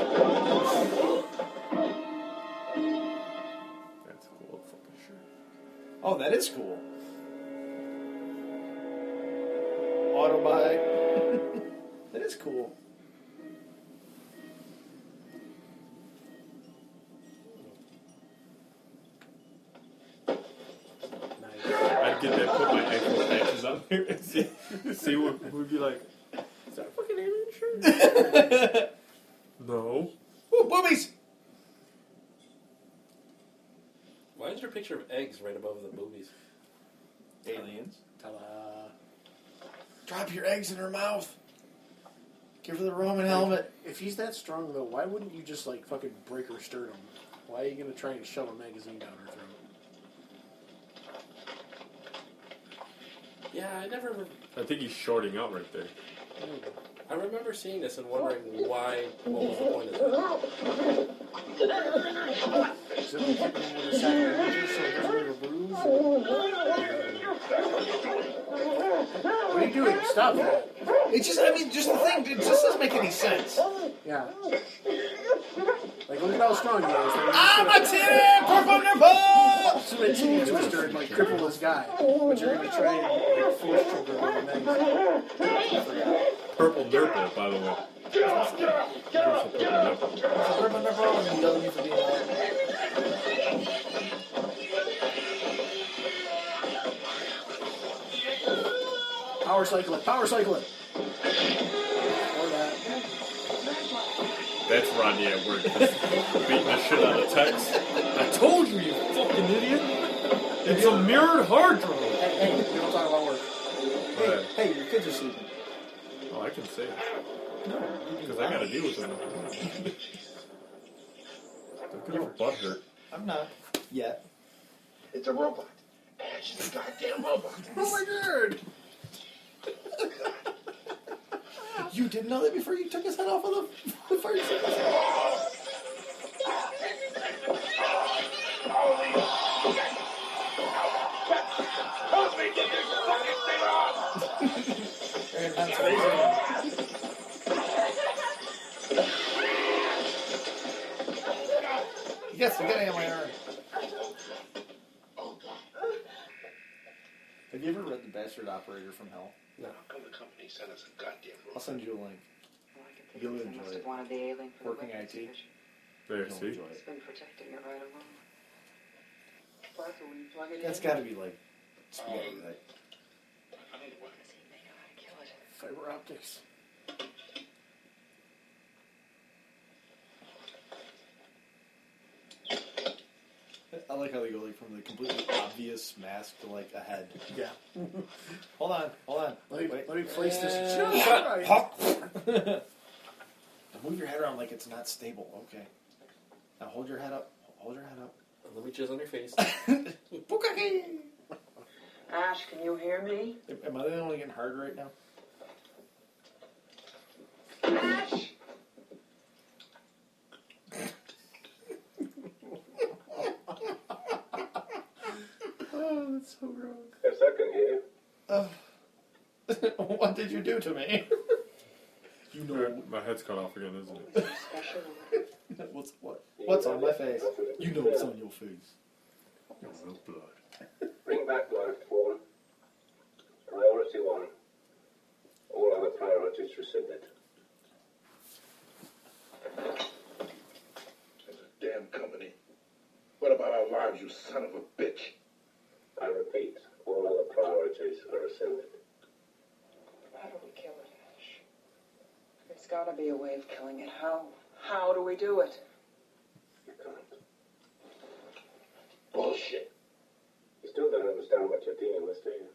Speaker 3: That's a cool fucking shirt.
Speaker 1: Oh, that is cool. Auto buy. (laughs) that is cool.
Speaker 3: I'd get that, put my ankle patches on there, and see, see what would be like. Is that a fucking alien shirt? no.
Speaker 1: Ooh, boobies!
Speaker 8: Why is there a picture of eggs right above the boobies?
Speaker 1: Aliens. Drop your eggs in her mouth. Give her the Roman helmet.
Speaker 5: If he's that strong though, why wouldn't you just like fucking break her sternum? Why are you gonna try and shove a magazine down her throat?
Speaker 8: Yeah, I never.
Speaker 3: I
Speaker 8: Re-
Speaker 3: think he's shorting out right there.
Speaker 8: I remember seeing this and wondering why. What was the point of it? (laughs)
Speaker 5: What are you doing? Stop that.
Speaker 1: It just, I mean, just the thing, it just doesn't make any sense.
Speaker 5: Yeah. Like, look at how strong he is.
Speaker 1: I'm a titty performer, Paul!
Speaker 5: So it's a twister and, like, cripple this guy. But you're gonna try and, like, force trigger him and then
Speaker 3: Purple Nurple, by the way.
Speaker 5: Power cycle it. Power cycle it. Or that.
Speaker 3: That's Rodney at work. beating the shit out of text. I told you, you fucking idiot. It's a mirrored hard drive.
Speaker 5: Hey, hey, we don't talk about work.
Speaker 3: Alright.
Speaker 1: Hey, your kids are sleeping.
Speaker 3: Oh, I can say it. No. Because I gotta deal with them. Look at her butt hurt.
Speaker 1: I'm not. Yet.
Speaker 20: It's a robot. And she's a goddamn robot.
Speaker 1: Oh my god! you didn't know that before you took his head off of the, the first
Speaker 20: Help me get this fucking thing off!
Speaker 1: Yes, I got it on my arm. Have you ever read The Bastard Operator from Hell? No.
Speaker 20: The company sent us a goddamn
Speaker 1: I'll send you a link. You'll enjoy it.
Speaker 18: One of the alien for the
Speaker 1: Working
Speaker 18: weapons
Speaker 1: IT.
Speaker 18: division.
Speaker 3: There,
Speaker 1: You'll
Speaker 3: see?
Speaker 1: enjoy
Speaker 18: It's
Speaker 1: it.
Speaker 18: been protecting it right along. Parker, will you plug it in?
Speaker 1: That's got to be like spaghetti, right?
Speaker 5: Fiber optics.
Speaker 1: I like how they go like from the completely obvious mask to like a head.
Speaker 5: Yeah.
Speaker 1: Hold on, hold on.
Speaker 5: Let me,
Speaker 1: Wait.
Speaker 5: let me place this.
Speaker 1: Shut
Speaker 5: Right.
Speaker 1: up. Now Move your head around like it's not stable. Okay. Now hold your head up. Hold your head up.
Speaker 8: Let me jizz on your face.
Speaker 18: (laughs) Ash, can you hear me?
Speaker 1: Am I the only one getting hard right now?
Speaker 18: Ash!
Speaker 5: Oh, that's so wrong.
Speaker 17: Yes, I can hear you.
Speaker 1: (laughs) what did you do to me? you know
Speaker 3: My head's cut off again, isn't it?
Speaker 1: what's what? What's on my face? You know what's on your face.
Speaker 17: Bring back life one. Priority one. All other priorities rescinded.
Speaker 20: Damn company. What about our lives, you son of a bitch?
Speaker 22: I repeat, all other priorities are ascended.
Speaker 9: How do we kill it, Ash? There's gotta be a way of killing it. How? How do we do it?
Speaker 22: Bullshit. You still don't understand what you're dealing with, do you?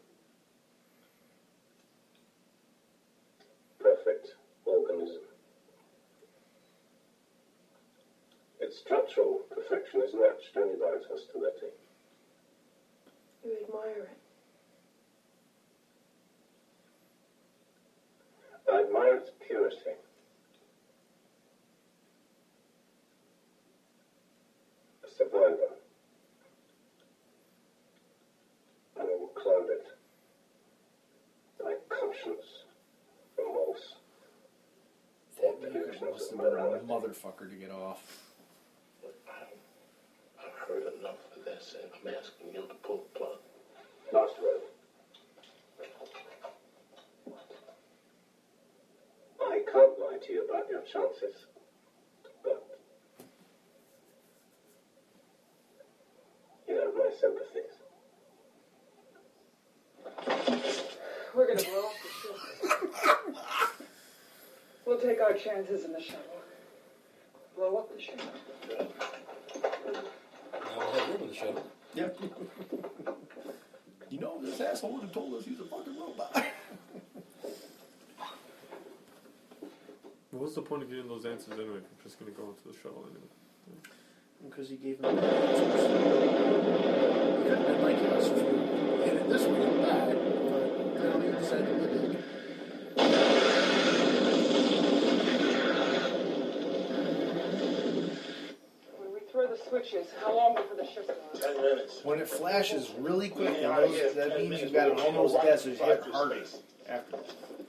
Speaker 22: Perfect organism. Its structural perfection is matched only by its hostility.
Speaker 26: You admire it.
Speaker 22: I admire its purity. A survivor. And I will cloud it. My conscience. Remorse.
Speaker 7: Must have been a motherfucker to get off.
Speaker 22: I've heard enough of this, and I'm asking you to pull the plug. Last word. I can't lie to you about your chances, but you have my sympathies.
Speaker 9: We're gonna blow up the ship. We'll take our chances in the shuttle. Blow up the ship.
Speaker 8: Now we'll have room in the shuttle.
Speaker 5: Yep. you know, this asshole would have told us he's a fucking robot.
Speaker 3: What was the point of getting those answers anyway? if I'm just gonna go into the shuttle anyway.
Speaker 5: Because he gave him the answers. It could have been like us if you hit it this way and back, but clearly he decided to do it.
Speaker 9: When we throw the switches, how long before the ship's gone?
Speaker 22: Ten minutes.
Speaker 1: When it flashes really quick, that, knows, that means you've got an almost death, so you hit harder after.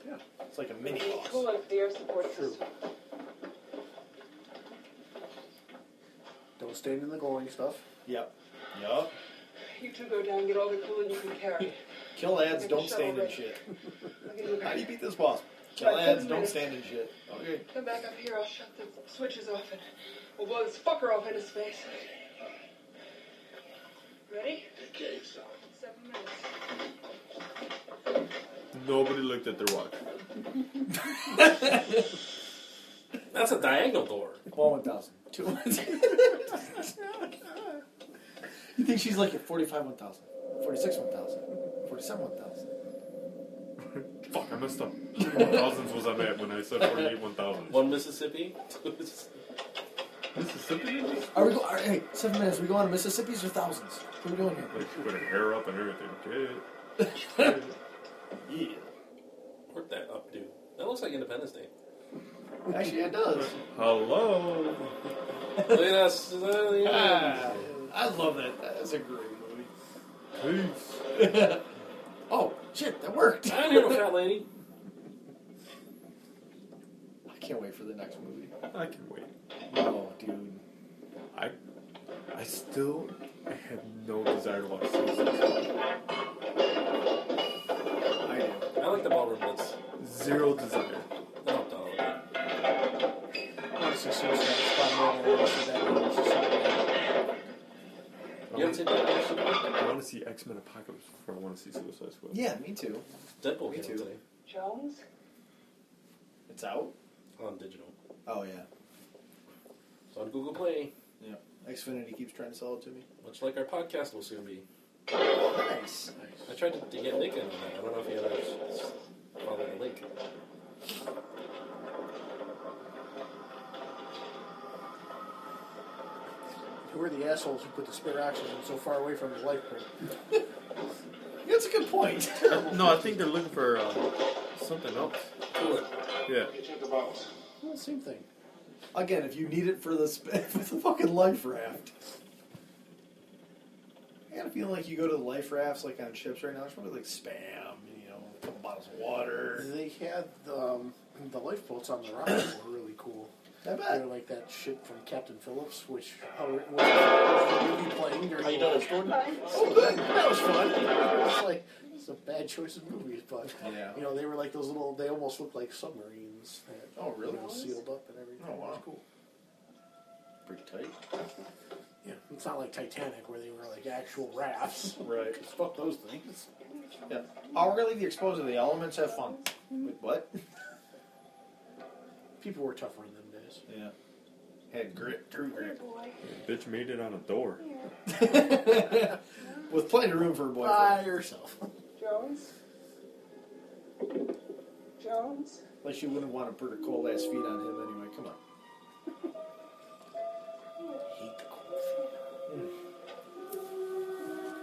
Speaker 1: Yeah, it's like a
Speaker 9: We
Speaker 1: mini
Speaker 9: need
Speaker 1: boss.
Speaker 9: coolant for the air support system.
Speaker 5: Don't stand in the glowing stuff.
Speaker 1: Yep. Yup.
Speaker 9: You two go down and get all the coolant you can carry.
Speaker 1: Kill ads, don't stand in shit. How do you beat this boss? Kill ads, don't stand in shit. Okay.
Speaker 9: Come back up here, I'll shut the switches off and we'll blow this fucker off into space. Ready?
Speaker 22: Okay, son.
Speaker 9: Seven minutes.
Speaker 3: Nobody looked at their watch.
Speaker 8: That's a diagonal door.
Speaker 1: Well, 1,000. Two You think she's like at 45 1,000, 46 1,000, 47 1,000.
Speaker 3: Fuck, I messed up. One thousands was I at when I said forty-eight one thousand.
Speaker 8: One Mississippi. (laughs) two
Speaker 3: Mississippi?
Speaker 1: Are we go, are, hey, seven minutes. we go on to Mississippi's or thousands? What are we doing here?
Speaker 3: Like she put her hair up and everything. Shit.
Speaker 8: Yeah. Work that up, dude. That looks like Independence Day.
Speaker 5: Actually, it does.
Speaker 3: Hello.
Speaker 8: Look at us. uh, yeah.
Speaker 1: Ah, I love that. That's a great movie.
Speaker 3: Peace.
Speaker 1: oh, shit, that
Speaker 8: (laughs)
Speaker 1: worked.
Speaker 8: I don't hear no fat lady.
Speaker 1: I can't wait for the next movie.
Speaker 3: I can wait.
Speaker 1: Oh, dude.
Speaker 3: I I still have no desire to watch Simpsons.
Speaker 1: I do.
Speaker 8: I like the ballroom bits.
Speaker 3: Zero desire.
Speaker 8: They're up to all of it.
Speaker 1: Honestly, Suicide Squad, more than I watched that movie, it's just so
Speaker 8: You haven't seen Deadpool?
Speaker 3: I want to see X Men Apocalypse before I want to see Suicide Squad.
Speaker 1: good. Yeah, me too.
Speaker 8: Deadpool
Speaker 1: Me
Speaker 8: came out
Speaker 1: too.
Speaker 8: today
Speaker 9: Jones?
Speaker 1: It's out?
Speaker 8: on digital.
Speaker 1: Oh, yeah.
Speaker 8: It's on Google Play,
Speaker 1: Yeah. Xfinity keeps trying to sell it to me.
Speaker 8: much like our podcast will soon be.
Speaker 1: Nice.
Speaker 8: I tried to, to get Nick in on that. I don't know if he ever followed the link.
Speaker 5: Who are the assholes who put the spare oxygen so far away from his life print?
Speaker 1: That's a good point. (laughs)
Speaker 3: No, I think they're looking for uh, something else.
Speaker 8: Cool.
Speaker 3: Yeah.
Speaker 20: Hey, check the box.
Speaker 5: Well, same thing.
Speaker 1: Again, if you need it for the, sp- (laughs) for the fucking life raft. I got a feeling like you go to the life rafts like on ships right now, it's probably like spam, you know, a couple bottles of water.
Speaker 5: They had um, the lifeboats on the rocks were really cool.
Speaker 1: I bet.
Speaker 5: They're like that shit from Captain Phillips, which how was the movie playing during
Speaker 1: How you
Speaker 5: the
Speaker 1: doing?
Speaker 5: war.
Speaker 1: Oh, good. That was fun.
Speaker 5: It's like it's a bad choice of movies, but
Speaker 1: Yeah.
Speaker 5: you know they were like those little. They almost looked like submarines. That,
Speaker 1: Oh, really?
Speaker 5: You know, sealed up and everything.
Speaker 1: Oh, wow.
Speaker 5: It was cool.
Speaker 8: pretty tight.
Speaker 5: Yeah, it's not like Titanic where they were like actual rafts.
Speaker 1: Right.
Speaker 5: Fuck those things.
Speaker 1: Yeah. Already the exposure to the elements have fun. Wait, what?
Speaker 5: People were tougher in them days.
Speaker 1: Yeah. Had grit, true grit.
Speaker 3: Bitch made it on a door.
Speaker 1: (laughs) With plenty of room for a boyfriend.
Speaker 5: By (laughs) yourself.
Speaker 9: Jones? Jones?
Speaker 1: Unless you wouldn't want to put a cold ass feet on him anyway. Come on. (laughs)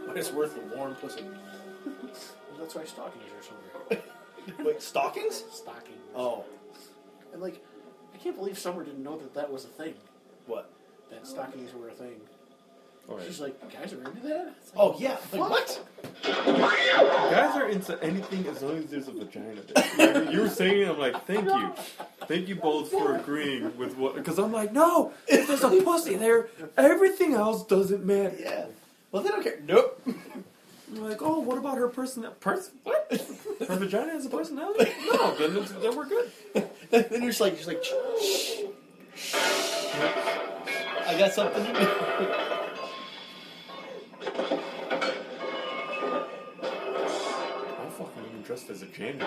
Speaker 1: What is worth a warm pussy?
Speaker 5: Well, that's why stockings are so (laughs) great.
Speaker 1: Wait, stockings?
Speaker 5: Stockings.
Speaker 1: Oh,
Speaker 5: And like, I can't believe Summer didn't know that that was a thing.
Speaker 1: What?
Speaker 5: That stockings were a thing.
Speaker 3: All right.
Speaker 5: She's like, guys are into that? It's like,
Speaker 1: Oh, yeah. Like, what?
Speaker 3: Guys are into anything as long as there's a vagina. There. Like, you were saying it, I'm like, thank you. Thank you both for agreeing with what. Because I'm like, no! If there's a pussy there, everything else doesn't matter.
Speaker 1: Yeah. Well, they don't care. Nope.
Speaker 3: I'm like, oh, what about her person? Pers- what? Her vagina has a personality? No, then, it's- then we're good.
Speaker 1: then you're just like, just like, shh, shh. I got something to do.
Speaker 3: I'm fucking even dressed as a janitor.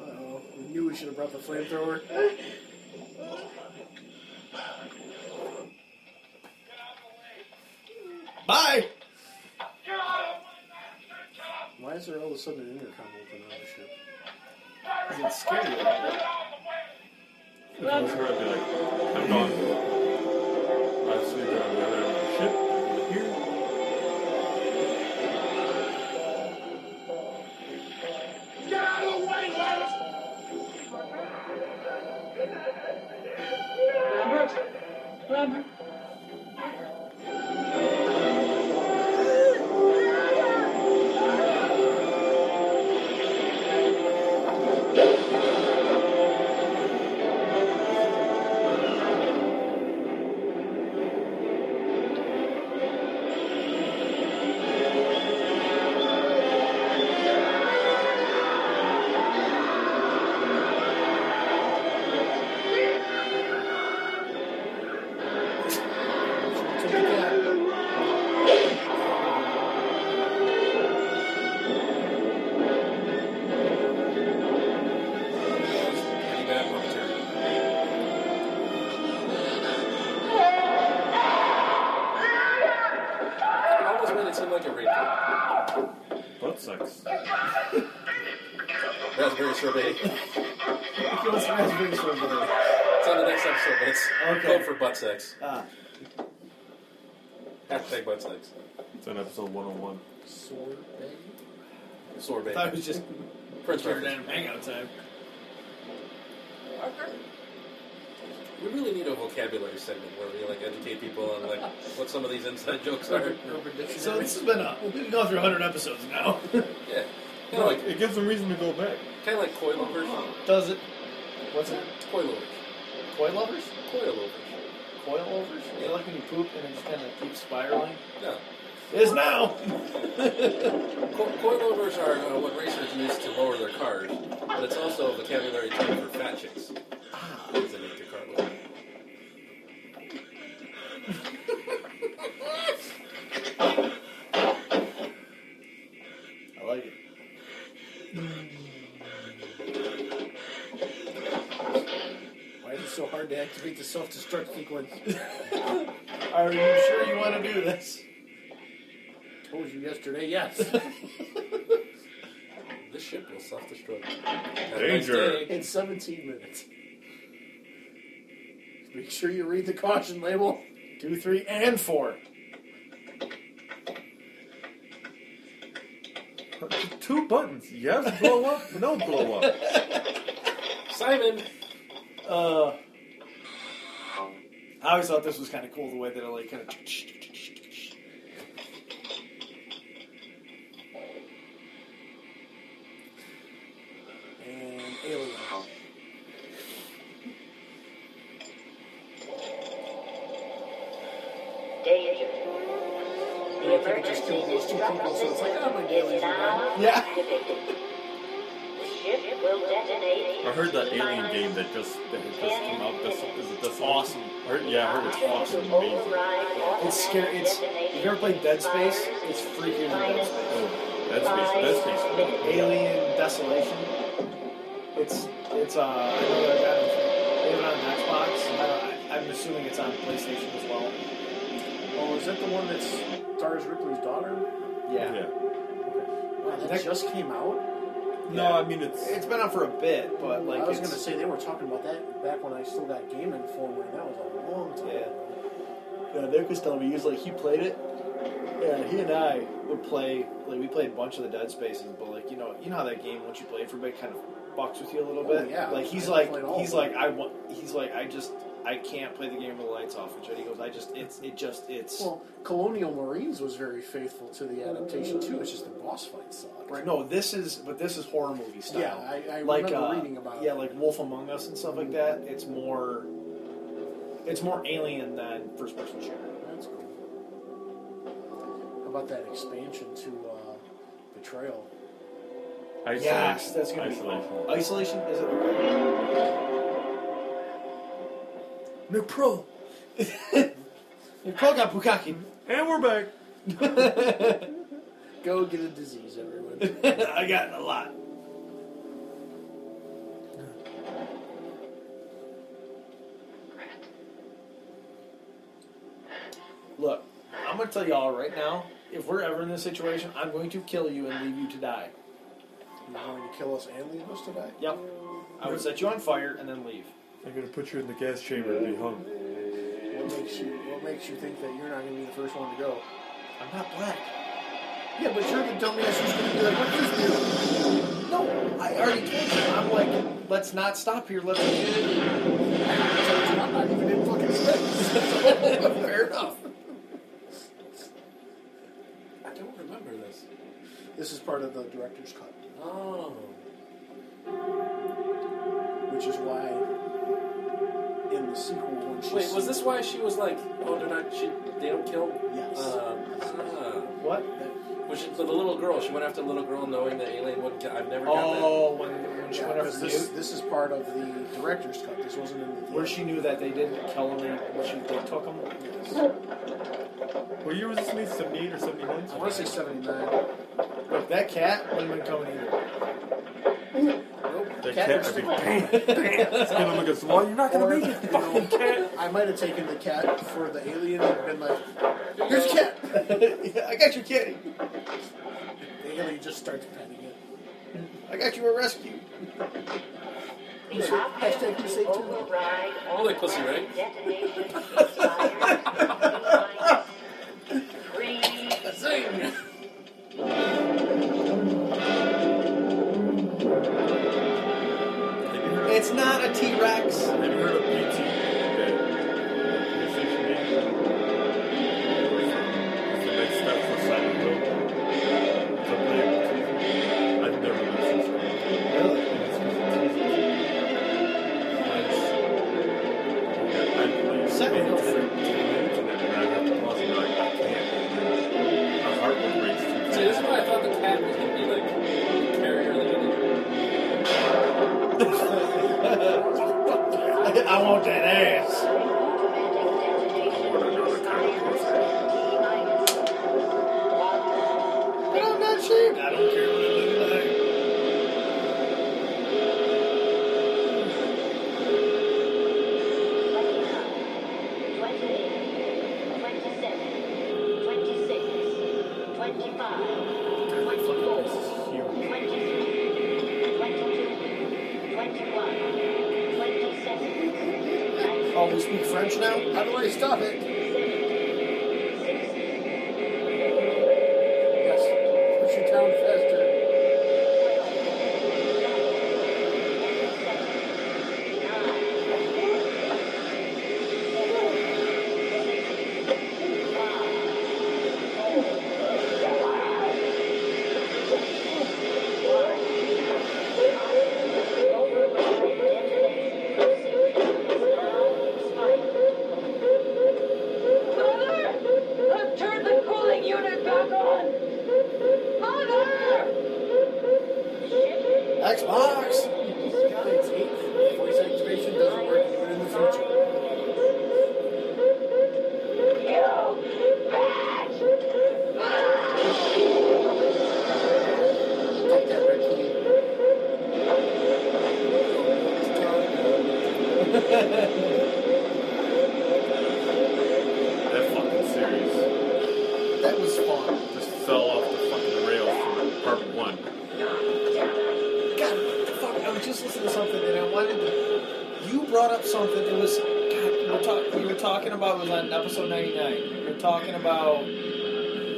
Speaker 5: Uh-oh. We knew we should have brought the flamethrower.
Speaker 1: Bye.
Speaker 5: Why is there all of a sudden an intercom open on the ship?
Speaker 1: It's scary.
Speaker 3: If I was her, I'd be like, I'm gone. I'd sleep on the other end of the ship. I'd be here.
Speaker 20: Get out of the way, Lattice!
Speaker 9: Robert? Robert?
Speaker 7: Pretty bad puppetry.
Speaker 8: It almost made it seem like a rape.
Speaker 3: Butt sex.
Speaker 8: Raspberry sorbet.
Speaker 1: What's raspberry sorbet?
Speaker 8: It's on the next episode, but it's
Speaker 1: Okay.
Speaker 8: code for butt sex.
Speaker 1: Ah.
Speaker 8: Hashtag butt sex.
Speaker 3: It's on episode 101.
Speaker 5: Sorbet?
Speaker 1: I
Speaker 8: Sorbet.
Speaker 1: thought it was just
Speaker 8: French
Speaker 1: Pure
Speaker 8: reference.
Speaker 1: damn hangout time.
Speaker 27: Parker?
Speaker 8: We really need a vocabulary segment where we like educate people on like what some of these inside jokes are.
Speaker 1: So this has been a we've gone through 100 episodes now.
Speaker 8: Yeah. Kind
Speaker 3: No,
Speaker 8: of like
Speaker 3: it, it gives them reason to go back.
Speaker 8: kind of like coilovers.
Speaker 1: (laughs) Does it? What's it?
Speaker 8: Coilovers.
Speaker 1: Coil lovers?
Speaker 8: Coilovers.
Speaker 1: Coil lovers? You like when you poop and it just kind of keeps spiraling?
Speaker 8: No.
Speaker 1: It is now.
Speaker 8: Co- coilovers are uh, what racers use to lower their cars, but it's also a vocabulary term for fat chicks. Ah. Because they make your car lower.
Speaker 1: I like it.
Speaker 5: Why is it so hard to activate the self-destruct sequence?
Speaker 1: Are you sure you want to do this?
Speaker 5: Told you yesterday, yes.
Speaker 8: This ship will self-destruct.
Speaker 3: Danger.
Speaker 5: In 17 minutes. Make sure you read the caution label.
Speaker 1: Two, three, and four.
Speaker 3: Two buttons. Yes, blow up. No, blow up.
Speaker 8: Simon.
Speaker 1: Uh, I always thought this was kind of cool the way that it like kind of.
Speaker 5: And alien.
Speaker 28: Danger.
Speaker 9: oh
Speaker 5: And I think it just killed those two people, so it's like, oh, my daily
Speaker 1: Yeah.
Speaker 3: I heard that alien game that just that had just came out. That's, is, that's awesome. I heard, yeah, I heard it's fucking amazing.
Speaker 1: It's scary. It's if you ever played Dead Space, it's freaking Dead Space.
Speaker 3: Oh, Dead Space, Dead Space.
Speaker 1: Alien Desolation. It's it's uh I know that they have it on Xbox. and I- I'm assuming it's on PlayStation as well.
Speaker 5: Oh, is that the one that's stars Ripley's daughter?
Speaker 1: Yeah.
Speaker 5: Wow, that, just came out.
Speaker 3: No, I mean it's
Speaker 1: it's been out for a bit, but like
Speaker 5: I was
Speaker 1: it's,
Speaker 5: gonna say they were talking about that back when I still got Game Informer, and that was a long time.
Speaker 1: Yeah. Yeah, Nick was telling me he was like he played it, and he and I would play like we played a bunch of the Dead Spaces, but like you know you know how that game once you play it for a bit kind of fucks with you a little
Speaker 5: Oh,
Speaker 1: bit.
Speaker 5: yeah.
Speaker 1: Like he's
Speaker 5: I
Speaker 1: like
Speaker 5: played all
Speaker 1: he's
Speaker 5: of
Speaker 1: like
Speaker 5: them.
Speaker 1: I want he's like I just I can't play the game with the lights off. And Jody goes I just it's it just it's
Speaker 5: Well, Colonial Marines was very faithful to the adaptation too. It's just the boss fights sucked.
Speaker 1: Right. No, this is but this is horror movie style. uh,
Speaker 5: Yeah, I- I remember reading about
Speaker 1: Yeah, like Wolf Among Us and stuff like that. It's more, it's more alien than first person shooter.
Speaker 5: That's cool. How about that expansion to uh, Betrayal?
Speaker 3: Isolation.
Speaker 1: Yes, that's gonna
Speaker 3: Isolation.
Speaker 1: be isolation. Is it okay? Nick
Speaker 5: (laughs)
Speaker 1: Pro. Nick Pro got Bukaki.
Speaker 3: And we're back.
Speaker 5: Go get a disease,
Speaker 8: (laughs)
Speaker 5: everyone.
Speaker 1: I got a lot. Look, I'm gonna tell y'all right now. If we're ever in this situation, I'm going to kill you and leave you to die.
Speaker 5: You're going to kill us and leave us today?
Speaker 1: Yep. I would set you on fire and then leave.
Speaker 3: I'm gonna put you in the gas chamber and be hung.
Speaker 5: What makes you What makes you think that you're not going to be the first one to go?
Speaker 1: I'm not black.
Speaker 5: Yeah, but you're the dumbass who's going to be like, "What is this?"
Speaker 1: No, I already told you. I'm like, let's not stop here. Let's.
Speaker 5: I'm not even in fucking space. (laughs) Fair enough. I don't remember this. This is part of the director's cut. Oh. Which is why in the sequel when she
Speaker 8: Wait, was
Speaker 5: sees-
Speaker 8: this why she was like, oh, they're not, she, they don't kill?
Speaker 5: Yes.
Speaker 8: Uh,
Speaker 1: what?
Speaker 8: Was she, the little girl, she went after the little girl knowing that alien wouldn't get, I've never got that.
Speaker 1: Oh, when, when she
Speaker 5: Yeah,
Speaker 1: went
Speaker 5: 'cause
Speaker 1: after
Speaker 5: this,
Speaker 1: you.
Speaker 5: this is part of the director's cut. This wasn't in the theater.
Speaker 1: Where she knew that they didn't kill him, they, she, they took him.
Speaker 3: What year was this made? 78 or 79?
Speaker 5: I want to say 79.
Speaker 1: Look, that cat wouldn't have been coming either.
Speaker 3: That
Speaker 5: Cat
Speaker 3: cat
Speaker 5: was
Speaker 3: would be
Speaker 5: still-
Speaker 3: bam,
Speaker 1: (laughs)
Speaker 3: bam. It's gonna look at Well, you're not
Speaker 5: Or,
Speaker 3: gonna
Speaker 5: (laughs)
Speaker 3: make it.
Speaker 5: you know, I might have taken the cat for the alien and been like, "Here's cat."
Speaker 1: I got your kitty.
Speaker 5: The alien just starts petting it.
Speaker 1: I got you a rescue.
Speaker 5: Hashtag you say too.
Speaker 8: Oh, like pussy, right?
Speaker 5: Zing.
Speaker 1: It's not a T Rex.
Speaker 3: Have you heard of PT? That PlayStation game? It's the next step for Silent Hill. It's a playable teaser. I've never listened to it. Really? It's just a teaser. Nice. Silent Hill
Speaker 8: See, this is why I thought the cat was going to be like, carrier
Speaker 1: (laughs) I want that ass. But I'm not shaved. I don't care what it looks like.
Speaker 5: Oh, we speak French now. How do I stop it? Yes. Push it down faster. six. God, it's eight. Voice activation doesn't work even in the future.
Speaker 3: That fucking series
Speaker 5: That was fun.
Speaker 3: just fell off the fucking rails from part one.
Speaker 1: God, fuck! I was just listening to something and I wanted to. You brought up something. It was God, we were, talk, we were talking about. It was on episode ninety nine. We were talking about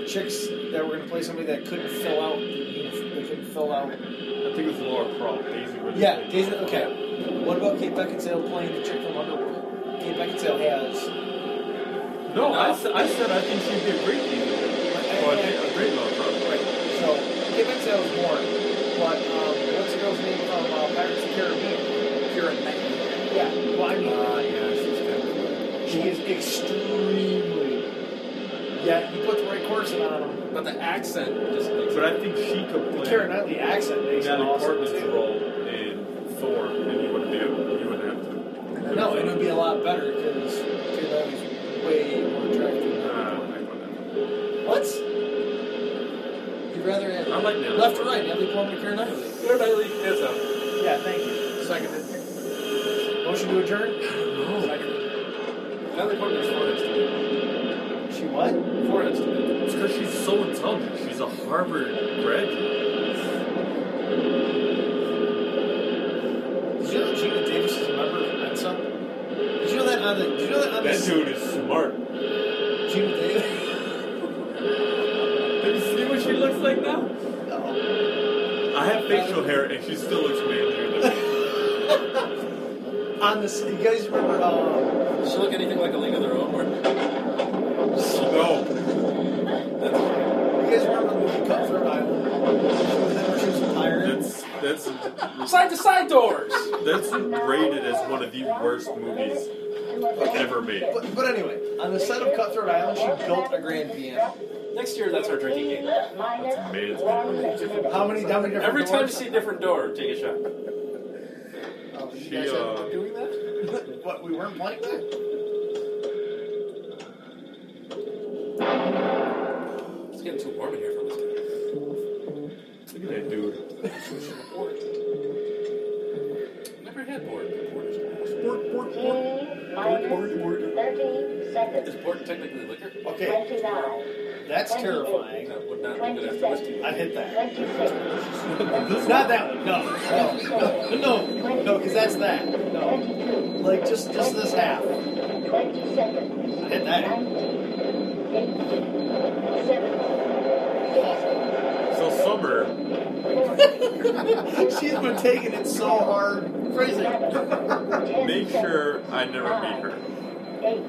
Speaker 1: chicks that were going to play somebody that couldn't fill out. They couldn't fill out.
Speaker 3: I think it was Laura Croft, Daisy Ridley.
Speaker 1: Yeah, Daisy. Okay. What about Kate Beckinsale playing the chick from Underworld? Kate Beckinsale has.
Speaker 3: No, I, s- I said I think she'd be a great Daisy Ridley. Oh, I think a great Laura Croft.
Speaker 1: Right. So Kate Beckinsale was born, but um, what's the girl's name from uh, Pirates of the Caribbean? Kira Knightley. Yeah. Uh, Well, I mean,
Speaker 3: Ah, yeah, she's kind of.
Speaker 1: She is extremely. Yeah, you put the right corset on him.
Speaker 8: But the accent just makes
Speaker 3: But I think she could
Speaker 1: The
Speaker 3: play.
Speaker 1: Karen Knightley accent makes it
Speaker 3: Natalie
Speaker 1: awesome.
Speaker 3: Portman's
Speaker 1: too.
Speaker 3: role in Thor, and you wouldn't be able, you wouldn't have to.
Speaker 1: No, it would be a lot better because Karen Knightley's way more attractive.
Speaker 3: Uh,
Speaker 1: than
Speaker 3: I
Speaker 1: Natalie
Speaker 3: don't know.
Speaker 1: Portman. What? You'd rather have
Speaker 3: I like Natalie
Speaker 1: left or
Speaker 3: Portman.
Speaker 1: right, Natalie Portman or Karen Knightley?
Speaker 8: Where did I leave this up?
Speaker 1: Yeah, thank you. Seconded. Motion to adjourn? Seconded.
Speaker 8: Natalie Portman's forehead's too big.
Speaker 1: She what?
Speaker 8: Forehead's too big.
Speaker 3: It's because she's so intelligent. She's a Harvard graduate.
Speaker 1: Did you know that Gina Davis is a member of Mensa? Did you know that on the? Did you know that on
Speaker 3: That
Speaker 1: the?
Speaker 3: dude is smart.
Speaker 1: (laughs) Gina Davis.
Speaker 3: Have you seen what she looks like now?
Speaker 1: No.
Speaker 3: I have facial hair, and she still looks manlier than me.
Speaker 1: On this, you guys remember? Um,
Speaker 8: Does she look anything like a league of their own? Or
Speaker 3: No,
Speaker 1: you guys remember the movie Cutthroat Island? She was in where she was a pirate.
Speaker 3: that's that's
Speaker 8: side to side doors.
Speaker 3: that's rated as one of the worst movies ever made.
Speaker 1: But, but anyway, on the set of Cutthroat Island, she built a grand piano.
Speaker 8: Next year, that's our drinking game.
Speaker 3: That's amazing.
Speaker 1: How many? How many different
Speaker 8: Every time you
Speaker 1: doors?
Speaker 8: see a different door, take a shot.
Speaker 5: Oh, you
Speaker 3: She,
Speaker 5: guys
Speaker 3: uh,
Speaker 5: haven't been doing that?
Speaker 1: (laughs) What? We weren't playing that.
Speaker 8: It's getting too warm in here for this.
Speaker 3: Look at that dude.
Speaker 8: I've Never had board. Board is
Speaker 5: Bork, bork, bork. Bork, bork, bork.
Speaker 28: Thirty
Speaker 8: Is
Speaker 28: seconds.
Speaker 8: board technically liquor?
Speaker 1: Okay,
Speaker 28: Twenty-nine.
Speaker 1: that's terrifying.
Speaker 8: That would not be good after whiskey.
Speaker 1: I hit that.
Speaker 28: Twenty-six.
Speaker 8: (laughs)
Speaker 1: Not that one. No, no, no, no, because that's that. No,
Speaker 28: Twenty-two.
Speaker 1: like just just this half.
Speaker 28: Twenty seconds.
Speaker 1: I hit that.
Speaker 28: Nineteen. Eighteen. Seventeen.
Speaker 3: So summer.
Speaker 1: (laughs) She's been taking it so hard, crazy.
Speaker 28: Sixteen.
Speaker 3: make sure I never meet her.
Speaker 28: Eight.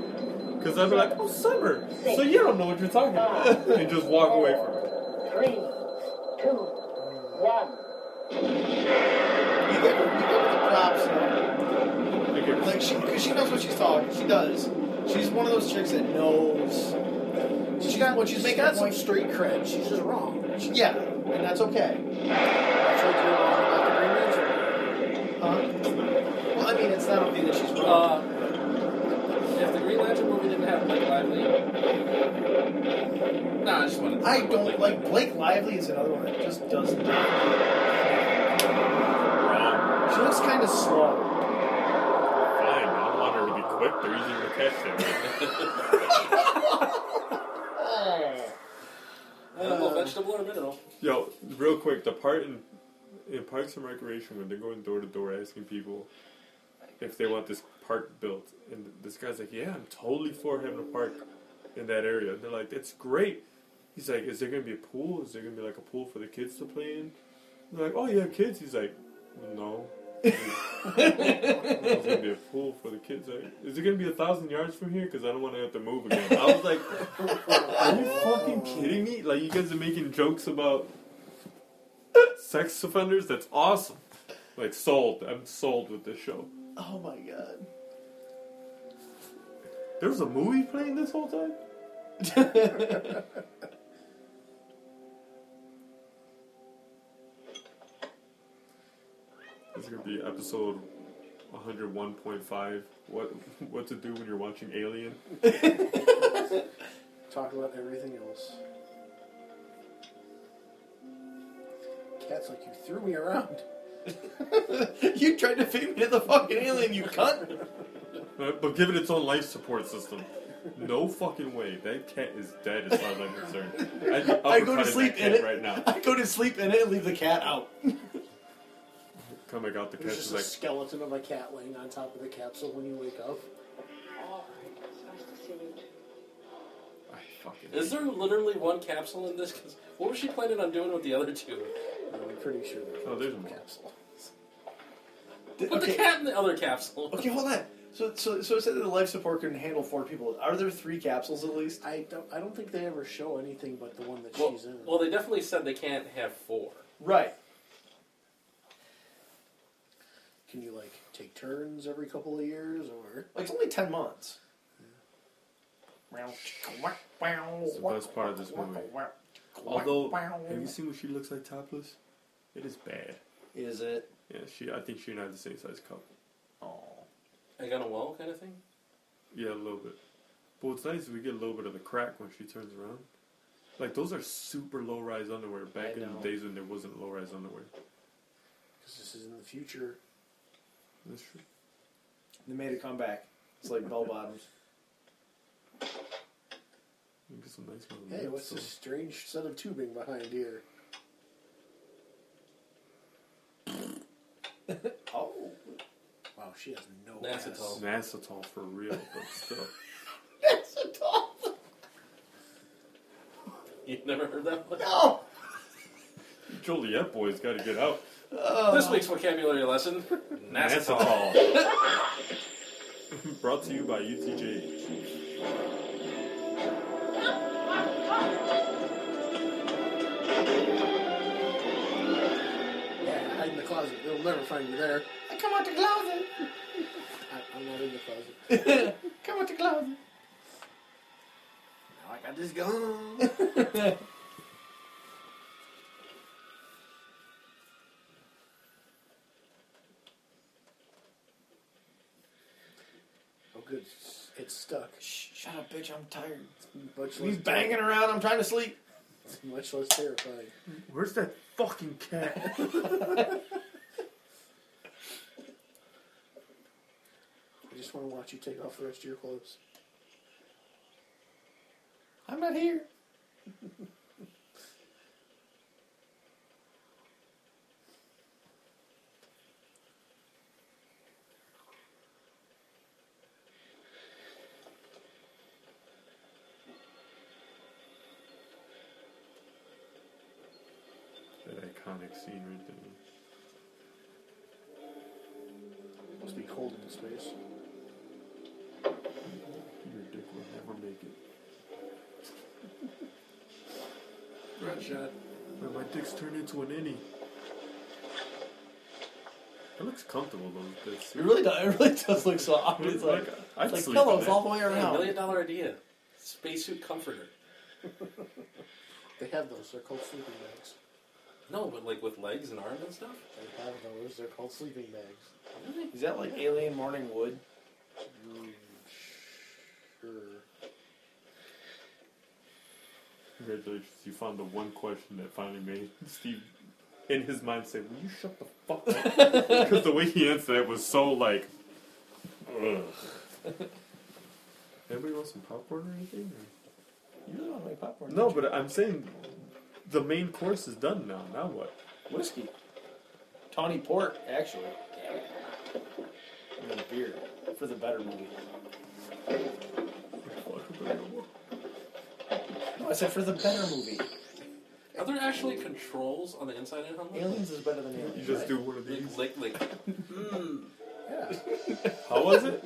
Speaker 3: Because I'd be like, oh, Summer, so you don't know what you're talking about. (laughs) And just walk away from her.
Speaker 28: Three. Two. One.
Speaker 1: You give her, you give her the props. though.
Speaker 3: I give her-
Speaker 1: Like she, cause she knows what she's talking. She does. She's one of those chicks that knows. She's got what she's
Speaker 5: She's
Speaker 1: making.
Speaker 5: got some
Speaker 1: Like,
Speaker 5: straight cred. She's just wrong. She's
Speaker 1: yeah, and that's okay.
Speaker 5: like you're wrong about the Green Lantern.
Speaker 1: Uh, well, I mean, it's not okay that she's wrong.
Speaker 8: Uh, if the Green Lantern movie didn't have Blake Lively, no, I just wanted. To
Speaker 1: I don't like Blake Lively is another one that just does not.
Speaker 3: Wrong.
Speaker 1: She looks kind of slow.
Speaker 3: Fine. I want her to be quick. They're easy to catch them.
Speaker 1: uh,
Speaker 8: I don't know, vegetable or mineral.
Speaker 3: Yo, real quick, the part in, in Parks and Recreation when they're going door to door asking people if they want this park built, and this guy's like, "Yeah, I'm totally for having a park in that area." And they're like, "That's great." He's like, "Is there gonna be a pool? Is there gonna be like a pool for the kids to play in?" And they're like, "Oh yeah, kids." He's like, "No." (laughs) There's gonna be a pool for the kids. Like, Is it gonna be a thousand yards from here? Because I don't want to have to move again. I was like, "Are you fucking kidding me? Like, you guys are making jokes about sex offenders? That's awesome. Like, sold. I'm sold with this show.
Speaker 1: Oh my god. (laughs)
Speaker 3: There was a movie playing this whole time. (laughs) Is gonna be episode 101.5. What what to do when you're watching Alien?
Speaker 5: Talk about everything else. Cat's like, you threw me around.
Speaker 1: you tried to feed me to the fucking alien, you cunt!
Speaker 3: Uh, but give it its own life support system. No fucking way. That cat is dead as far as I'm concerned.
Speaker 1: (laughs)
Speaker 3: I'd be
Speaker 1: I go to
Speaker 3: uppercutting
Speaker 1: sleep
Speaker 3: that
Speaker 1: in
Speaker 3: cat
Speaker 1: it.
Speaker 3: right now.
Speaker 1: (laughs) I go to sleep in it and leave the cat out.
Speaker 3: Coming out the cat
Speaker 5: There's just
Speaker 3: is
Speaker 5: a
Speaker 3: like,
Speaker 5: skeleton of a cat laying on top of the capsule when you wake up.
Speaker 9: All right, it's nice to see you too.
Speaker 8: Is there literally one capsule in this? 'Cause what was she planning on doing with the other two?
Speaker 5: I'm pretty sure there's
Speaker 3: oh, there's
Speaker 5: capsule.
Speaker 8: Put the cat in the other capsule.
Speaker 1: Okay, hold on. So, so, so it said that the life support can handle four people. Are there three capsules at least?
Speaker 5: I don't. I don't think they ever show anything but the one that
Speaker 8: (laughs) Well,
Speaker 5: she's in.
Speaker 8: well, they definitely said they can't have four.
Speaker 1: Right.
Speaker 5: Can you like take turns every couple of years or?
Speaker 1: Like it's only ten months.
Speaker 3: It's the best part of this movie. Although, have you seen what she looks like topless? It is bad.
Speaker 1: Is it?
Speaker 3: Yeah, she. I think she and I have the same size cup.
Speaker 1: Oh.
Speaker 8: I got a wall kind of thing.
Speaker 3: Yeah, a little bit. But what's nice is we get a little bit of the crack when she turns around. Like those are super low rise underwear back in
Speaker 5: I know.
Speaker 3: the days when there wasn't low rise underwear.
Speaker 5: Because this is in the future.
Speaker 3: That's true.
Speaker 1: They made a comeback. It's like bell bottoms.
Speaker 3: We get some nice ones.
Speaker 5: Hey, what's this strange set of tubing behind here?
Speaker 1: oh.
Speaker 5: Wow, she has no
Speaker 8: Nasacol.
Speaker 3: Nasatol for real, but still.
Speaker 1: That's a top.
Speaker 8: You've never heard that one?
Speaker 1: No.
Speaker 3: Joliet boys got to get out.
Speaker 8: This week's vocabulary lesson: (laughs) Nasatol.
Speaker 3: Nasatol. (laughs) Brought to you by UTJ.
Speaker 5: Yeah, hide in the closet. They'll never find you there.
Speaker 1: Come out the closet.
Speaker 5: I, I'm not in
Speaker 3: (laughs)
Speaker 5: the closet.
Speaker 1: Come out the closet.
Speaker 5: now I got this gun. oh, good. It's- It's stuck.
Speaker 1: Shut up, bitch. I'm tired.
Speaker 5: Much
Speaker 1: He's
Speaker 5: less
Speaker 1: banging around. I'm trying to sleep.
Speaker 5: It's much less terrifying.
Speaker 3: Where's that fucking cat?
Speaker 5: (laughs) I just want to watch you take off the rest of your clothes.
Speaker 1: I'm not here.
Speaker 3: that iconic scene right there.
Speaker 5: must be cold in space.
Speaker 3: Your dick will never make it.
Speaker 5: Right shot.
Speaker 3: Man, my dick's turned into an innie. It looks comfortable though. This
Speaker 1: It really does. It really does look soft. It's like,
Speaker 3: I'd
Speaker 1: like
Speaker 3: sleep
Speaker 1: pillows
Speaker 3: in it.
Speaker 1: all the way
Speaker 8: Yeah,
Speaker 1: around.
Speaker 8: million dollar idea. Spacesuit comforter.
Speaker 5: They have those. They're called sleeping bags.
Speaker 8: No, but like with legs and arms and stuff.
Speaker 5: They have those. They're called sleeping bags.
Speaker 1: Is that like Alien Morning Wood?
Speaker 5: Mm, Sure.
Speaker 3: Congratulations, you found the one question that finally made Steve, in his mind, say, "Will you shut the fuck up?" (laughs) Because the way he answered it was so like, ugh. Anybody want some popcorn or anything? or-
Speaker 1: You really want to make popcorn?
Speaker 3: No, but I'm saying the main course is done now. Now what?
Speaker 1: Whiskey. Tawny port, actually. And then a beer for the better movie. No, I said for the better movie.
Speaker 8: Are there actually controls on the inside and on the
Speaker 1: Aliens is better than
Speaker 3: You
Speaker 1: aliens.
Speaker 3: just
Speaker 1: right?
Speaker 3: do one of these.
Speaker 8: Like, like, like. Mm.
Speaker 5: Yeah.
Speaker 3: How was it?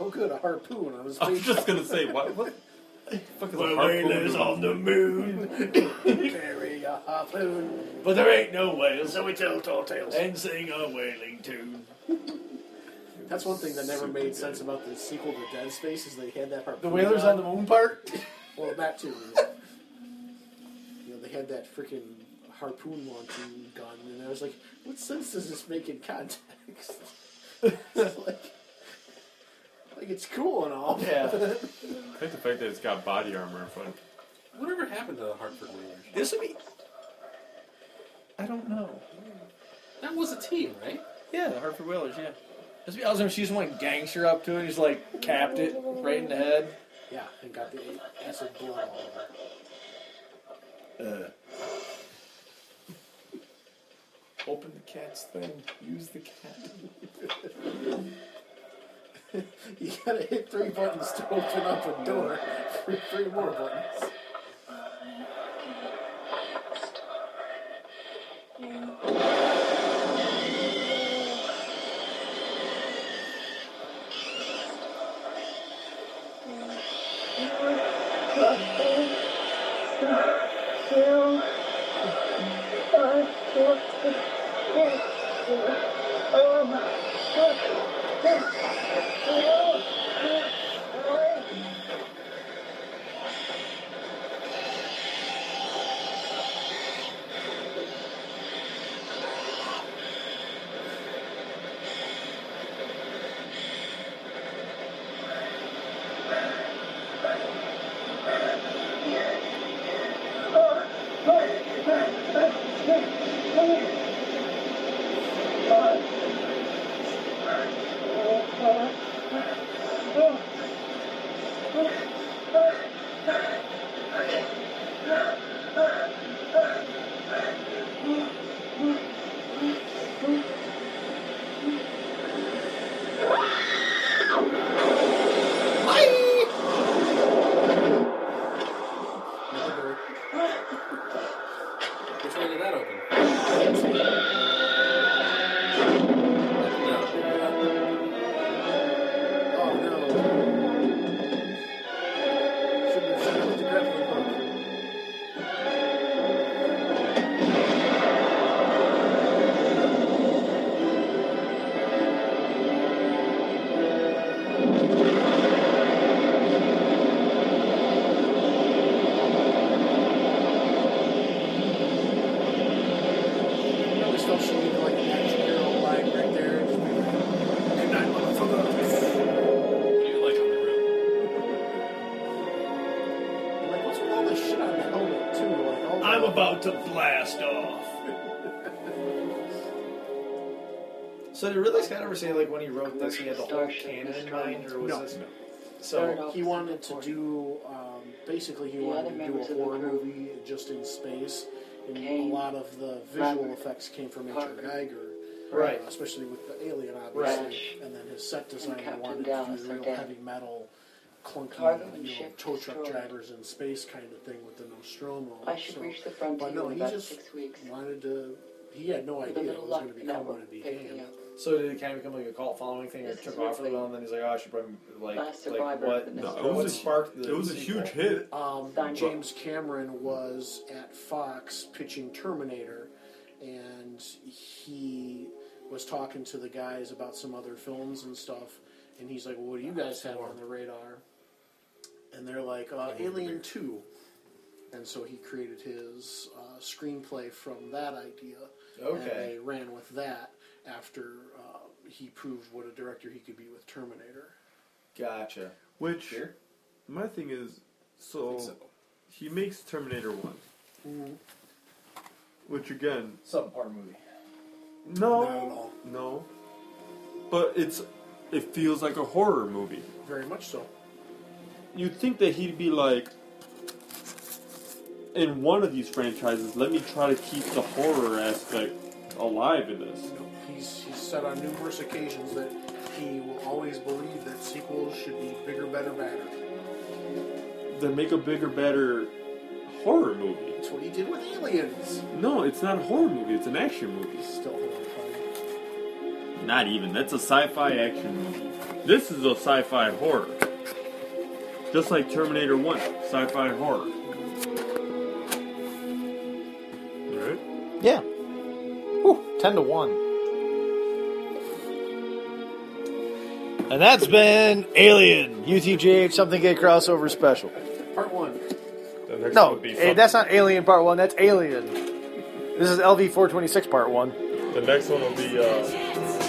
Speaker 5: Oh, good. A harpoon on his
Speaker 3: I was
Speaker 5: face.
Speaker 3: just gonna say what? What? the Fuck is a harpoon?
Speaker 1: on the moon,
Speaker 5: Carry a uh, harpoon.
Speaker 1: but there ain't no whales,
Speaker 5: So we tell tall tales.
Speaker 1: and sing a whaling tune.
Speaker 5: That's one thing that never made sense about the sequel to Dead Space is they had that part.
Speaker 1: The Whalers on the Moon part?
Speaker 5: Well, that too. you know. You know, they had that freaking harpoon launching gun, and I was like, what sense does this make in context? (laughs) It's like, like, it's cool and all.
Speaker 1: (laughs)
Speaker 5: but-
Speaker 3: I like the fact that it's got body armor in front.
Speaker 8: Whatever happened to the Hartford Whalers?
Speaker 1: This would be. I don't know.
Speaker 8: That was a team, right?
Speaker 1: Yeah, the Hartford Whalers, yeah. This would be awesome if she just went gangster up to it. He's like, capped it right in the head.
Speaker 5: yeah, and got the acid blood all over.
Speaker 1: Uh. Open the cat's thing. Use the cat.
Speaker 5: You gotta hit three buttons to open up a door. (laughs) Three, three more buttons.
Speaker 8: Which way did that open?
Speaker 5: I always felt she needed like an action hero line right there. Just be like, Good night, motherfuckers.
Speaker 8: You like on the room?
Speaker 5: Like, what's with all this shit on the helmet too? Like, all the-
Speaker 1: I'm about to blast off. So did Ridley Scott ever say like when he wrote this he had the whole canon in mind or was
Speaker 5: No.
Speaker 1: this
Speaker 5: So
Speaker 1: so
Speaker 5: he wanted to do um, basically he
Speaker 1: The other
Speaker 5: wanted to do a
Speaker 1: members of the
Speaker 5: horror
Speaker 1: group.
Speaker 5: movie just in space, and
Speaker 1: Kane,
Speaker 5: a lot of the visual
Speaker 1: Robert,
Speaker 5: effects came from H.R.
Speaker 1: Parker.
Speaker 5: Geiger,
Speaker 1: Right.
Speaker 5: uh, especially with the alien, obviously,
Speaker 1: Right.
Speaker 5: and then his set design
Speaker 1: Captain
Speaker 5: wanted
Speaker 1: Dallas
Speaker 5: to
Speaker 1: are
Speaker 5: do real
Speaker 1: dead.
Speaker 5: heavy metal,
Speaker 1: Cargo
Speaker 5: clunky,
Speaker 1: and
Speaker 5: you know,
Speaker 1: ship
Speaker 5: tow truck
Speaker 1: destroyed.
Speaker 5: drivers in space kind of thing with the Nostromo.
Speaker 18: I should
Speaker 5: So-
Speaker 18: reach the frontier
Speaker 5: But no,
Speaker 18: in
Speaker 5: he
Speaker 18: about
Speaker 5: just
Speaker 18: six weeks.
Speaker 5: wanted to. He had no
Speaker 18: With a
Speaker 5: idea it
Speaker 18: little
Speaker 5: was
Speaker 18: luck,
Speaker 5: going to
Speaker 18: that
Speaker 5: become
Speaker 18: will
Speaker 5: what it
Speaker 18: pick me
Speaker 5: became.
Speaker 18: up.
Speaker 1: so did it kind of become like a cult following thing or
Speaker 18: This
Speaker 1: took
Speaker 18: is
Speaker 1: off for a
Speaker 18: really-
Speaker 1: while and then he's like oh I should probably like,
Speaker 18: Last
Speaker 1: like
Speaker 18: survivor
Speaker 1: what
Speaker 18: of the No,
Speaker 3: it was
Speaker 1: what
Speaker 3: a-
Speaker 1: sparked the
Speaker 3: it was a
Speaker 1: sequel?
Speaker 3: huge hit.
Speaker 5: Um,
Speaker 1: Steinbeck.
Speaker 5: James Cameron was at Fox pitching Terminator, and he was talking to the guys about some other films and stuff. And he's like, well, "What do you guys have on the radar?" And they're like, uh, "Alien 2. And so he created his uh, screenplay from that idea. And
Speaker 1: Okay.
Speaker 5: they ran with that after uh, he proved what a director he could be with Terminator.
Speaker 1: Gotcha.
Speaker 3: Which my thing is, so, he makes Terminator One, which again,
Speaker 1: subpar movie.
Speaker 3: No, no, but it's it feels like a horror movie.
Speaker 5: Very much so.
Speaker 3: You'd think that he'd be like, in one of these franchises, let me try to keep the horror aspect alive in this.
Speaker 5: He's, he's said on numerous occasions that he will always believe that sequels should be bigger, better, badder.
Speaker 3: Then make a bigger, better horror movie.
Speaker 5: That's what he did with Aliens.
Speaker 3: No, it's not a horror movie. It's an action movie.
Speaker 5: Still
Speaker 3: Not even. That's a sci-fi action movie. This is a sci-fi horror. Just like Terminator 1, sci-fi horror. Right?
Speaker 1: Yeah. Whew, ten to one. And that's been Alien UTGH Something Gay crossover special.
Speaker 5: Part one.
Speaker 1: No, eh, that's not Alien Part One. That's Alien. This is LV four twenty six Part One.
Speaker 3: The next one will be uh,